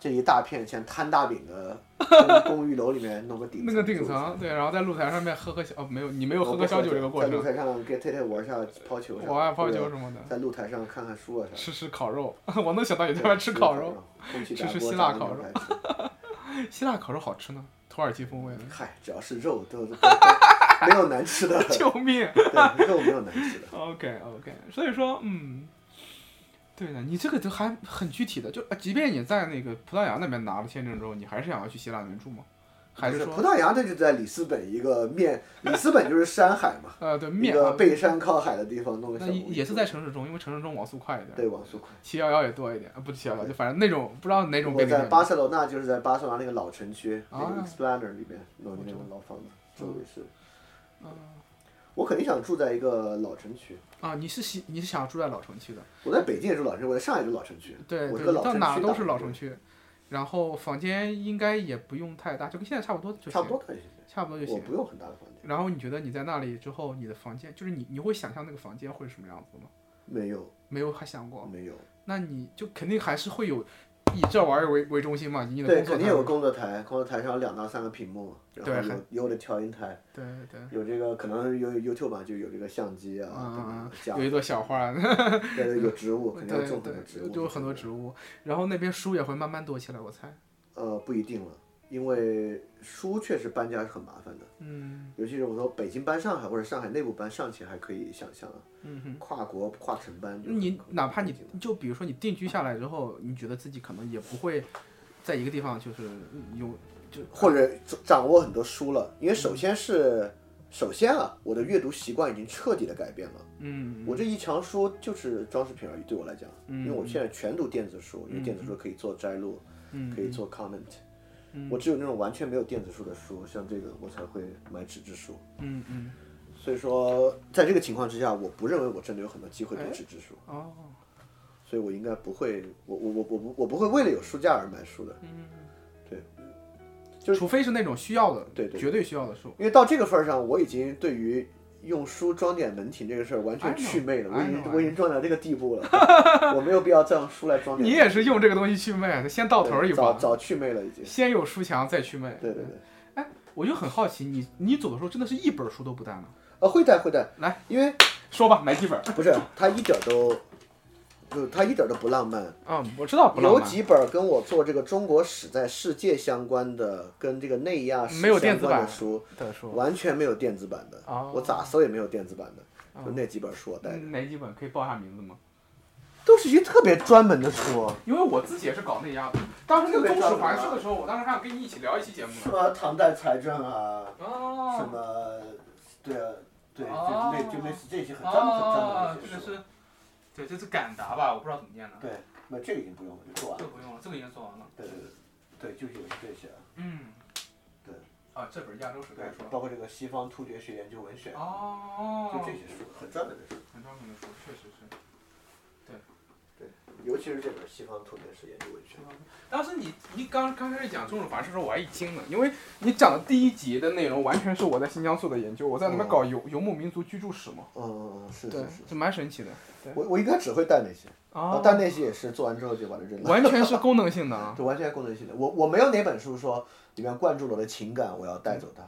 这一大片像摊大饼的公 [laughs] 公寓楼里面弄个顶那个顶住层，对，然后在露台上面喝喝小，哦，没有，你没有我喝不喝小酒酒这个过在程露，台上跟太太玩一下抛球啥的，我爱泡对酒什么的，在露台上看看书啊啥的。吃吃烤肉， [laughs] 我能想到你在外吃烤肉，，空气吃炸吃锅希腊炸烤牛肉排 [laughs] 吃希腊烤肉好吃呢，土耳其风味的，嗨，只要是肉都都没有难吃 [laughs] 的，救命！对，肉没有难吃的。 OK OK，所以说，嗯，对的，你这个都还很具体的，就呃即便你在那个葡萄牙那边拿了签证之后，你还是想要去希腊那边住吗？ [laughs] 还不是是葡说，萄牙那就在里斯本一个面，里斯本就是山海嘛，呃，对 [laughs] 一面个啊，背山靠海的地方弄个那小也公寓也是在城市中，因为城市中网速快一点，对网速快。七幺幺也多一点，啊，不是七幺幺，就反正那种不知道哪种我便利在店。巴塞罗那就是在巴塞罗那那个老城区，那个啊 Explaner 里面弄的那我种老房子，周围是。嗯我肯定想住在一个老城区。啊，你是喜你是想住在老城区的，我在北京也住老城区，我在上海也住老城区。对对，我这个你到老城区哪打都是老工城区，然后房间应该也不用太大，就跟现在差不多就行，差不多可以。差不多就我行。不用很大的房间，然后你觉得你在那里之后，你的房间就是你你会想象那个房间会是什么样子吗？没有没有还想过，没有，那你就肯定还是会有以这玩意儿为为中心嘛，以你的对，工作肯态定度有个工作台，工作台上有两到三个屏幕，然对后还有有我的调音台，对对。有这个可能有 YouTube 吧，就有这个相机啊，嗯，对吧有一朵小花，架对对，有植 [laughs] 物，对肯定要种很多植对，物，就有很多植物，然后那边书也会慢慢多起来，我猜。呃，不一定了，因为书确实搬家是很麻烦的，嗯尤其是我说北京搬上海或者上海内部搬上去还可以想象啊，嗯哼，跨国跨城搬就很，你很哪怕很你就比如说你定居下来之后，你觉得自己可能也不会在一个地方就是有就或者掌握很多书了，因为首先是首先啊，我的阅读习惯已经彻底的改变了。嗯我这一墙书就是装饰品而已，对我来讲，嗯因为我现在全读电子书，因为电子书可以做摘录，嗯可以做 comment。我只有那种完全没有电子书的书，像这个我才会买纸质书。嗯嗯所以说，在这个情况之下，我不认为我真的有很多机会读哎纸质书，哦所以我应该不会，我我我我不我不会为了有书架而买书的，嗯，就是除非是那种需要的，对对绝对需要的书。因为到这个份儿上，我已经对于用书装点文凭这个事儿完全 I know, 祛魅了，我 I 已 know, I 经 know. 我已经装到这个地 [laughs] 步了，我没有必要再用书来装点。你也是用这个东西去卖的，先到头儿一嗯早把，早祛魅了已经。先有书墙再去卖。对对对。我就很好奇，你你走的时候真的是一本书都不带吗？呃，会带会带，来，因为说吧，哪几本？不是他一点儿都，不，他一点儿都不浪漫。嗯，我知道不浪有漫，几本跟我做这个中国史在世界相关的，跟这个内亚史没有电相子关版的书，的书，完全没有电子版的。哦我咋搜也没有电子版的，哦就那几本书我带的，嗯哪几本可以报一下名字吗？都是一些特别专门的书。因为我自己也是搞内压的，当时那个中史环视的时候，我当时还想跟你一起聊一期节目呢。什么唐代财政啊，什哦，么，对啊，对，哦就类就类似这些很专门很专门哦的，一这些个书。是，对，这是敢达吧？我不知道怎么念的，对，那这个已经不用了，就做完这了。个不用了，这个已经做完了。对对对，对，就是有这些。嗯，对。啊，这本《亚洲史对概，说》。包括这个西方突厥学研究文学，哦。就这些书很专门的书，很专门的书，确实是。尤其是这本《西方突厥学研究文学》，当时你你刚刚开始讲中种法事的时候，我还一惊呢，因为你讲的第一集的内容完全是我在新疆做的研究，我在那边搞游、游牧民族居住史嘛，嗯，是哦对，这蛮神奇的我我应该只会带那些，啊，带那些也是做完之后就把它扔了，完全是功能性的 [laughs] 啊。就完全功能性的。我我没有哪本书说里面灌注了我的情感，我要带走它，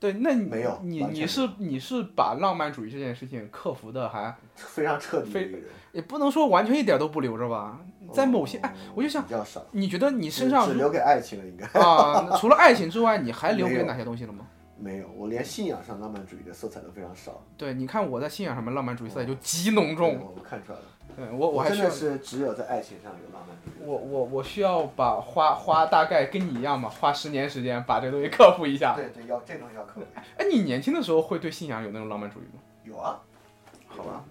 对，那你没有你完全没有你是你是把浪漫主义这件事情克服的还非常彻底的一个人。也不能说完全一点都不留着吧，在某些哎，我就想比较少，你觉得你身上哦只如留给爱情了，应该 [laughs] 啊、除了爱情之外，你还留没给有哪些东西了吗？没有。我连信仰上浪漫主义的色彩都非常少，对，你看我在信仰上面浪漫主义色哦彩就极浓重，我我看出来了。对嗯我我还真需要的是只有在爱情上有浪漫主义的色彩。我我我需要把花花大概跟你一样嘛，花十年时间把这个东西 [laughs] 克服一下。对对，要这种要克服。哎，你年轻的时候会对信仰有那种浪漫主义吗？有啊，好吧，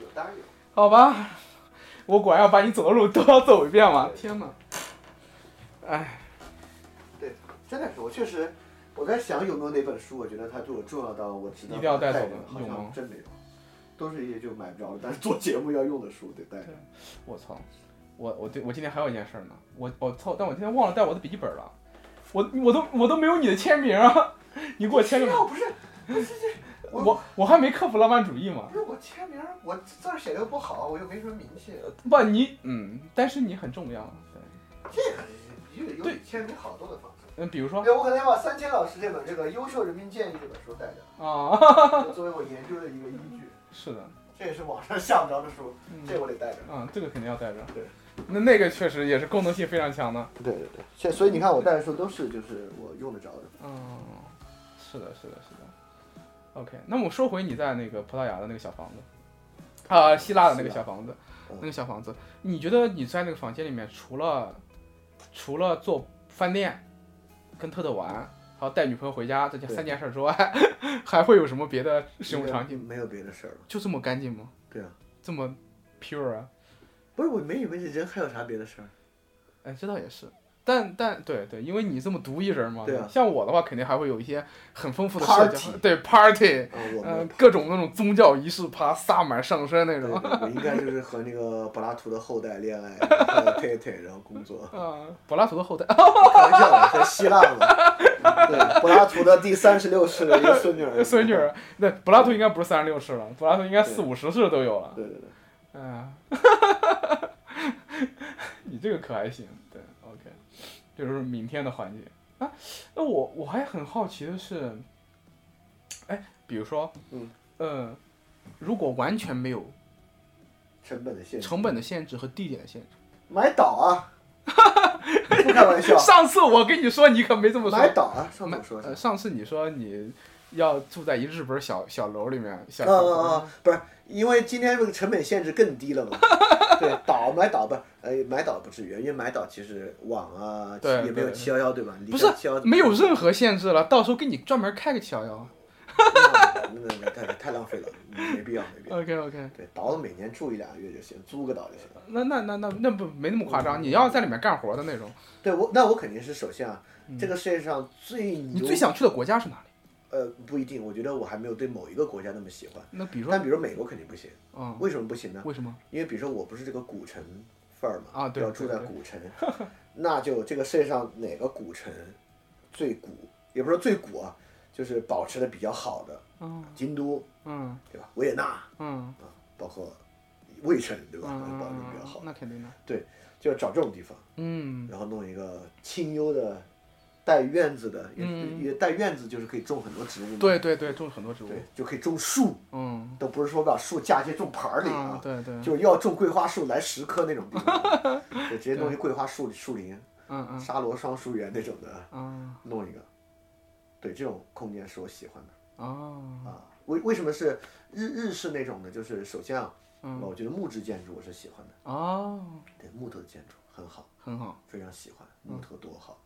有当然有。好吧， [laughs] 我果然要把你走的路都要走一遍嘛！天哪，哎，真的是，我确实，我在想有没有哪本书，我觉得它对我重要到我值得一定要带走的着好有吗像真没有，都是一些就买不着的，但是做节目要用的书得带着。我操！我我对我今天还有一件事儿呢，我我操！但我今天忘了带我的笔记本了，我我都我都没有你的签名啊！你给我签个名，要不是我我我还没克服浪漫主义嘛不？是我签名，我字儿写的又不好，我又没什么名气。不，你嗯，但是你很重要，对这个也有对有千种好多的方式。嗯，比如说对，我可能要把三千老师这本这个《优秀人民建议》这本书带着，啊， [laughs] 作为我研究的一个依据。是的，这也是网上下不着的书，嗯这我得带着。嗯，这个肯定要带着。对，那那个确实也是功能性非常强的。对对对，现所以你看，我带的书都是就是我用得着的。嗯，是的，是的，是的。OK，那么我说回你在那个葡萄牙的那个小房子，啊、希腊的那个小房子嗯，那个小房子，你觉得你在那个房间里面，除了除了做饭店、跟特特玩，还有带女朋友回家这件对三件事之外， [laughs] 还会有什么别的使用没有场景？没有别的事儿了。就这么干净吗？对啊，这么 pure 啊？不是，我没以为这人还有啥别的事儿。哎，这倒也是。但但对对，因为你这么独一人嘛，对啊像我的话，肯定还会有一些很丰富的社交， [laughs] 对 party，啊，我嗯、们各种那种宗教仪式趴撒满上身那对种，对我应该就是和那个柏拉图的后代恋爱，还有太太，然后工作。嗯，柏拉图的后代，开玩笑的，在希腊嘛。对，柏拉图的第三十六世的一个孙女 [laughs] 儿。孙女儿，那柏拉图应该不是三十六世了，柏拉图应该四对五十世都有了，对对对，嗯， [laughs] 你这个可还行，对，OK，这就是明天的环节啊。那我我还很好奇的是，哎，比如说，嗯，呃，如果完全没有成本的限制。成本的限制和地点的限制，买岛啊！ [laughs] 不开玩笑，上次我跟你说，你可没这么说。买岛啊！上买次我说啥呃，？上次你说你要住在一日本小小楼里面，小啊小啊房啊！不是，因为今天这个成本限制更低 [laughs] 了嘛。对，岛买岛不是，哎，买岛不至于，因为买岛其实网啊，对也没有对七幺幺对吧？不是七幺没有 [laughs] 任何限制了，到时候给你专门开个七幺幺。嗯那那那太太浪费了，没必要没必要。 OK OK，对，岛每年住一两个月就行，租个岛就行。那那那那那不没那么夸张，嗯你要在里面干活的那种，对我，那我肯定是首先啊，这个世界上最嗯你牛最想去的国家是哪里？呃，不一定，我觉得我还没有对某一个国家那么喜欢。那比如说但，比如美国肯定不行，嗯，为什么不行呢？为什么？因为比如说我不是这个古城范儿嘛，啊对要住在对对 [laughs] 古城， [laughs] 那就这个世界上哪个古城最古，也不是说最古啊，就是保持的比较好的，嗯京都嗯对吧？维也纳啊，嗯包括魏城对吧？嗯保持得比较嗯好，，那肯定的，就要找这种地方，嗯然后弄一个清幽的。带院子的，也嗯也带院子，就是可以种很多植物嘛。对对对，种很多植物对，，就可以种树，嗯都不是说把树嫁接种盘儿里嗯啊，对对，就是要种桂花树来十棵那种地 [laughs] 方，就直接弄一桂花树树林，嗯嗯沙罗双树园那种的，嗯弄一个。对，这种空间是我喜欢的哦啊。为为什么是日日式那种呢？就是首先啊，嗯我觉得木质建筑我是喜欢的，哦，对，木头的建筑很好，很好，非常喜欢，嗯木头多好。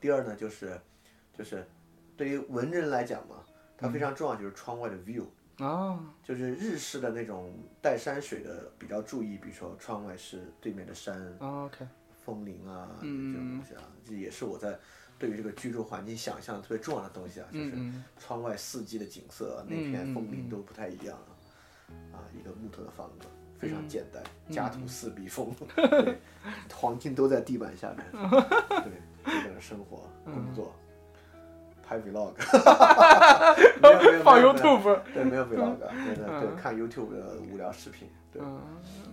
第二呢，就是就是对于文人来讲嘛，它非常重要，就是窗外的 view。啊就是日式的那种带山水的比较注意，比如说窗外是对面的山、啊 OK，枫林啊这嗯种东西啊，这也是我在对于这个居住环境想象的特别重要的东西啊，就嗯是嗯窗外四季的景色啊，那片枫林都不太一样啊，啊，一个木头的房子非常简单，嗯家徒四壁 [laughs] 风，对，黄金都在地板下面，对，这种生活工作。拍 [laughs] vlog，嗯没有没有没有放没有 YouTube。[laughs] 对，没有 vlog，对啊对对，嗯看 YouTube 的无聊视频，对，嗯，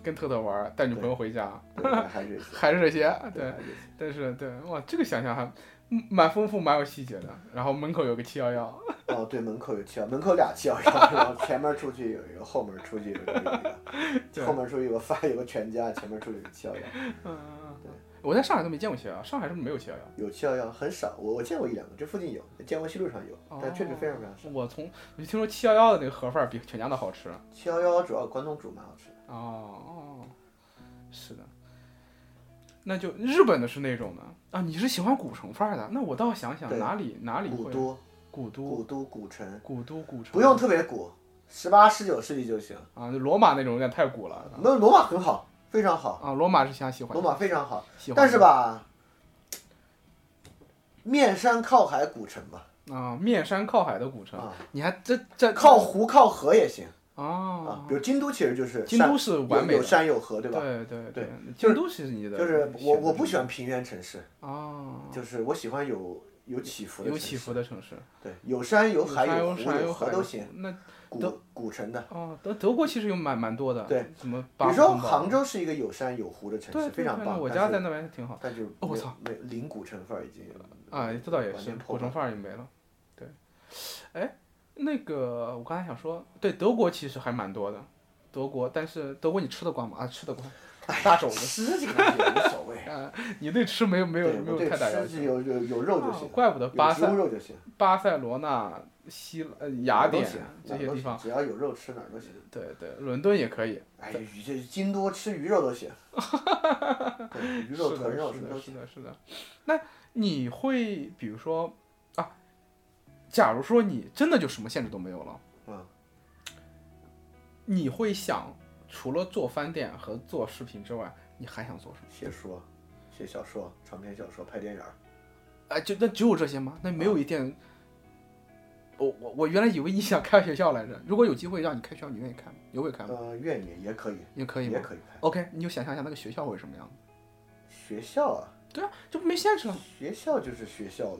跟特特玩儿，带女朋友回家，对还是还是这些，对 [laughs] 对。，但是对，哇，这个想象还嗯蛮丰富，蛮有细节的。然后门口有个七幺幺，哦，对，门口有七幺，门口俩七幺幺，然后前面出去有一个，后面出去有一个， [laughs] 对后面出去有个发有个全家，前面出去有个七幺幺，嗯对，我在上海都没见过七幺幺，上海是不是没有七幺幺？有七幺幺很少，我我见过一两个，这附近有，建国西路上有，哦但确实非常非常少。我从我就听说七幺幺的那个盒饭比全家的好吃。七幺幺主要关东煮蛮好吃的，哦哦，是的。那就日本的是那种的啊，你是喜欢古城范儿的，那我倒想想对哪里哪里古会都、古古都都、古城，古都古城不用特别古，十八、十九世纪就行。啊，就罗马那种有点太古了啊那罗马很好，非常好，啊，罗马是想喜欢罗马非常好。喜欢的，但是吧，面山靠海古城吧，啊，面山靠海的古城，啊你还这这靠湖靠河也行啊啊。比如京都其实就是京山都是有完美有的，山有河，对吧？对对对，京都是你的就是我我不喜选欢平原城市，择啊，就是我喜欢有有起伏的有城市，起伏的城市，对，有山有海山有湖山有河海都行，。那古古城的。哦，德德国其实有蛮蛮多的，对，什么比巴如黎说宫堡杭州是一个有山有湖的城对市，对非常对棒。我但家是在那边挺好。但是哦我没有操，没有零古城范儿已经啊，这倒也完是全，破古城败范儿也没了。对，哎，那个我刚才想说，对德国其实还蛮多的，德国，但是德国你吃得惯吗？啊，吃得惯，大肘子。，吃这个东西无所谓啊，你对吃没有 [laughs] 没有对没我有对太大要吃求是。有有有肉就啊行，怪不得巴有植塞物肉就行，巴塞罗那、希腊呃哪雅儿都典行这哪儿些都地行方，只要有肉吃哪儿都行。对对，伦敦也可以。哎，鱼这京都吃鱼肉都 [laughs] 行，对鱼肉是豚的，肉是什么的，都是行。的，是的。那你会比如说啊，假如说你真的就什么限制都没有了，嗯，你会想除了做饭店和做视频之外，你还想做什么？写书、写小说、长篇小说、拍电影儿，哎，就那只有这些吗？那没嗯有一点。我我我原来以为你想开学校来着，如果有机会让你开学校，你愿意开吗？你会开吗？呃，愿意也可以，也嗯可以吗也可以拍。 ？OK，你就想象一下那个学校会是什么样的。学校啊，对啊，就没限制了。学校就是学校了。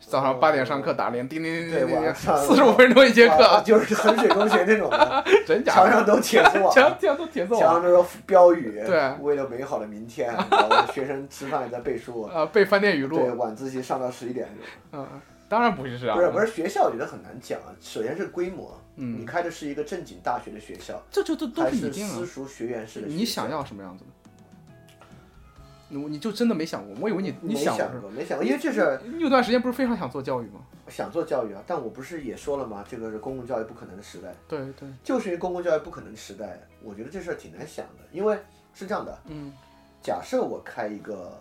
早上八点上课打铃，叮叮叮叮叮对叮，晚上四十五分钟一节啊课，就是 [laughs] 衡水中学那种的，真 [laughs] 假墙的？上都铁丝 [laughs] 网，墙墙都铁丝墙网上都是标语，对为了美好的明天，然后学生吃饭也在背 [laughs] 书，啊，背饭店语对，录，晚自习上到十一点，嗯，当然不是这样，不是不，是学校，我觉得很难讲。啊首先是规模，嗯你开的是一个正经大学的学校，这就都都还是你是定私了，塾学院式的学校？你想要什么样子的？你你就真的没想过？我以为你你没想想过是吧过，没想过，因为这是你有段时间不是非常想做教育吗？想做教育啊，但我不是也说了吗？这个是公共教育不可能的时代，对对，就是因为公共教育不可能的时代，我觉得这事儿挺难想的，因为是这样的，嗯假设我开一个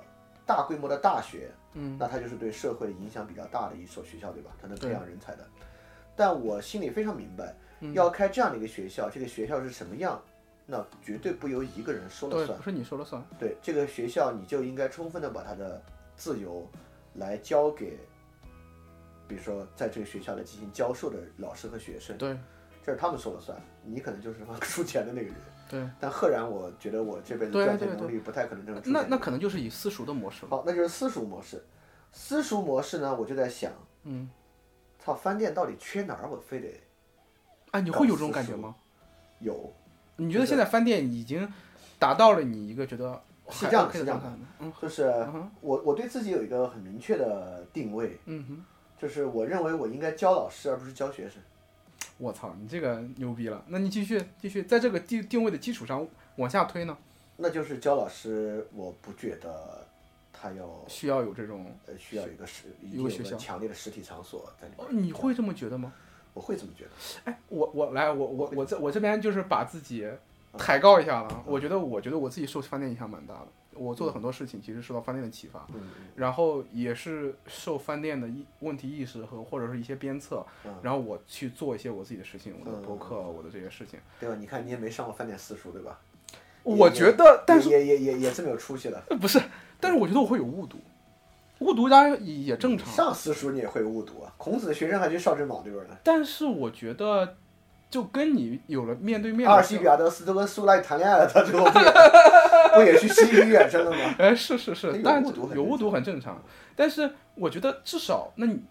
大规模的大学，嗯那它就是对社会影响比较大的一所学校，对吧？它能培对嗯养人才的。但我心里非常明白，要开这样的一个学校，这个学校是什么样，那绝对不由一个人说了对，算不。是你说了算，对这个学校，你就应该充分的把它的自由来交给，比如说在这个学校来进行教授的老师和学生，对这是他们说了算。你可能就是他妈 [laughs] 出钱的那个人，对，但赫然我觉得我这辈子对赚钱对对能力不太可能这种出那钱那可能就是以私塾的模式了，好，那就是私塾模式。私塾模式呢，我就在想，嗯，操，饭店到底缺哪儿？我非得啊，你会有这种感觉吗？有。你觉得现在饭店已经达到了你一个觉得是这样的 OK 是的这样状的态吗？嗯就是我我对自己有一个很明确的定位，嗯哼，就是我认为我应该教老师而不是教学生。我操，你这个牛逼了！那你继续继续，在这个定定位的基础上往下推呢，那就是教老师，我不觉得他要需要有这种，呃需要一个实一一定个有学个校强烈的实体场所在里哦面。，你会这么觉得吗？我会这么觉得。哎，我我来，我我我这我这边就是把自己嗯抬高一下了。我觉得我觉得我自己受饭店影响蛮大的，我做的很多事情其实受到饭店的启发，嗯然后也是受饭店的意问题意识和或者是一些鞭策，嗯，然后我去做一些我自己的事情，我的博客，我的这些事情。对吧？你看你也没上过饭店私塾，对吧？也我觉得，但是也也也也这么有出息了。不是，但是我觉得我会有误读，误读当然也正常，啊上私塾你也会误读啊！孔子的学生还去少正卯对不对？但是我觉得就跟你有了面对面阿的尔西交比亚德斯都跟苏拉谈恋爱了，他最后不也 [laughs] 不也去西域远征了吗？哎，是是是有，但误读很有误正读很正常，但是我觉得至少，那你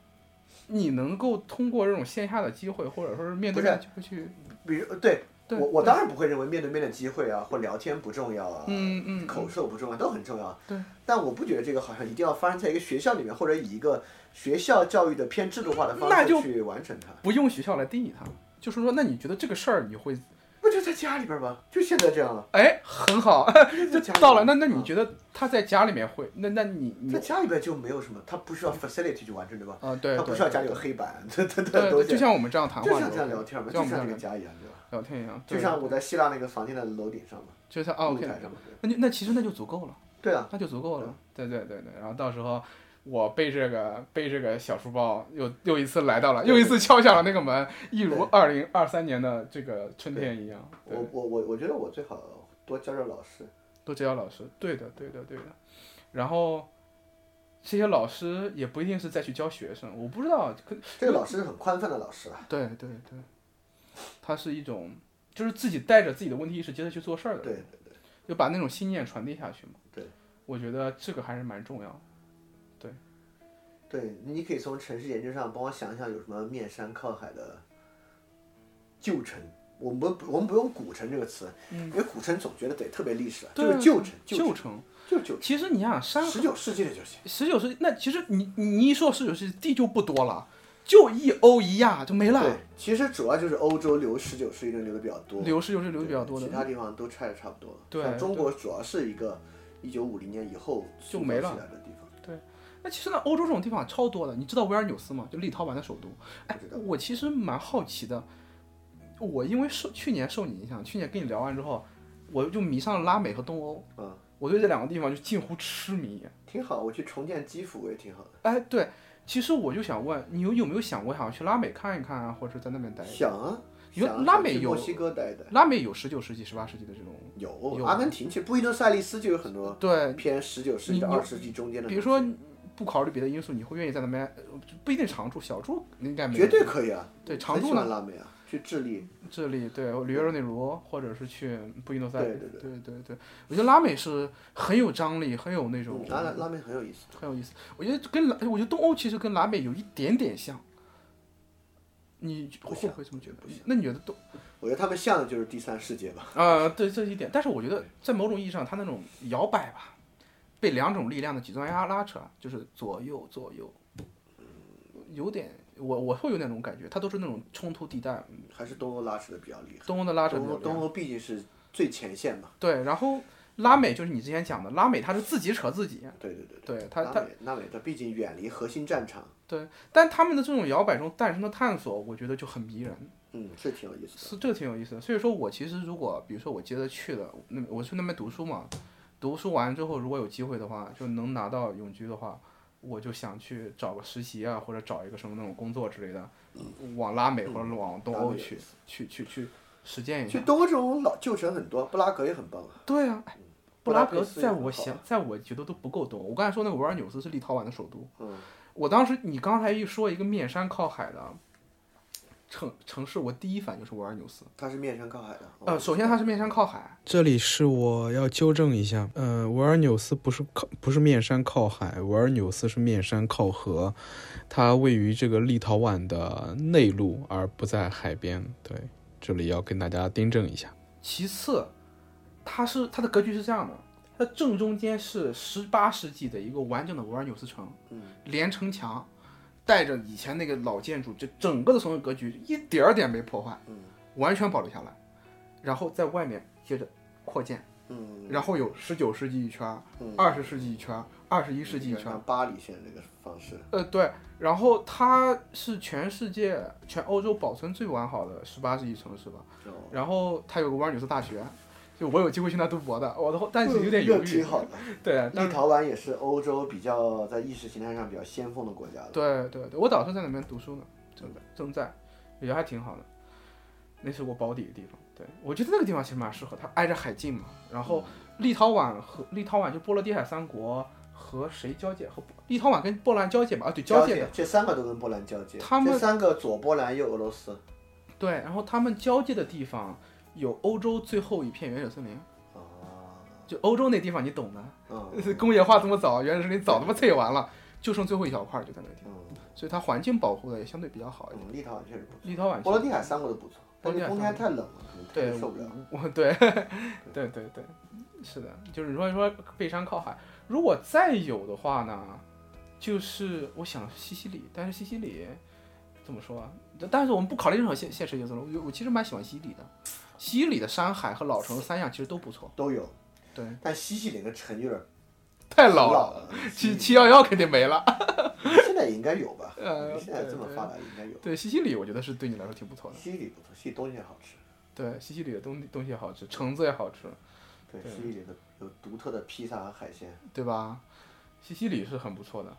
你能够通过这种线下的机会，或者说是面对不是面机会去，比如对对我我当然不会认为面对面的机会啊或聊天不重要啊，嗯嗯，口授不重要，都很重要。对，但我不觉得这个好像一定要发生在一个学校里面，或者以一个学校教育的偏制度化的那方就式去完成它。不用学校来定义它，就是说，那你觉得这个事儿你会，不就在家里边吗？就现在这样了，哎，很好， [laughs] 就在家里边到了，那那你啊觉得他在家里面会，那那你你在家里边就没有什么，他不需要 facility 去完成，对吧？啊，对，他不对需要对家里有黑板，这这这对东对，西，就像我们这样谈话就，OK，像这样聊天嘛，就像就我们像这这样个家一样，对吧？聊天一样，就对像我在希腊那个房间的楼顶上嘛，就像啊露，OK，台上嘛。对那就那其实那就足够了。对啊，那就足够了。对对对对，然后到时候我背这个背这个小书包，又又一次来到了，又一次敲响了那个门，一如二零二三年的这个春天一样。对我，我我我觉得我最好多教教老师，都指导老师，对的对的对的。然后这些老师也不一定是再去教学生，我不知道，可这个老师是很宽泛的老师啊。对对对，他是一种就是自己带着自己的问题意识接着去做事儿的，对，就把那种信念传递下去嘛。对，我觉得这个还是蛮重要的。对，对，你可以从城市研究上帮我想想有什么面山靠海的旧城。我们不，我们不用“古城”这个词，因为古城总觉得得特别历史啊，就嗯对啊是旧城，旧旧城，城。就是旧其实你想山城。十九世纪的旧城，十九世纪，那其实你你你一说十九世纪地就不多了，就一欧一亚就没对了。，其实主要就是欧洲留十九世纪的人留的比较多，流失就是流的比较多其他的，地方都拆的差不多了。对像中国主要是一个一九五零年以后就没了塑造起来的地方。那其实呢，欧洲这种地方超多的。你知道维尔纽斯吗？就立陶宛的首都。哎不知道，我其实蛮好奇的，我因为受去年受你影响，去年跟你聊完之后，我就迷上了拉美和东欧。嗯，我对这两个地方就近乎痴迷。挺好，我去重建基辅也挺好的。哎，对，其实我就想问，你有有没有想过想要去拉美看一看啊，或者是在那边待一待？想啊，有想啊拉想美去有墨西哥待一待，拉美有十九世纪、十八世纪的这种，有有阿根廷，其实布宜诺斯艾利斯就有啊很多对，偏十九世你纪、你二十世纪中间的东比西，如说不考虑别的因素，你会愿意在那边呃不一定常住，小住应该没绝对可以啊，对常很住喜欢呢。拉美啊，去智利，智利对里约热内卢，或者是去布宜诺斯艾利斯，对对对对对我觉得拉美是很有张力，很有那种嗯，拉拉美很有意思。很有意思。我觉得跟拉，我觉得东欧其实跟拉美有一点点像。你不会像不会这么觉得？那你觉得东我觉得他们像的就是第三世界吧， [laughs] 啊、对这一点，但是我觉得在某种意义上，它那种摇摆吧，被两种力量的极端压拉扯，就是左右左右，有点我我会有那种感觉，它都是那种冲突地带，还是东欧拉扯的比较厉害。东欧的拉扯比东较欧厉害东欧毕竟是最前线嘛，对，然后拉美就是你之前讲的，拉美它是自己扯自己，对对对。对它拉它美拉美，它毕竟远离核心战场，对，但他们的这种摇摆中诞生的探索，我觉得就很迷人。嗯，是挺有意思的。是这个挺有意思的。所以说我其实如果比如说我接着去了，那我去那边读书嘛，读书完之后如果有机会的话，就能拿到永居的话，我就想去找个实习啊，或者找一个什么那种工作之类的，嗯往拉美或者往东欧去、去去去实践一去下。东欧这种老旧城很多，布拉格也很棒啊。对啊，哎布布拉拉格格斯在也很我好想啊，在我觉得都不够东欧。我刚才说那个维尔纽斯是立陶宛的首都，嗯，我当时你刚才一说一个面山靠海的城城市，我第一反应就是维尔纽斯。它是面山靠海的。哦呃，首先它是面山靠海，这里是我要纠正一下，呃，维尔纽斯不是靠不是面山靠海，维尔纽斯是面山靠河，它位于这个立陶宛的内陆，而不在海边。对，这里要跟大家订正一下。其次，它是它的格局是这样的，它正中间是十八世纪的一个完整的维尔纽斯城，嗯，连城墙，带着以前那个老建筑，这整个的城市格局一点儿点没破坏，嗯，完全保留下来，然后在外面接着扩建，嗯，然后有十九世纪一圈儿嗯，二十世纪一圈儿，二十一一世纪一圈儿，巴黎现在这个方式，呃，对，然后它是全世界、全欧洲保存最完好的十八世纪城市吧。哦然后它有个维尔纽斯大学，就我有机会去那读博的，我的后但是有 [laughs] 点犹这豫挺。好的。对，但立是陶宛也是欧洲比较在意识形态上比较先锋的国家了。对对对，我打算在那边读书呢，正在正在，也还挺好的。那是我保底的地方，对我觉得那个地方其实蛮适合，它挨着海近嘛。然后立陶宛和立陶宛就波罗的海三国和谁交界？和立陶宛跟波兰交界嘛？啊，对，交界的。这三个都跟波兰交界，他们这三个左波兰右俄罗斯，对，然后他们交界的地方有欧洲最后一片原始森林，啊，就欧洲那地方你懂的。嗯工业化这么早，原始森林早他妈脆完了，就剩最后一小块儿就在那个地方，嗯所以它环境保护的也相对比较好一点。嗯，立陶宛确实不错，立陶宛波罗的海三国都不错，但是波罗冬的海天三国太冷了，可能特对嗯别受不了。，我 [laughs] 对，对对对，是的，就是如果说背山靠海，如果再有的话呢，就是我想西西里，但是西西里怎么说啊？但是我们不考虑任何现现实因素了，我我其实蛮喜欢西西里的，西西里的山海和老城三样其实都不错，都有，对，但西西里那个城有点太老老了，七西七幺幺肯定没了。 [laughs] [laughs] 现在也应该有吧？呃现在这么对对发达，应该有。对西西里，我觉得是对你来说挺不错的。西西里不错，西西里东西也好吃。对，西西里的东东西也好吃，橙子也好吃，对，对西西里的有独特的披萨和海鲜。对吧？西西里是很不错的。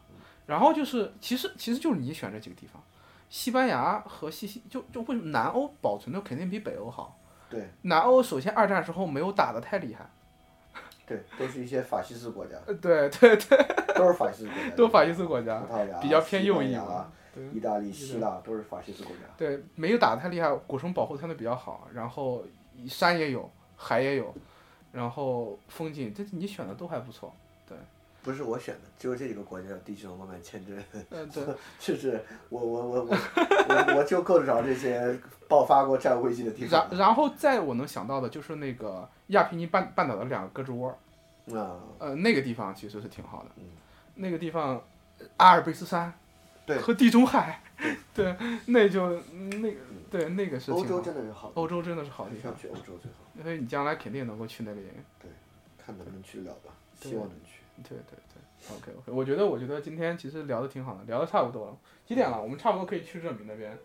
然后就是，其实其实就是你选这几个地方，西班牙和西西就就为什么南欧保存的肯定比北欧好？对南欧首先二战时候没有打得太厉害，对，都是一些法西斯国家，呃，对对，都是法西斯国家，都法西斯国国家葡，萄牙比较偏右翼啊嘛，。对意大利、希腊都是法西斯国家。对，没有打得太厉害，古城保护相对比较好，然后山也有，海也有，然后风景，这你选的都还不错。对，不是我选的，只有这几个国家有地质文脉签证， [laughs] 嗯，对，就是我我我我我我就够得着这些爆发过战危机的地然方然后在我能想到的就是那个亚平宁半半岛的两个胳肢窝儿，啊。呃，那个地方其实是挺好的嗯，那个地方呃阿尔卑斯山，对和地中海，对，那就那个对那个是嗯欧挺洲好的。真的是好，欧洲真的是好地方想，去欧洲最好，所以你将来肯定能够去那个演员。看能不能去得了吧，对希望能去。对对对，OK OK，我觉得我觉得今天其实聊的挺好的，聊的差不多了。几点了？我们差不多可以去热敏那边，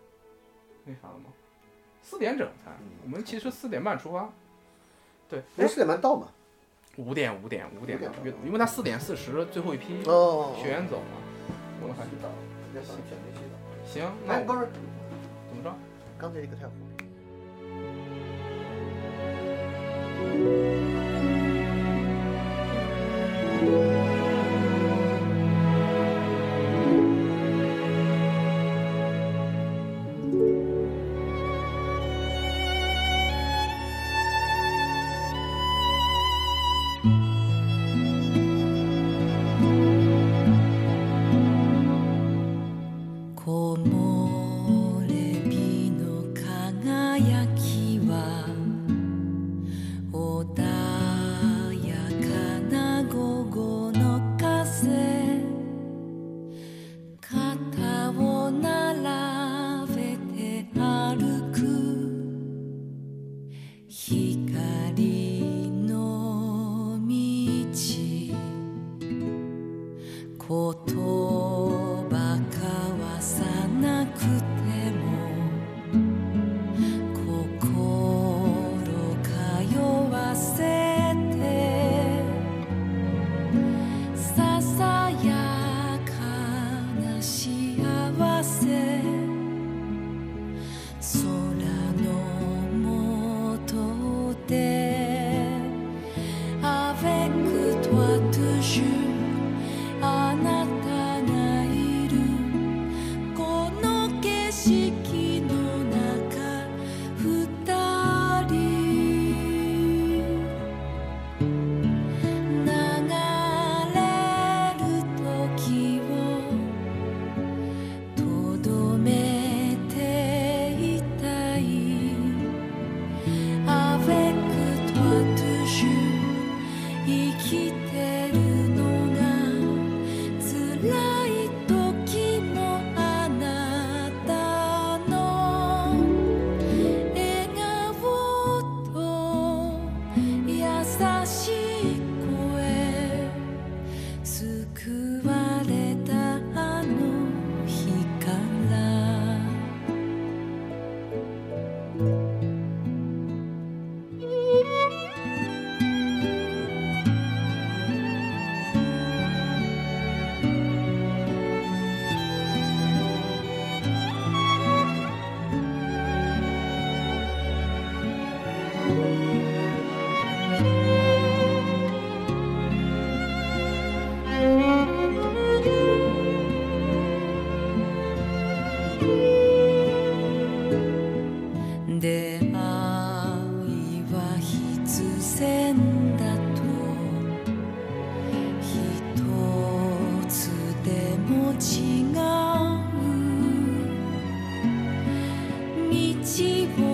那啥了吗？四点整才，嗯我们其实四点半出发。对，哎，斯里曼到嘛？五点五点五点5点因为他四点四十最后一批哦学员走嘛，我还岛，那想选那去岛。行，那哎，我不是，怎么着？刚才那个太火。 「木漏れ日の輝きは」「穏やかな午後の風」「肩を並べて歩く」「光の道」言葉交わさなくても心通わせてささやかな幸せ空の下で Avec toi toujours あなたがいるこの景色の中二人流れる時をとどめていたい Avec toi toujours 生きてるのが辛い時もあなたの笑顔と優しい声救われたあの日から出会いは必然だと一つでも違う道を